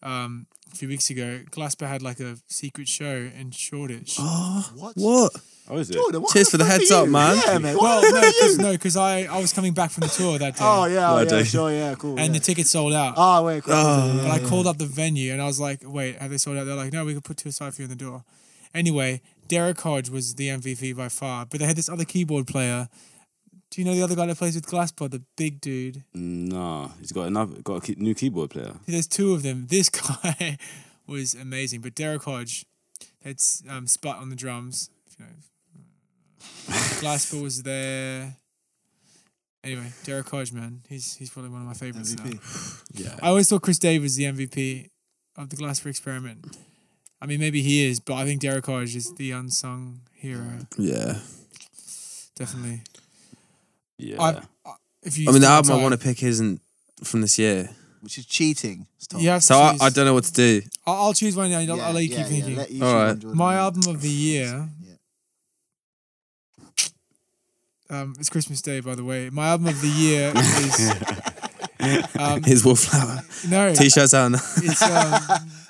C: um, a few weeks ago. Glasper had like a secret show in Shoreditch.
B: What?
D: What?
A: Oh, is it?
B: Dude, what
D: Cheers for the
B: fuck are
D: heads up,
B: you?
D: man.
B: Yeah, man.
C: well, no,
B: What the fuck are you?
C: because I, I was coming back from the tour that day,
B: Oh yeah, oh,
D: Well, I
B: yeah,
D: do.
B: sure, yeah, cool.
C: and
B: yeah.
C: the tickets sold out.
B: Oh wait, cool.
D: Ah.
C: but I called up the venue and I was like, "Wait, have they sold out?" They're like, "No, we could put two aside for you in the door." Anyway, Derek Hodge was the MVP by far, but they had this other keyboard player. Do you know the other guy that plays with Glasspod, the big dude?
A: No, he's got another got a key, new keyboard player.
C: There's two of them. This guy was amazing, but Derek Hodge had um, Sput on the drums. If you know. Glasper was there. Anyway, Derek Hodge, man, he's he's probably one of my favorites. now.
B: MVP.
C: I always thought Chris Dave was the MVP of the Glasper experiment. I mean, maybe he is, but I think Derek Hodge is the unsung hero.
D: Yeah.
C: Definitely.
A: Yeah,
C: I, I, if you
D: I mean, the
C: still
D: album I
C: time-
D: want to pick isn't from this year.
B: Which is cheating. Stop.
C: You have to
D: So I,
C: choose.
D: I don't know what to do.
C: I'll, I'll choose one. Now. I'll, I'll let you keep thinking.
B: Let you
D: All
B: shoot
D: right.
B: on Jordan.
C: My album of the year.
B: Yeah.
C: Um, it's Christmas Day, by the way. My album of the year is um,
D: Here's Wallflower.
C: no.
D: T-shirts out. now.
C: It's um,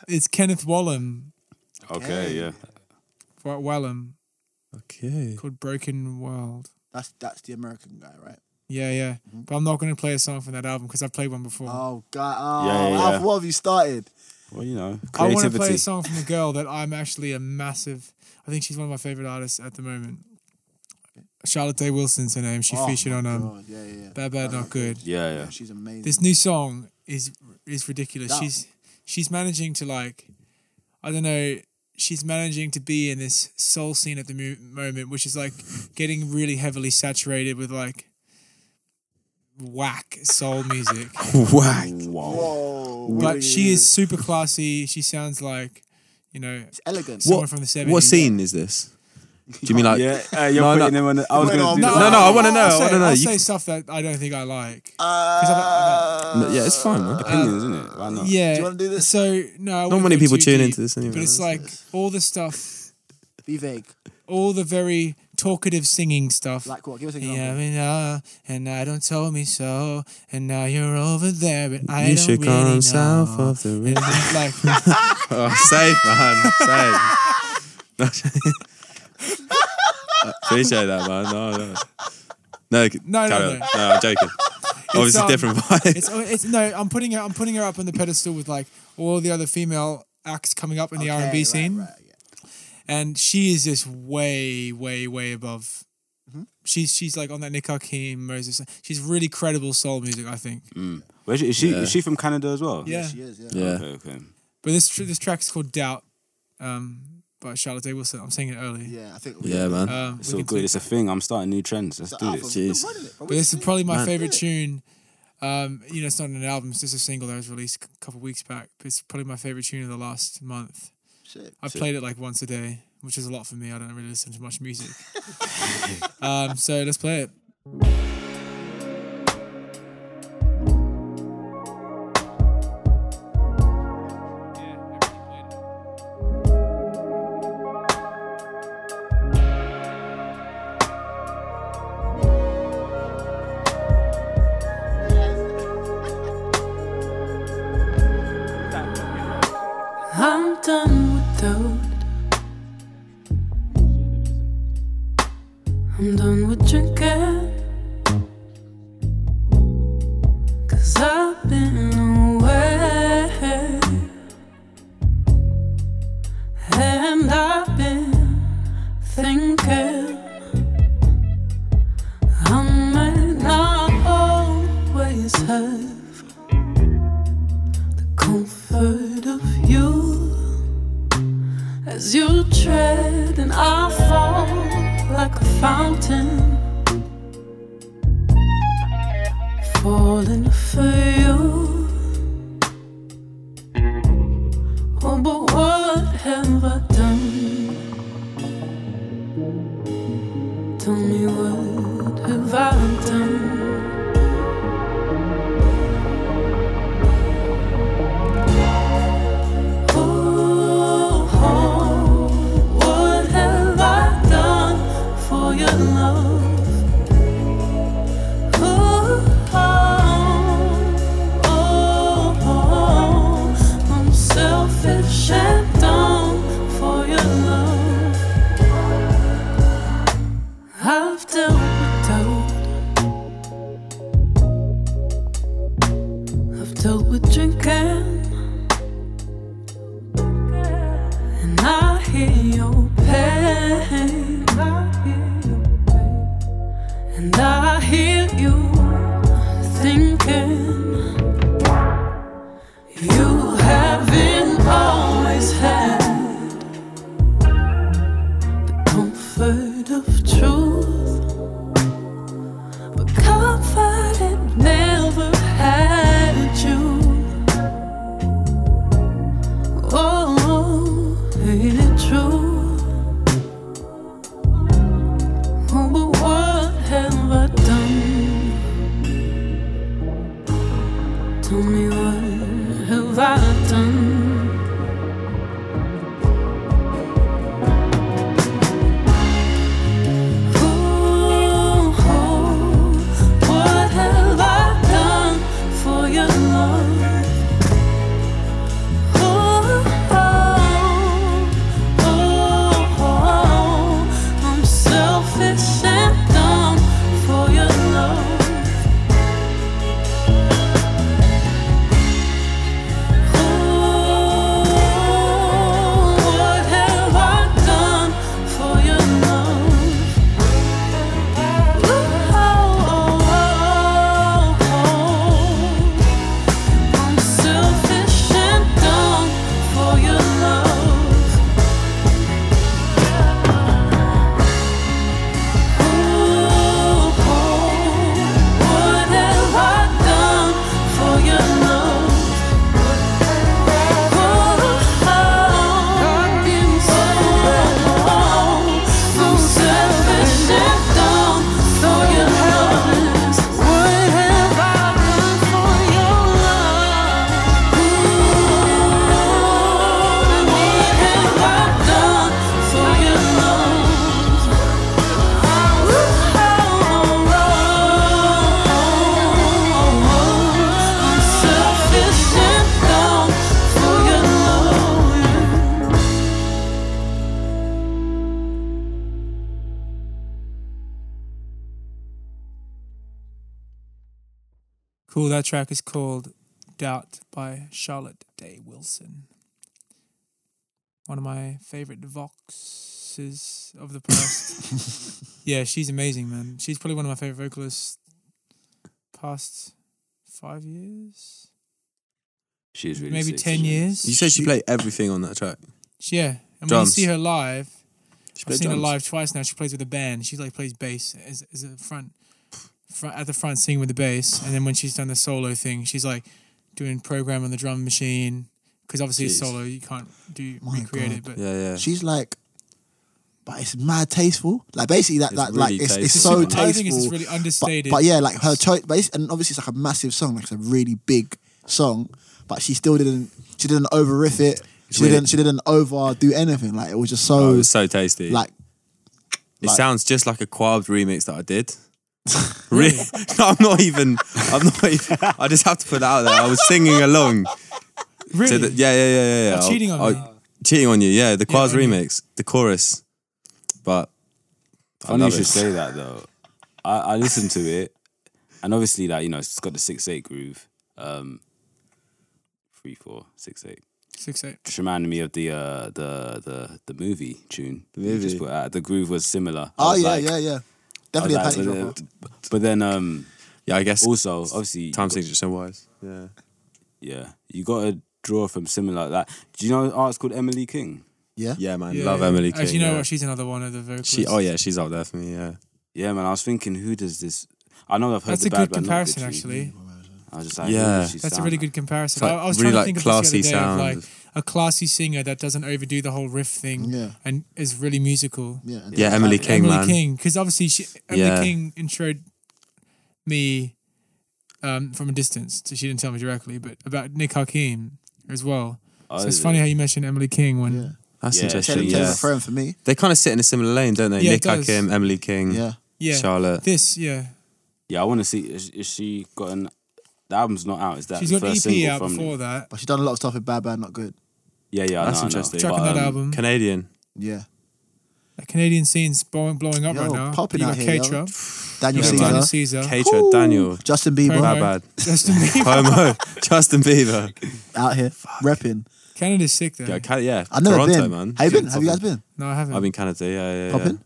C: it's Kenneth Wallum,
A: okay, yeah.
C: Wa- Wallum
D: okay.
C: called Broken World.
B: That's that's the American guy, right?
C: Yeah, yeah. But I'm not going to play a song from that album because I've played one before.
B: Mm-hmm. Oh god. Oh,
A: Yeah, yeah,
B: Alf,
A: yeah.
B: what have you started?
A: Well, you know,
C: I want to
A: creativity.
C: play a song from a girl that I'm actually a massive. I think she's one of my favorite artists at the moment. Charlotte Day Wilson's her name. She
B: Oh,
C: featured
B: my
C: on um,
B: God, Yeah, yeah.
C: Bad Bad Not Good.
A: yeah, yeah.
B: She's amazing.
C: This new song is is ridiculous.
B: That-
C: She's she's managing to like, I don't know. She's managing to be in this soul scene at the mo- moment, which is like getting really heavily saturated with like whack soul music.
D: Whack.
B: Whoa.
D: Oh,
C: but she is super classy. She sounds like, you know,
B: elegant.
C: someone
D: What,
C: from the 70s.
D: what scene is this? Do you mean like?
A: Yeah, uh, you're
D: No, no.
A: putting him on. The, I was
B: Wait,
C: oh,
A: gonna
B: no,
A: do that.
B: no,
D: No, no. I want to
C: I'll
D: know. I
C: say-
D: want to know.
C: I'll
D: You-
C: say stuff that I don't think I like.
B: Uh,
D: yeah, it's fine. Man.
C: Uh,
A: opinions, isn't it? Why not?
C: yeah.
B: Do you wanna do this?
C: So no, I wouldn't
D: many
C: go
D: people
C: too
D: tune
C: deep,
D: into this anyway,
C: But it's
D: is
C: like all the stuff,
B: be vague.
C: all the very talkative singing stuff.
B: Like what? Give us an example.
C: yeah, I mean, uh, and I don't told me so, and now you're over there, but I
D: You
C: don't
D: should
C: really
D: come
C: know.
D: south of the river.
C: like,
D: Oh, safe, man. Safe. Appreciate that, man. No, no. No, c-
C: No, no,
D: carry
C: no.
D: on. no. I'm joking. Obviously,
C: um,
D: different vibe.
C: it's, it's no, I'm putting her, I'm putting her up on the pedestal with like all the other female acts coming up in the R and B scene. and she is just way, way, way above.
B: Mm-hmm.
C: She's she's like on that Nick Hakim, Moses. She's really credible soul music, I think.
A: Where is she? Is she, is she from Canada as well?
C: yeah.
B: Mm-hmm. She is, yeah.
D: yeah.
A: Okay, okay.
C: But this tr- this track's called Doubt, um, by Charlotte Day Wilson. I'm singing it early.
B: Yeah, I think.
D: Yeah, man.
C: Um, we
A: It's all
C: can
A: good.
C: do-
A: It's a thing. I'm starting new trends. Let's do
B: Alf,
A: this.
D: Jeez.
B: we're running it, bro.
C: but this is probably my
D: Man.
C: favorite tune. Um, you know, it's not an album; it's just a single that was released a couple weeks back. But it's probably my favorite tune of the last month.
B: Shit.
C: I've played it like once a day, which is a lot for me. I don't really listen to much music. um, so let's play it.
F: I'm done with doubt. I'm done with drinking. Cause I've been away. And I've been thinking. I might not always have comfort of you.
K: As you tread and I fall like a fountain, falling for you. Oh, but what have I done? Tell me what have I done? What have I done for your love? Ooh, oh, oh, oh, I'm selfish and dumb for your love. I've dealt with doubt. I've dealt with drinking. And I hear your pain. And I hear you thinking. You haven't always had the comfort of truth. But comfort it never had you. Oh, ain't it true? Oh, but what have I done? Tell me what have I done? Oh, oh, what have I done for your love? Oh, oh, Oh, oh, I'm selfish and dumb for your love. Oh, what have I done for your love? Oh, oh, I'm selfish and dumb for your love. What have I done for your love? I've been so wrong, so selfish and dumb for your love. What have I done for your love? What have I done for your love?
C: Cool. That track is called Doubt by Charlotte Day Wilson. One of my favorite voxes of the past. yeah, she's amazing, man. She's probably one of my favorite vocalists past five years.
A: She's really
C: Maybe
A: sick.
C: 10 years.
D: You said she played everything on that track.
C: She- Yeah. And
D: Drums.
C: when you see her live, I've
D: played
C: seen her
D: drums.
C: live twice now. She plays with a band. She like plays bass as, as a front, front at the front singing with the bass, and then when she's done the solo thing, she's like doing program on the drum machine because obviously it's
B: Jeez.
C: solo. You can't do
B: My
C: recreate it,
B: God.
C: but
B: She's like, but it's mad tasteful. Like basically that,
C: It's
B: that like
C: really
B: it's, it's
C: tasteful,
B: so
C: man.
B: tasteful.
C: I think it's just really
B: but-
C: understated.
B: But, yeah, like her choice, but it's, and obviously it's like a massive song. Like it's a really big song, but she still didn't. She didn't over riff it. She
D: Really-
B: didn't. She didn't over do anything. Like it was just so.
D: Oh, it was so tasty.
B: Like
D: It sounds just like a Quabbed remix that I did. really? No, I'm not even. I'm not even. I just have to put that out there. I was singing along.
C: Really?
D: the- yeah, yeah, yeah, yeah. yeah.
C: Oh, cheating on
D: I-
C: me.
D: Cheating on you, yeah. The Quabbed remix, the chorus. But
A: Funny
D: I
A: you
D: love
A: should
D: it.
A: say that though. I, I listened to it, and obviously, like you know, it's got the six eight groove, um, three four six eight.
C: Six eight.
A: Just reminded me of the uh, the the the movie tune. The
B: movie.
A: Just put out. The groove was similar. I
B: Oh
A: was
B: yeah,
A: like-
B: yeah, yeah.
A: I was
B: Definitely a
A: like,
B: panty
A: but,
B: dropper.
A: then- but then, um,
D: yeah, I guess
A: also obviously
D: time signature wise, yeah,
A: yeah, you got to draw from similar like that. Do you know an artist called Emily King?
B: Yeah?
D: Yeah, man.
A: Yeah,
D: Love
A: yeah.
D: Emily King.
A: Actually, you know
D: yeah.
A: what?
C: She's another one of the vocalists.
D: She, oh, yeah, she's up there for me, yeah.
A: Yeah, man. I was thinking, who does this? I know I've heard
C: That's
A: the
C: a good
A: bad Bad Not Good
C: comparison,
A: Tree.
C: actually.
A: I was just like,
D: Yeah.
A: yeah,
C: That's a really good
D: It's
C: comparison.
D: like
C: I, I was trying
D: really,
C: to
D: like,
C: think of
D: classy
C: this the other day of
D: sound.
C: like a classy singer that doesn't overdo the whole riff thing and is really musical.
B: Yeah,
D: and Yeah, doesn't Emily have- King,
C: Emily
D: man.
C: King, because obviously she, Emily
D: Yeah.
C: King introed me um, from a distance, so she didn't tell me directly, but about Nick Hakim as well.
D: Oh,
C: so it's
D: is
C: funny
D: it?
C: how you mentioned Emily King when
D: That's
C: Yeah,
D: interesting.
C: Taylor- Taylor
D: Yeah.
B: Friend for me.
D: They kind of sit in a similar lane, don't they?
C: Yeah, it
D: Nick
C: does.
D: Hakim, Emily King,
C: Yeah. Yeah.
D: Charlotte.
C: this, yeah.
A: Yeah, I want to see. Is, is she got an? The album's not out. Is that
C: She's
A: the
C: got an
A: first
C: EP
A: single
C: out
A: from?
C: before that.
B: But she's done a lot of stuff with Bad Bad Not Good.
A: Yeah, yeah, I
D: That's
A: know, um, I know.
D: interesting.
C: Tracking that album.
D: Canadian.
B: Yeah.
C: That Canadian scene's blowing, blowing up
B: Yo,
C: right now.
B: popping
C: you
B: out
C: got
B: here, yo.
C: Keitra.
B: Daniel
C: you
B: Caesar.
C: got Daniel Caesar.
D: Keitra, Daniel.
B: Justin Bieber.
D: Bad bad.
C: Justin Bieber.
D: Homo. Justin Bieber.
B: Out here, repping.
C: Canada's sick though.
D: Yeah, Ca- yeah.
B: I've never
D: Toronto,
B: been.
D: man.
B: Have you been?
D: Yeah,
B: Have you guys
D: poppin'.
B: been?
C: No, I haven't.
D: I've been Canada. Yeah, yeah, yeah.
B: Poppin'?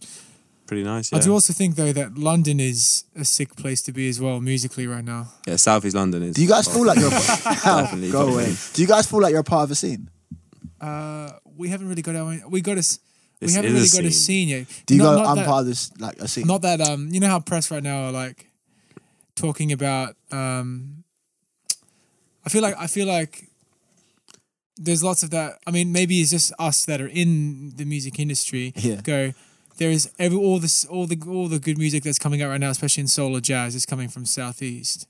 D: Pretty nice. Yeah.
C: I do also think though that London is a sick place to be as well musically right now.
D: yeah, South East London is.
B: Do you guys feel like you're
D: Definitely
B: go
D: poppin'.
B: away? Do you guys feel like you're a part of a scene?
C: Uh, we haven't really got our own, we got a s- we
B: This
C: haven't
B: is a
C: really got a scene
B: scene.
C: yet.
B: Do you
C: Not-
B: go?
C: not
B: I'm
C: that-
B: part of this like a scene.
C: Not that um, you know how press right now are like talking about um. I feel like I feel like there's lots of that. I mean, maybe it's just us that are in the music industry.
B: Yeah.
C: Go. There is every all this all the all the good music that's coming out right now, especially in soul or jazz, is coming from southeast.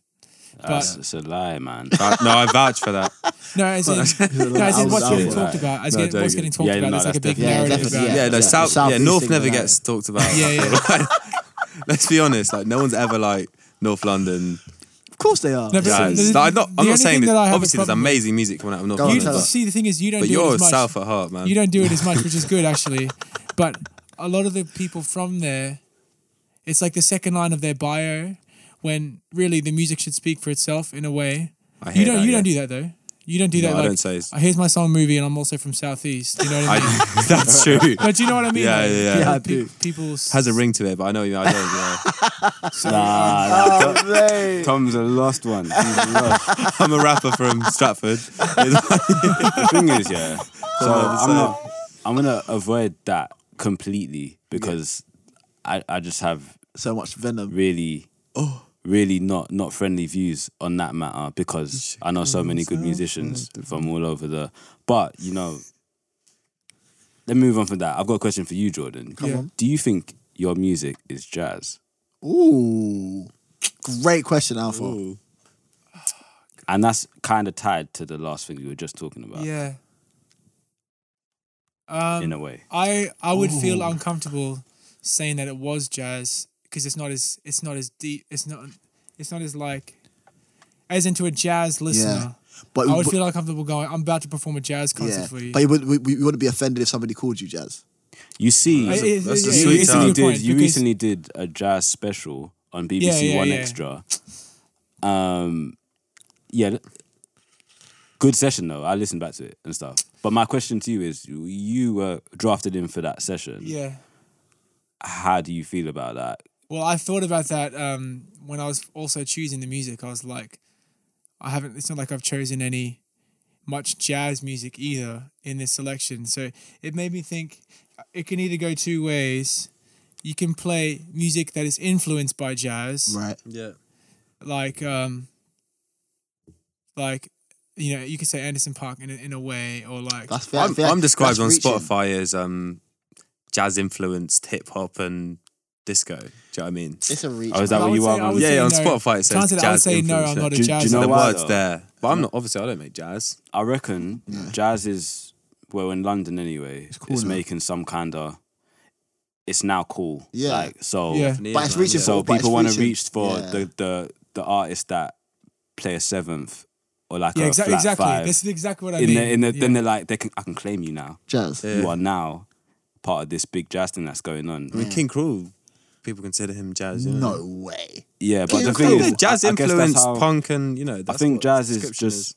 A: That's, it's a lie, man.
D: Uh, no, I vouch for that.
C: No, as in, no, as in what's getting talked about. As
D: No,
C: in
D: don't
C: what's
D: get-
C: getting talked
D: yeah,
C: about.
D: no,
C: There's like a
D: that's
C: big
D: definitely-
C: narrative about.
D: Yeah, no, South, yeah, North never gets talked about.
C: Yeah, yeah.
D: Let's be honest, like no one's ever like North London.
B: Of course they are.
D: No, I'm not,
C: the
D: I'm
C: only
D: not saying
C: thing
D: that.
C: that I have a
D: obviously, there's
C: problem with-
D: amazing music coming out of North
C: You
D: London.
C: don't-
D: but-
C: see, the thing is, you don't
D: But
C: do it
D: you're
C: as much.
D: South at heart, man.
C: You don't do it as much, which is good actually. But a lot of the people from there, it's like the second line of their bio, when really the music should speak for itself in a way.
D: I
C: you
D: hear
C: don't.
D: that,
C: you
D: yeah.
C: don't do that though. You don't do
D: No,
C: that.
D: I
C: like,
D: don't say it's-
C: "Oh, here's my song movie, and I'm also from Southeast. You know what I mean?
D: I- that's true.
C: But you know what I mean?
D: Yeah,
C: Like,
D: yeah, yeah.
C: pe- people's
D: Has a ring to it, but I know you. I don't. Yeah.
A: Nah, nah, Tom- Tom's a lost one. He's lost.
D: I'm a rapper from Stratford.
A: the thing is, yeah. So
D: Don't
A: I'm
D: understand.
A: not. I'm gonna avoid that completely because I I just have
B: so much venom.
A: Really.
C: Oh.
A: Really not not friendly views on that matter because I know so many good musicians from all over the. But you know, let me move on from that. I've got a question for you, Jordan.
B: Come Yeah. on.
A: Do you think your music is jazz?
B: Ooh, great question, Alpha.
A: And that's kind of tied to the last thing we were just talking about.
C: Yeah. Um,
A: In a way.
C: I I would feel
A: Ooh.
C: uncomfortable saying that it was jazz because it's not as it's not as deep. It's not it's not as like as into a jazz listener.
B: But-
C: But I would
B: but-
C: feel uncomfortable going. I'm about to perform a jazz concert
B: Yeah,
C: for you.
B: but you would, we, you wouldn't be offended if somebody called you jazz.
A: You see,
C: That's a- that's a
A: you,
C: sweet
A: recently
C: sound.
A: did, you
C: Because-
A: recently did a jazz special on BBC
C: Yeah, yeah,
A: One
C: yeah.
A: Extra. Um, yeah, th- good session though. I listened back to it and stuff. But my question to you is: You were drafted in for that session.
C: yeah.
A: How do you feel about that?
C: Well, I thought about that um, when I was also choosing the music. I was like, I haven't. It's not like I've chosen any much jazz music either in this selection. So it made me think it can either go two ways. You can play music that is influenced by jazz,
B: Right.
D: Yeah.
C: Like, um, like you know, you could say Anderson Park in a, in a way, or like
D: I'm, I'm described on Spotify as um, jazz influenced hip hop and disco. Do you know what I mean?
B: It's a reach.
A: Oh, is that
C: I
A: what
C: would
A: you
C: say-
A: are?
C: I
A: man?
C: would
D: yeah,
C: say
D: yeah, on
C: no.
D: Spotify it
C: To
D: says
C: answer that, I would
D: jazz
C: say no, I'm
D: influenced.
C: not a
D: Do-
C: jazz
D: Do you know the
A: fan.
D: words
A: though?
D: there? But I'm not. Obviously, I don't make jazz.
A: I reckon jazz is well in London anyway. It's,
D: cool now.
A: making some kind of. It's now cool.
B: Yeah.
A: Like, so.
B: Yeah. But it's reaching
A: So
B: for- but
A: people
B: it's
A: want to
B: reaching.
A: reach for
B: Yeah.
A: the the the artists that play a seventh or like
C: Yeah,
A: a
C: exa-
A: flat
C: exactly.
A: five.
C: This is exactly what I
A: in The,
C: mean.
A: in the, Then
C: Yeah.
A: they're like, they can I can claim you now.
B: Jazz.
A: You
D: Yeah.
A: are now part of this big jazz thing that's going on.
D: I mean, King Cruel, people consider him jazz. You know?
B: No way.
A: Yeah, but
D: King
A: the thing
D: Cruel.
A: is,
D: jazz
A: I- I guess that's
D: influenced
A: how-
D: punk, and you know,
A: I
D: that's
A: think
D: what
A: jazz
D: the
A: is
D: description
A: just.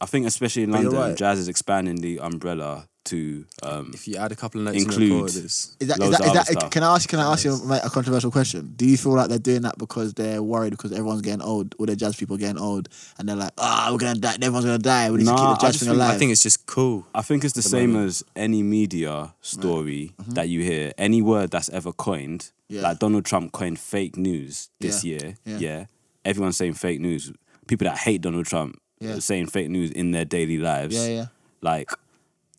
A: I think especially in
D: But you're
A: London,
D: right.
A: jazz is expanding the umbrella to um,
D: if you add a couple of notes in the
A: include
D: chord, it's-
B: Is that, is
A: loads of
B: that, is
A: other
B: that,
A: stuff.
B: can I ask? Can I ask you mate, a controversial question? Do you feel like they're doing that because they're worried because everyone's getting old, all the jazz people are getting old, and they're like, ah, we're gonna die, everyone's gonna die, we need to
A: Nah,
B: keep the jazz
A: just
B: thing
A: think-
B: alive.
D: it's just cool.
A: I think it's the,
B: at the
A: same
B: moment.
A: as any media story that you hear, any word that's ever coined.
B: Yeah.
A: Like Donald Trump coined fake news this
B: Yeah.
A: year.
B: Yeah.
A: Yeah. Everyone's saying fake news. People that hate Donald Trump
B: Yeah.
A: are saying fake news in their daily lives.
B: Yeah, yeah.
A: Like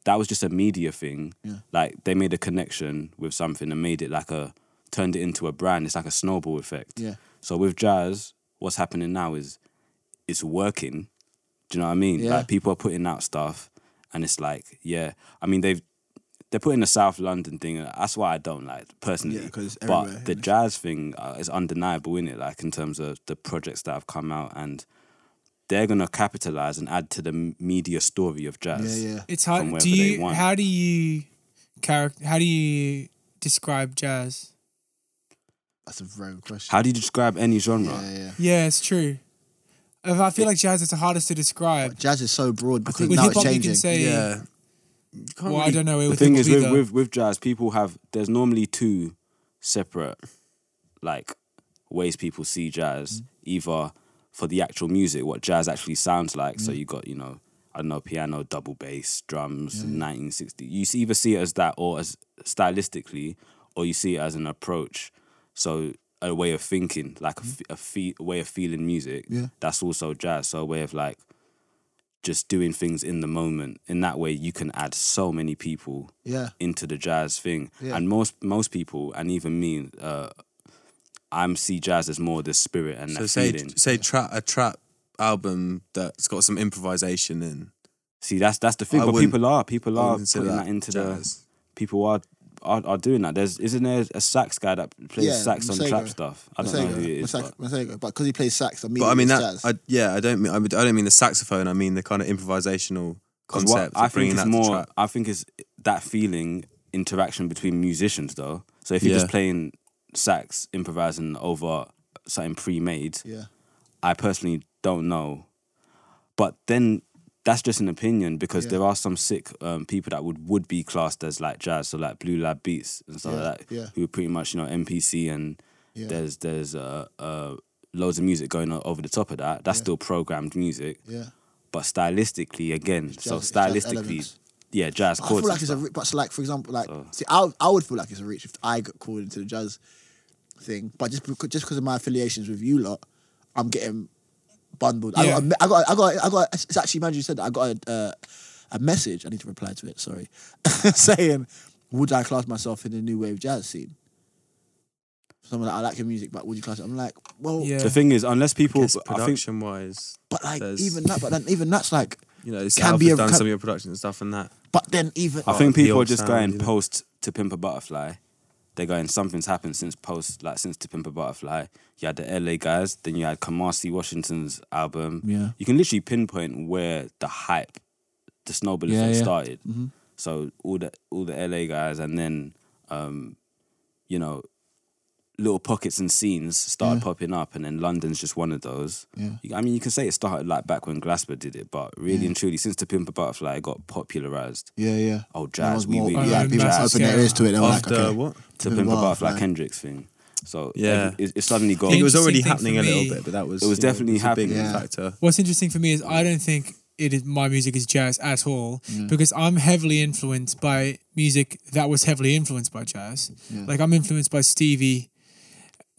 A: that was just a media thing.
B: Yeah.
A: Like they made a connection with something and made it like a turned it into a brand. It's like a snowball effect.
B: Yeah.
A: So with jazz, what's happening now is it's working. Do you know what I mean?
B: Yeah.
A: Like people are putting out stuff, and it's like, yeah. I mean, they've they're putting the South London thing. and That's why I don't like personally.
B: Yeah, 'cause it's everywhere,
A: but the jazz thing uh, is undeniable, is it? Like in terms of the projects that have come out, and they're gonna capitalize and add to the m- media story of jazz.
B: Yeah, yeah.
C: It's
A: from
C: hard.
A: wherever
C: Do
A: they
C: you?
A: want.
C: How do you character? How do you describe jazz?
B: That's a very good question.
A: How do you describe any genre?
C: Yeah, it's true. If I feel like jazz is the hardest to describe.
B: Jazz is so broad because
C: think with
B: now it's
C: hip-hop you
B: changing.
C: can say- Yeah.
D: Can't
C: well, I
D: really-
C: don't know.
A: the
C: with
A: thing
C: hip-hop
A: is with,
C: either.
A: with with jazz people have there's normally two separate like ways people see jazz either for the actual music what jazz actually sounds like so you got you know I don't know piano double bass drums 1960 you see- either see it as that or as stylistically or you see it as an approach so a way of thinking like a, f- a, fe- a way of feeling music
B: Yeah.
A: that's also jazz so a way of like just doing things in the moment. In that way, you can add so many people
B: Yeah.
A: into the jazz thing.
B: Yeah.
A: And most most people, and even me, uh, I'm see jazz as more the spirit and
D: So
A: the
D: say
A: feeling.
D: say trap a trap album that's got some improvisation in.
A: See, that's that's the thing.
D: I
A: but
D: wouldn't-
A: people are people
D: I wouldn't
A: are
D: consider
A: putting that,
D: that
A: into
D: jazz.
A: the people are, are are doing that. There's isn't there a sax guy that plays
B: Yeah,
A: sax on
B: Masego.
A: trap stuff? I don't know who it is.
B: Masego,
A: but-
B: Masego, but because he plays sax, I mean,
D: But I mean that
B: jazz.
D: I, yeah, I don't mean I, would- I don't mean the saxophone, I mean the kind of improvisational
A: 'Cause what
D: concept
A: I
D: of bringing
A: think it's
D: that to
A: more.
D: trap.
A: I think it's that feeling interaction between musicians though. So if you're
D: Yeah.
A: just playing sax, improvising over something pre-made,
B: yeah,
A: I personally don't know. But then that's just an opinion because
B: Yeah.
A: there are some sick um, people that would would be classed as like jazz, so like Blue Lab Beats and stuff
B: Yeah,
A: like that,
B: yeah.
A: who are pretty much you know MPC and
B: Yeah.
A: there's there's uh, uh, loads of music going on over the top of that. That's still programmed music
B: yeah.
A: but stylistically again so
B: jazz- it's jazz
A: stylistically
B: elements.
A: yeah jazz
B: But I feel
A: chords
B: like
A: and
B: it's a
A: stuff.
B: re- but so like for example like see I I would feel like it's a reach if I got called into the jazz thing, but just because, just because of my affiliations with you lot, I'm getting bundled. I got a
C: Yeah.
B: me- I got I got I got it's actually imagine you said that I got a uh, a message I need to reply to it sorry saying would I class myself in the new wave jazz scene? Someone like I like your music, but would you class it? I'm like well
C: Yeah.
A: the thing is unless people
D: Yes,
A: i think
D: production wise,
B: But like
D: There's-
B: even that, but then even that's like,
D: you know, it's
B: Can
D: Alpha's
B: be a-
D: done
B: can-
D: some of your production and stuff and that.
B: but then even
A: i think
D: the
A: people are
D: old
A: just
D: sound,
A: going
D: you know.
A: post to pimp a butterfly they're going something's happened since post like since to pimp a butterfly you had the la guys then you had kamasi washington's album
B: Yeah.
A: you can literally pinpoint where the hype the snowball
B: Yeah,
A: effect
B: yeah. Mm-hmm.
A: started so all the all the la guys and then um you know little pockets and scenes started
B: Yeah.
A: popping up, and then London's just one of those.
B: Yeah.
A: You- I mean, you can say it started like back when Glasper did it, but really
B: Yeah.
A: and truly, since the Pimp a Butterfly got popularized,
B: yeah, yeah.
A: oh
B: That was
A: jazz, we
B: more-
A: we
B: yeah,
A: like
B: people
C: massive
A: jazz
B: open their
C: scale.
B: ears to it. They were like,
D: After
B: okay,
D: what?
A: to
B: Pimp a
A: Pimp a Butterfly
B: Butterfly.
A: Kendrick's thing. So
D: Yeah.
A: it, it suddenly got.
D: It was
C: Interesting
D: already
C: thing
D: happening
C: for
D: a
C: me-
D: little bit, but that was
A: It was
D: you know,
A: definitely
D: a big
A: happening.
B: Yeah.
D: factor.
C: What's interesting for me is I don't think it is my music is jazz at all because I'm heavily influenced by music that was heavily influenced by jazz. Like I'm influenced by Stevie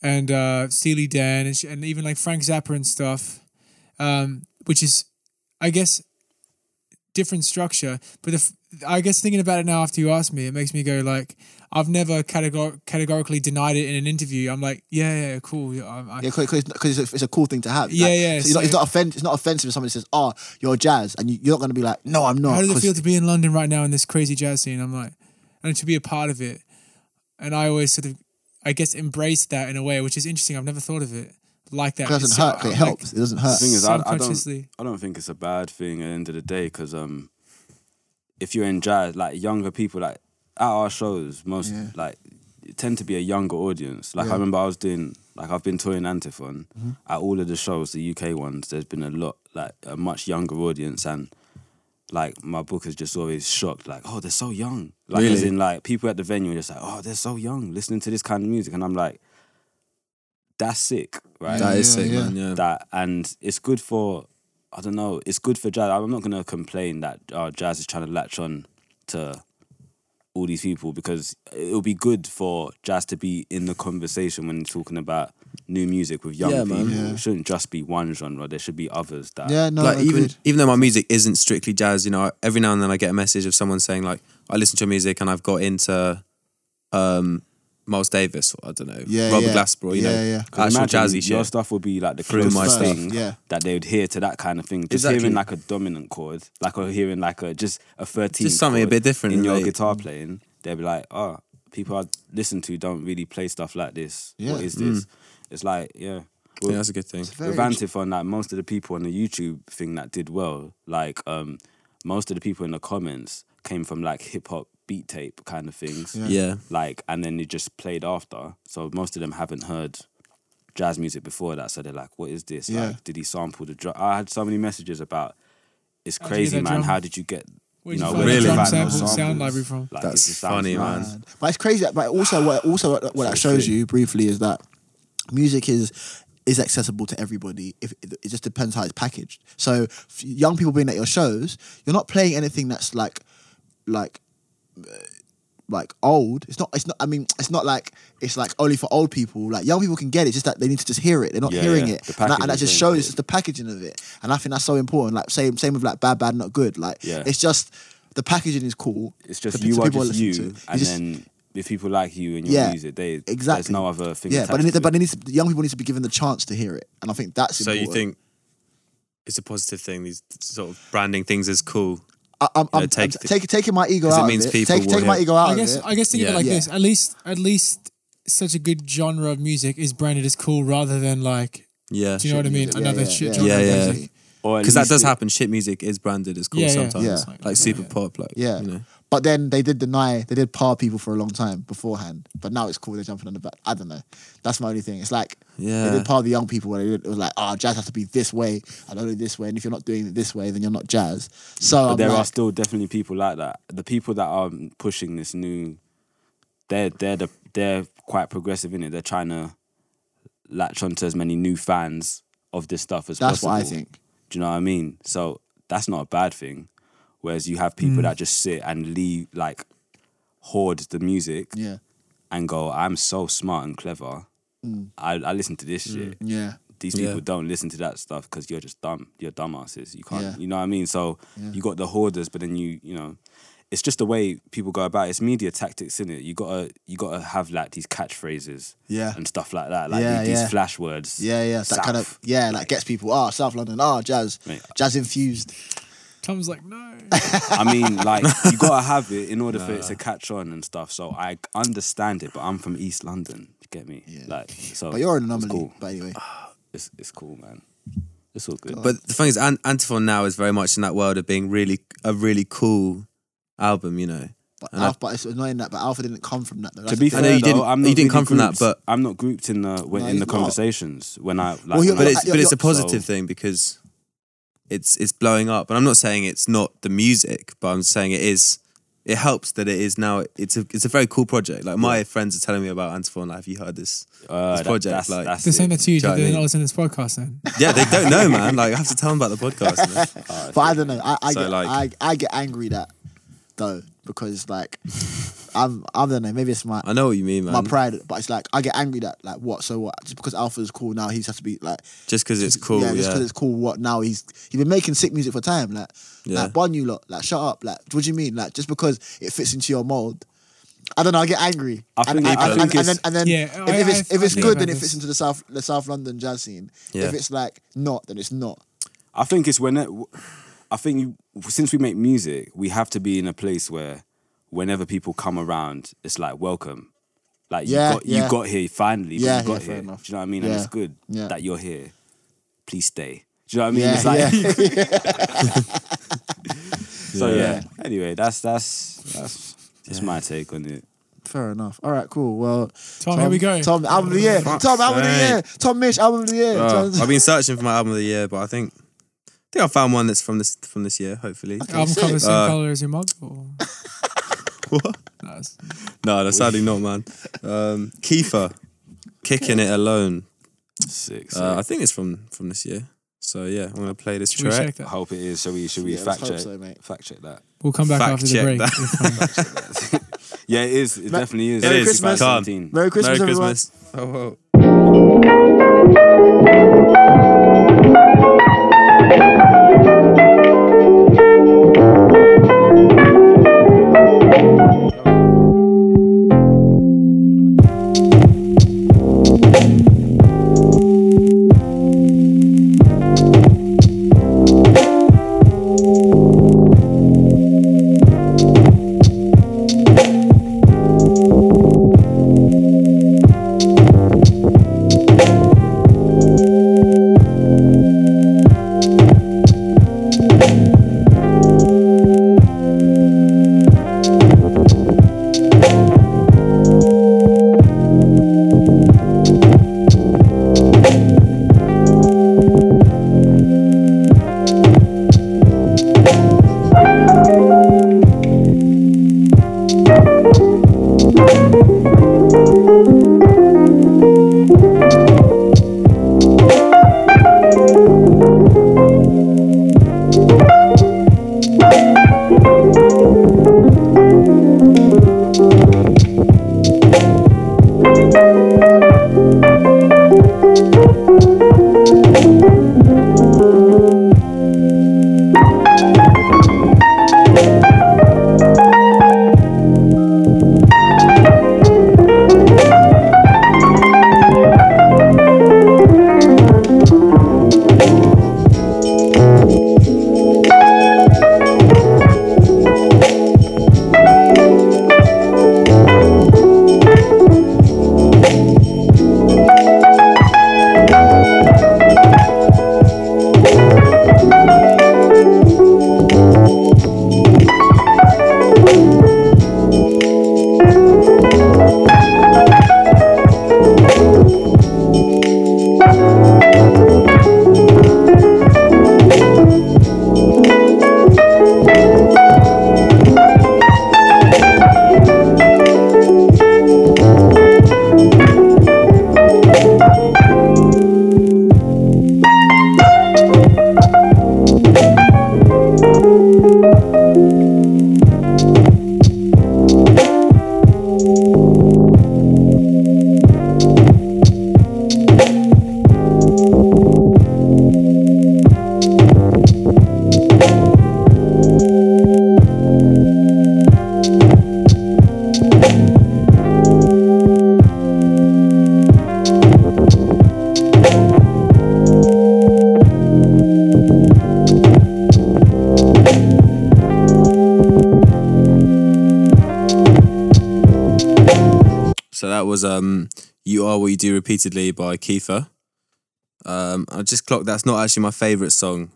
C: and uh, Steely Dan and, sh- and even like Frank Zappa and stuff, um, which is, I guess, different structure. But if I guess thinking about it now after you asked me, it makes me go like I've never categor- categorically denied it in an interview. I'm like, yeah, yeah, cool. Yeah, I'm- I,
B: Yeah, because it's, a- it's a cool thing to have.
C: Yeah, yeah,
B: So it's, not, it's
C: so-
B: not offend, It's not offensive if somebody says, "Oh, you're jazz," and you, you're not going to be like, "No, I'm not."
C: How does it
B: 'cause-
C: feel to be in London right now in this crazy jazz scene? I'm like, and to be a part of it. And I always sort of, I guess, embrace that in a way, which is interesting. I've never thought of it like that.
B: It doesn't
C: It's so-
B: hurt. 'cause
C: I'm
B: it
C: like-
B: helps. it doesn't hurt.
A: The thing is, I, I don't.
C: Subconsciously.
A: I don't think it's a bad thing at the end of the day because um, if you're in jazz, like younger people, like at our shows, most
B: Yeah.
A: like it tend to be a younger audience. Like
B: Yeah.
A: I remember I was doing, like I've been touring Antiphon at all of the shows, the UK ones. There's been a lot, like a much younger audience, and like my book is just always shocked, like, oh, they're so young. Like
L: Really?
A: as in like people at the venue are just like, oh, they're so young, listening to this kind of music. And I'm like, that's sick, right?
L: That is Yeah, sick, yeah. man,
A: That and it's good for I don't know, it's good for jazz. I'm not gonna complain that uh, jazz is trying to latch on to all these people because it'll be good for jazz to be in the conversation when talking about new music with young
D: Yeah,
A: people.
D: man. Yeah.
A: It shouldn't just be one genre. There should be others that
D: like even even though my music isn't strictly jazz, you know, I- every now and then I get a message of someone saying like, I listen to your music and I've got into um Miles Davis, or I don't know,
A: Yeah,
D: Robert
A: yeah.
D: Glasper, you know,
A: Yeah, yeah. 'Cause
D: actual
A: imagine
D: jazzy shit.
A: your stuff would be like the
D: Through my
A: closest
D: stuff.
A: thing
D: Yeah.
A: that they would hear to that kind of thing. Just
D: Exactly.
A: hearing like a dominant chord, like or hearing like a just a thirteen,
D: Just something a
A: chord
D: bit different,
A: in your
D: mate.
A: guitar playing. They'd be like, oh, people I listen to don't really play stuff like this.
D: Yeah.
A: What is this?
D: Mm.
A: It's like yeah.
D: Yeah, that's a good thing. It's very
A: With Antiphon, like most of the people on the YouTube thing that did well, like um, most of the people in the comments came from like hip hop beat tape kind of things.
D: Yeah. Yeah.
A: Like, and then they just played after. So most of them haven't heard jazz music before that. So they're like, what is this?
D: Yeah.
A: Like, did he sample the drum? I had so many messages about it's
C: How did you
A: crazy,
C: get that
A: man.
C: drum?
A: How did you get,
C: Where'd
A: you
C: you
A: know,
C: find
A: where
C: the
A: did you
C: drum
A: find those
C: sample sound
A: samples?
C: library from?
A: Like,
D: That's
A: it just sounds
D: funny,
A: mad.
D: man.
B: But it's crazy. that- But also, what also what that shows you briefly is that music is is accessible to everybody. If it just depends how it's packaged. So f- young people being at your shows, you're not playing anything that's like like uh, like old. It's not. It's not. I mean, it's not like it's like only for old people. Like young people can get it. Just that they need to just hear it. They're not
A: Yeah,
B: hearing
A: yeah.
B: it,
A: The
B: and that, and
A: packaging
B: that just
A: is
B: shows
A: very
B: it's just the packaging of it. And I think that's so important. Like same same with like bad bad not good. Like
A: Yeah.
B: it's just. The packaging is cool.
A: It's just
B: for-
A: you
B: for
A: are
B: people
A: just
B: to listen
A: you,
B: to. You
A: and
B: just-
A: then if people like you and your
B: Yeah,
A: music, they There's
B: exactly.
A: no other thing.
B: Yeah, but
A: attached
B: it,
A: to
B: but it needs to, young people need to be given the chance to hear it, and I think that's
D: so
B: important.
D: you think it's a positive thing, these sort of branding things is cool.
B: I, I'm,
D: You know,
B: I'm,
D: take
B: I'm
D: the-
B: take, taking my ego
D: 'cause it
B: out
D: means
B: of it.
D: people
B: Take,
D: will
B: taking my
D: hear-
B: ego out
C: I guess
B: of it.
C: I guess think of
B: Yeah.
C: it like
B: Yeah.
C: this. At least at least such a good genre of music is branded as cool rather than like
D: Yeah.
C: Do you know what I mean? Another shit genre
D: Yeah,
C: of
D: yeah.
C: music.
B: Or at
D: Because that
B: least
D: does
B: it-
D: happen. Shit music is branded as cool
B: Yeah, yeah.
D: sometimes.
B: Yeah.
D: Like super pop. Like
B: Yeah.
D: you know.
B: But then they did deny, they did par people for a long time beforehand. But now it's cool, they're jumping on the back. I don't know. That's my only thing. It's like,
D: Yeah.
B: they did par the young people where they did, it was like, oh, jazz has to be this way and only this way. And if you're not doing it this way, then you're not jazz. So
A: but
B: I'm
A: there
B: like,
A: are still definitely people like that. The people that are pushing this new, they're they're the, they're quite progressive in it. They're trying to latch onto as many new fans of this stuff as
B: That's
A: possible.
B: what I think.
A: Do you know what I mean? So that's not a bad thing. Whereas you have people
B: Mm.
A: that just sit and leave like hoard the music,
B: Yeah.
A: and go, "I'm so smart and clever.
B: Mm.
A: I, I listen to this shit."
B: yeah.
A: these
B: Yeah.
A: people don't listen to that stuff because you're just dumb. You're dumbasses. You can't.
B: Yeah.
A: You know what I mean? So
B: Yeah.
A: you got the hoarders, but then you you know, it's just the way people go about. It. It's media tactics, in it? You gotta you gotta have like these catchphrases,
B: Yeah.
A: and stuff like that, like
B: Yeah,
A: these, these
B: yeah.
A: flash words.
B: Yeah, yeah. That
A: South.
B: kind of, yeah, like, gets people, ah, South London, ah, jazz,
A: Mate.
B: jazz infused.
C: Tom's like no.
A: I mean, like you gotta have it in order for it to catch on and stuff. So I understand it, but I'm from East London. You get me? Like so.
B: But you're an
A: it's
B: anomaly,
A: cool. Ah,
B: but anyway.
A: It's it's cool, man. It's all good.
D: But the thing is, An- Antiphon now is very much in that world of being really a really cool album, you know.
B: But,
D: And I-
B: Alpha, but it's annoying that, but Alpha didn't come from that. Though.
A: to
B: That's
A: be
B: the
A: fair,
B: thing.
A: though, I'm not really grouped- I'm not grouped in the when,
B: No,
A: in
B: he's
A: the
B: not.
A: conversations when I. Like,
B: Well, you're-
A: when
D: but
A: I-
D: it's but it's a positive
A: So-
D: thing because it's it's blowing up. And I'm not saying it's not the music, but I'm saying it is. It helps that it is now. It's a it's a very cool project. Like my friends are telling me about Antiphon. Like, have you heard this, this
A: that-
D: project?
A: that's-
D: like
A: that's
C: They're saying that to you,
D: Do know
C: they're
D: what I mean?
C: not listening to this podcast then.
D: Yeah, they don't know, man. Like I have to tell them about the podcast. man.
B: but I don't know. I, I
D: So,
B: get
D: like-
B: I, I get angry that though because like I'm I don't know. Maybe it's my
D: I know what you mean, man.
B: my pride, but it's like I get angry that like what so what just because Alpha's cool now he has to be like
D: Just because it's cool. Yeah,
B: just because it's cool what now he's he's been making sick music for time like
D: Yeah.
B: like bun you lot like shut up like what do you mean like just because it fits into your mold. I don't know. I get angry,
A: I
B: and,
A: think-
B: and,
A: I
B: and-
A: think
B: and
A: it's-
B: then, and then
A: Yeah,
B: if,
A: I- I-
B: if it's if
A: I
B: it's
A: think
B: good,
A: about
B: then it
A: this.
B: fits into the South the South London jazz scene.
A: Yeah.
B: If it's like not, then it's not.
A: I think it's when it, I think you, since we make music, we have to be in a place where whenever people come around, it's like welcome. Like you
B: Yeah,
A: got
B: yeah.
A: you got here finally. but
B: Yeah,
A: you got
B: yeah, fair
A: here. Do
B: enough.
A: you know what I mean? And
B: Yeah,
A: it's good
B: yeah.
A: that you're here. Please stay. Do you know what I mean?
B: Yeah,
A: it's like
B: yeah.
A: So yeah.
B: Yeah.
A: Anyway, that's that's that's that's my take on it.
B: Fair enough. All right, cool. Well,
A: Tom, here we go.
B: Tom, album of the year.
D: Fuck's
B: Tom, album of the
D: sake.
B: year. Tom Mish, album of the year.
D: Oh,
B: Tom-
D: I've been searching for my album of the year, but I think think I found one that's from this from this year. Hopefully,
C: Album cover same
D: Uh,
C: color as your mug? Or...
D: what? No, that's sadly not, man. Um, Kiefer, kicking it alone.
A: Six.
D: Uh, I think it's from from this year. So yeah, I'm gonna play this
C: Should we
D: track.
C: check that? I
A: hope it is. Should we? Should we
B: Yeah, let's
A: fact
B: hope
A: check?
B: so, mate.
A: Fact check that.
C: We'll come back
D: Fact
C: after the
D: check
C: break.
D: that.
C: if, um,
A: Yeah, it is. It
B: Ma-
A: definitely is.
D: It
B: Merry
D: is,
B: Christmas.
D: Calm.
A: Seventeen.
B: Merry Christmas,
D: Merry
B: everyone.
D: Christmas. Oh, whoa.
A: So
D: So that was um, "You Are What You Do Repeatedly" by Kiefer. Um, I just clocked that's not actually my favorite song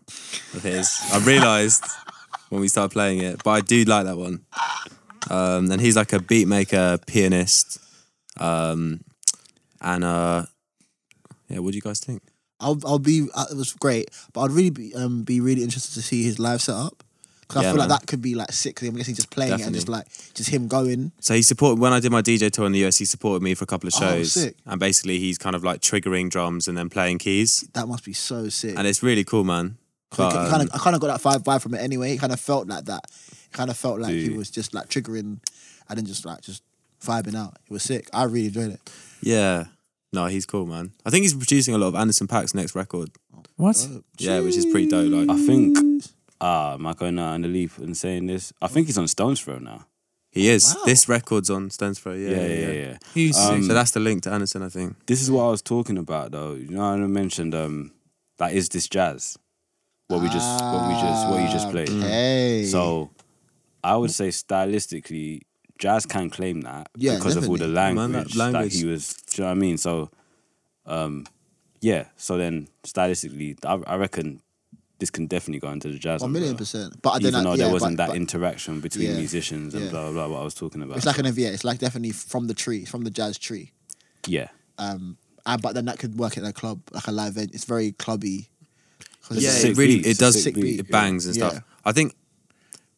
D: of his. I realized when we started playing it, but I do like that one. Um, and he's like a beat maker, pianist, um, and uh, yeah. What do you guys think?
B: I'll I'll be uh, it was great, but I'd really be um be really interested to see his live setup because I
D: Yeah,
B: feel
D: man.
B: like that could be like sick. 'cause I'm guessing just playing it and just like
D: Definitely.
B: just him going.
D: So he supported when I did my DJ tour in the US. He supported me for a couple of
B: Oh,
D: shows,
B: sick.
D: and basically he's kind of like triggering drums and then playing keys,
B: That must be so sick.
D: and it's really cool, man.
B: So
D: But,
B: I kind of I kind of got that vibe vibe from it anyway. It kind of felt like that. It kind of felt like he
A: Dude.
B: was just like triggering, and then just like just vibing out. It was sick. I really enjoyed it.
D: Yeah. No, he's cool, man. I think he's producing a lot of Anderson Pack's next record.
C: what?
D: Yeah, which is pretty dope. Like
A: I think. Ah, am I going out on the leap and saying this? I think he's on Stones Throw now.
D: he is.
B: wow.
D: This record's on Stones Throw. Yeah, yeah, yeah. Um,
C: He's sick.
D: So that's the link to Anderson, I think.
A: This is what I was talking about, though. You know, I mentioned um, that is this jazz? What we just, what we just, what you just played.
B: Okay.
A: So, I would say stylistically, jazz can claim that
B: Yeah,
A: because of all the
D: man, that
A: language,
D: language.
A: that he was. Do you know what I mean? So, um, yeah. So then, stylistically, I, I reckon this can definitely go into the jazz.
B: one million
A: umbrella.
B: percent. But I don't
A: Even
B: know.
A: though
B: yeah,
A: there wasn't
B: but-
A: that
B: but
A: interaction between
B: Yeah.
A: musicians and
B: Yeah.
A: blah, blah blah, what I was talking about.
B: It's like an yeah. It's like definitely from the tree, from the jazz tree.
A: yeah,
B: Um, and, but then that could work at a club, like a live event. It's very clubby. 'Cause it's
D: yeah,
B: a
D: it
B: sick
D: really
B: beat.
D: it
B: It's a
D: does
B: sick beat,
D: it bangs and
B: yeah.
D: stuff. I think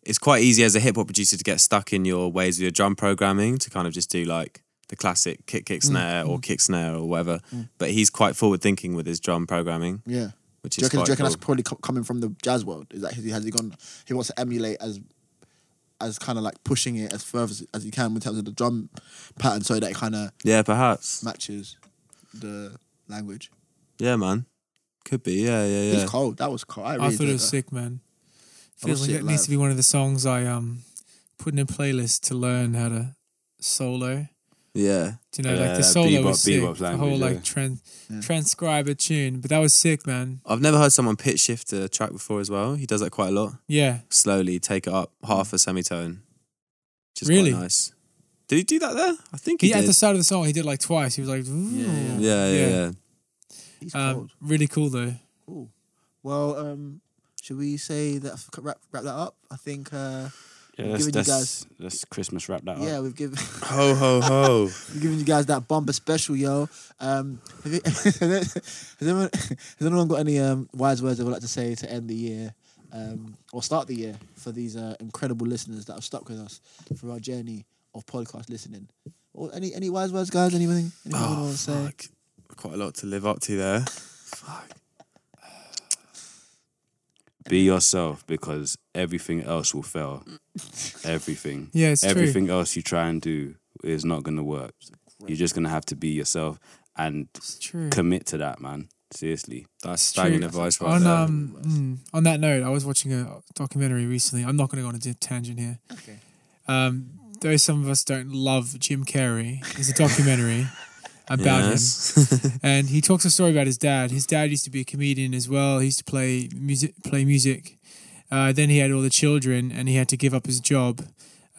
D: it's quite easy as a hip hop producer to get stuck in your ways with your drum programming to kind of just do like the classic kick kick snare or kick snare or whatever.
B: Mm.
D: But he's quite forward thinking with his drum programming.
B: Yeah.
D: Which
B: do you
D: is
B: reckon, do you
D: quite
B: reckon that's
D: cool.
B: probably co- coming from the jazz world? Is that has he, has he gone? He wants to emulate as, as kind of like pushing it as further as, as he can in terms of the drum pattern, so that it kind of
D: Yeah, perhaps.
B: matches the language.
D: Yeah, man. Could be. Yeah, yeah, yeah.
B: He's cold. That was cold. I,
C: I,
B: really
C: thought
B: did
C: it was
B: that.
C: sick, man.
B: That was
C: Feels like
B: sick
C: that needs
B: live.
C: to be one of the songs I um put in a playlist to learn how to solo.
D: Yeah.
C: Do you know,
D: Yeah,
C: like
D: that
C: the solo
D: bebop-
C: was sick.
D: bebop
C: the whole
D: language,
C: like
D: yeah.
C: tran-
B: Yeah.
C: transcribe a tune, but that was sick, man.
D: I've never heard someone pitch shift a track before as well. He does that quite a lot.
C: Yeah.
D: Slowly take it up
B: Mm.
D: half a semitone. Which is
C: Really?
D: quite nice. Did he do that there? I think he
C: He, at
D: did.
C: the start of the song, he did like twice. He was like,
B: yeah.
D: yeah, yeah,
C: Yeah.
D: yeah.
B: He's
C: Um,
B: cold.
C: really cool though.
B: Cool. Well, um, should we say that wrap, wrap that up? I think. Uh,
A: Yeah,
B: we've
A: let's,
B: given you
A: let's,
B: guys.
A: let's Christmas wrap that
B: Yeah,
A: up.
B: we've given.
D: Ho ho ho.
B: We're giving you guys that bumper special, yo. Um, have you, has, anyone, has anyone got any um, wise words they would like to say to end the year um, or start the year for these uh, incredible listeners that have stuck with us through our journey of podcast listening? Or any any wise words, guys? Anything? anything you
D: Oh,
B: want to say?
D: fuck. Quite a lot to live up to there. Fuck.
A: Be yourself because everything else will fail. everything.
C: Yeah, it's true.
A: everything else you try and do is not going to work. You're just going to have to be yourself and
C: It's true.
A: commit to that, man. Seriously.
D: That's
C: True.
D: banging advice right
C: on
D: there.
C: um mm, on that note, I was watching a documentary recently. I'm not going to go on a di- tangent here.
B: Okay.
C: Um, though some of us don't love Jim Carrey, there's a documentary about him, and he talks a story about his dad. His dad used to be a comedian as well. He used to play music. Play music. Uh, then he had all the children, and he had to give up his job.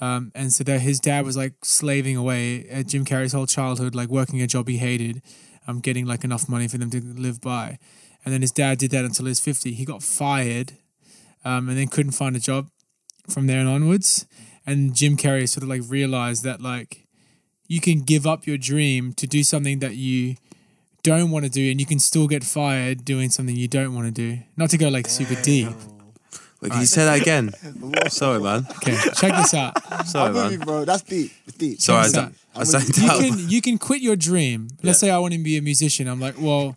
C: Um, and so that his dad was like slaving away at Jim Carrey's whole childhood, like working a job he hated, um, getting like enough money for them to live by. And then his dad did that until he was 50. He got fired um, and then couldn't find a job from there and onwards. And Jim Carrey sort of like realized that like you can give up your dream to do something that you don't want to do and you can still get fired doing something you don't want to do. Not to go like super deep.
D: Wait, can you say that again? Sorry, man.
C: Okay, check this out.
D: Sorry,
B: I'm with you,
D: man.
B: bro. That's deep. It's deep.
D: Sorry, I,
C: Check
D: d-
B: I'm
D: I
B: with
D: signed
C: you
D: out.
C: can you can quit your dream. Let's say I want to be a musician. I'm like, well,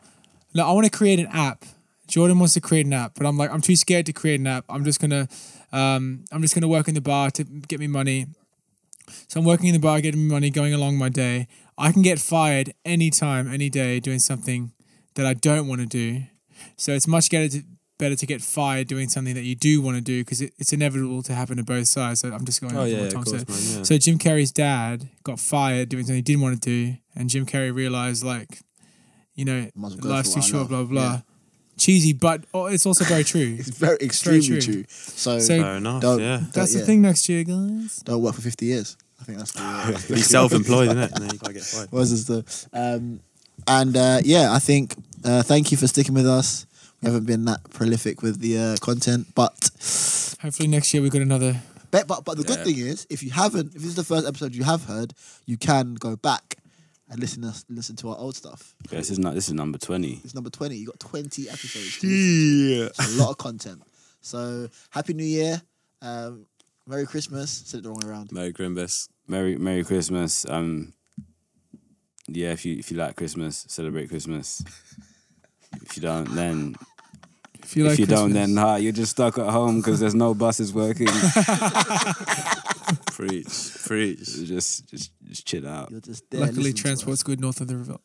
C: no, I want to create an app. Jordan wants to create an app, but I'm like, I'm too scared to create an app. I'm just gonna, um, I'm just gonna work in the bar to get me money. So I'm working in the bar, getting me money, going along my day. I can get fired anytime, any day, doing something that I don't want to do. So it's much better to, better to get fired doing something that you do want to do because it, it's inevitable to happen to both sides. So I'm just going
D: Oh,
C: off
D: yeah,
C: what
D: of
C: Tom
D: course,
C: said.
D: man, yeah.
C: So Jim Carrey's dad got fired doing something he didn't want to do, and Jim Carrey realized like, you know,
B: Might as well go
C: life's
B: for
C: too
B: what I
C: short,
B: love.
C: blah blah. blah.
B: Yeah.
C: Cheesy, but oh, it's also very true.
B: It's very extremely
C: true.
B: true. So,
C: So-
D: Fair enough.
B: don't,
D: Yeah.
B: don't-
C: That's
B: yeah,
C: the thing next year, guys.
B: Don't work for 50 years. I think that's the. uh, that's the-
D: Be self-employed, isn't it? you can't get fired.
B: was is the um, and uh, yeah, I think uh, thank you for sticking with us. We haven't been that prolific with the uh, content, but
C: Hopefully next year we got another.
B: but but, but the good
D: Yeah.
B: thing is, if you haven't, if this is the first episode you have heard, you can go back and listen us listen to our old stuff.
A: Yeah, this is not this is number twenty.
B: It's number twenty. You got twenty episodes. Yeah, a lot of content. So happy New Year, um, Merry Christmas. Said it the wrong way around.
D: Merry Grimbus.
A: Merry Merry Christmas. Um yeah, if you if you like Christmas, celebrate Christmas. If you don't, then
C: If you
A: if
C: like,
A: you don't,
C: Christmas.
A: then nah, you're just stuck at home because there's no buses working.
D: Preach. Preach.
A: just, just just chill out.
B: You're just there.
C: luckily
B: listening to
C: transport's
B: us.
C: good north of the river.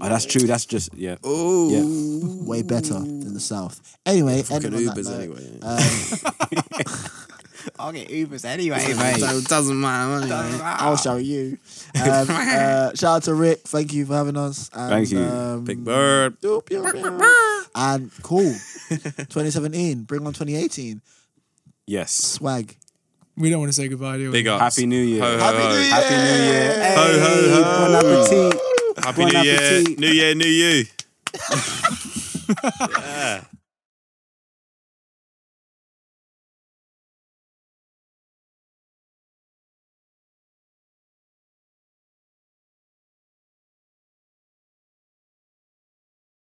A: Oh, that's true. That's just yeah.
D: Oh.
B: way better than the south. Anyway, ending on that
D: Ubers
B: note,
D: anyway.
B: Um,
A: I'll get Ubers anyway,
D: So it doesn't matter. Ah.
B: I'll show you. Um, uh, shout out to Rick. Thank you for having us. And,
A: Thank you.
B: Um,
D: Big Bird.
B: doop, doop, doop. And cool. 2017. Bring on 2018.
A: Yes.
B: Swag.
C: We don't want to say goodbye to
D: Big up.
A: Happy New Year.
D: Ho, ho, ho.
A: Happy New Year.
D: Ho, ho, ho.
B: Bon appetit.
D: Happy
B: Bon
D: New Year.
B: appetit.
D: New Year, new you.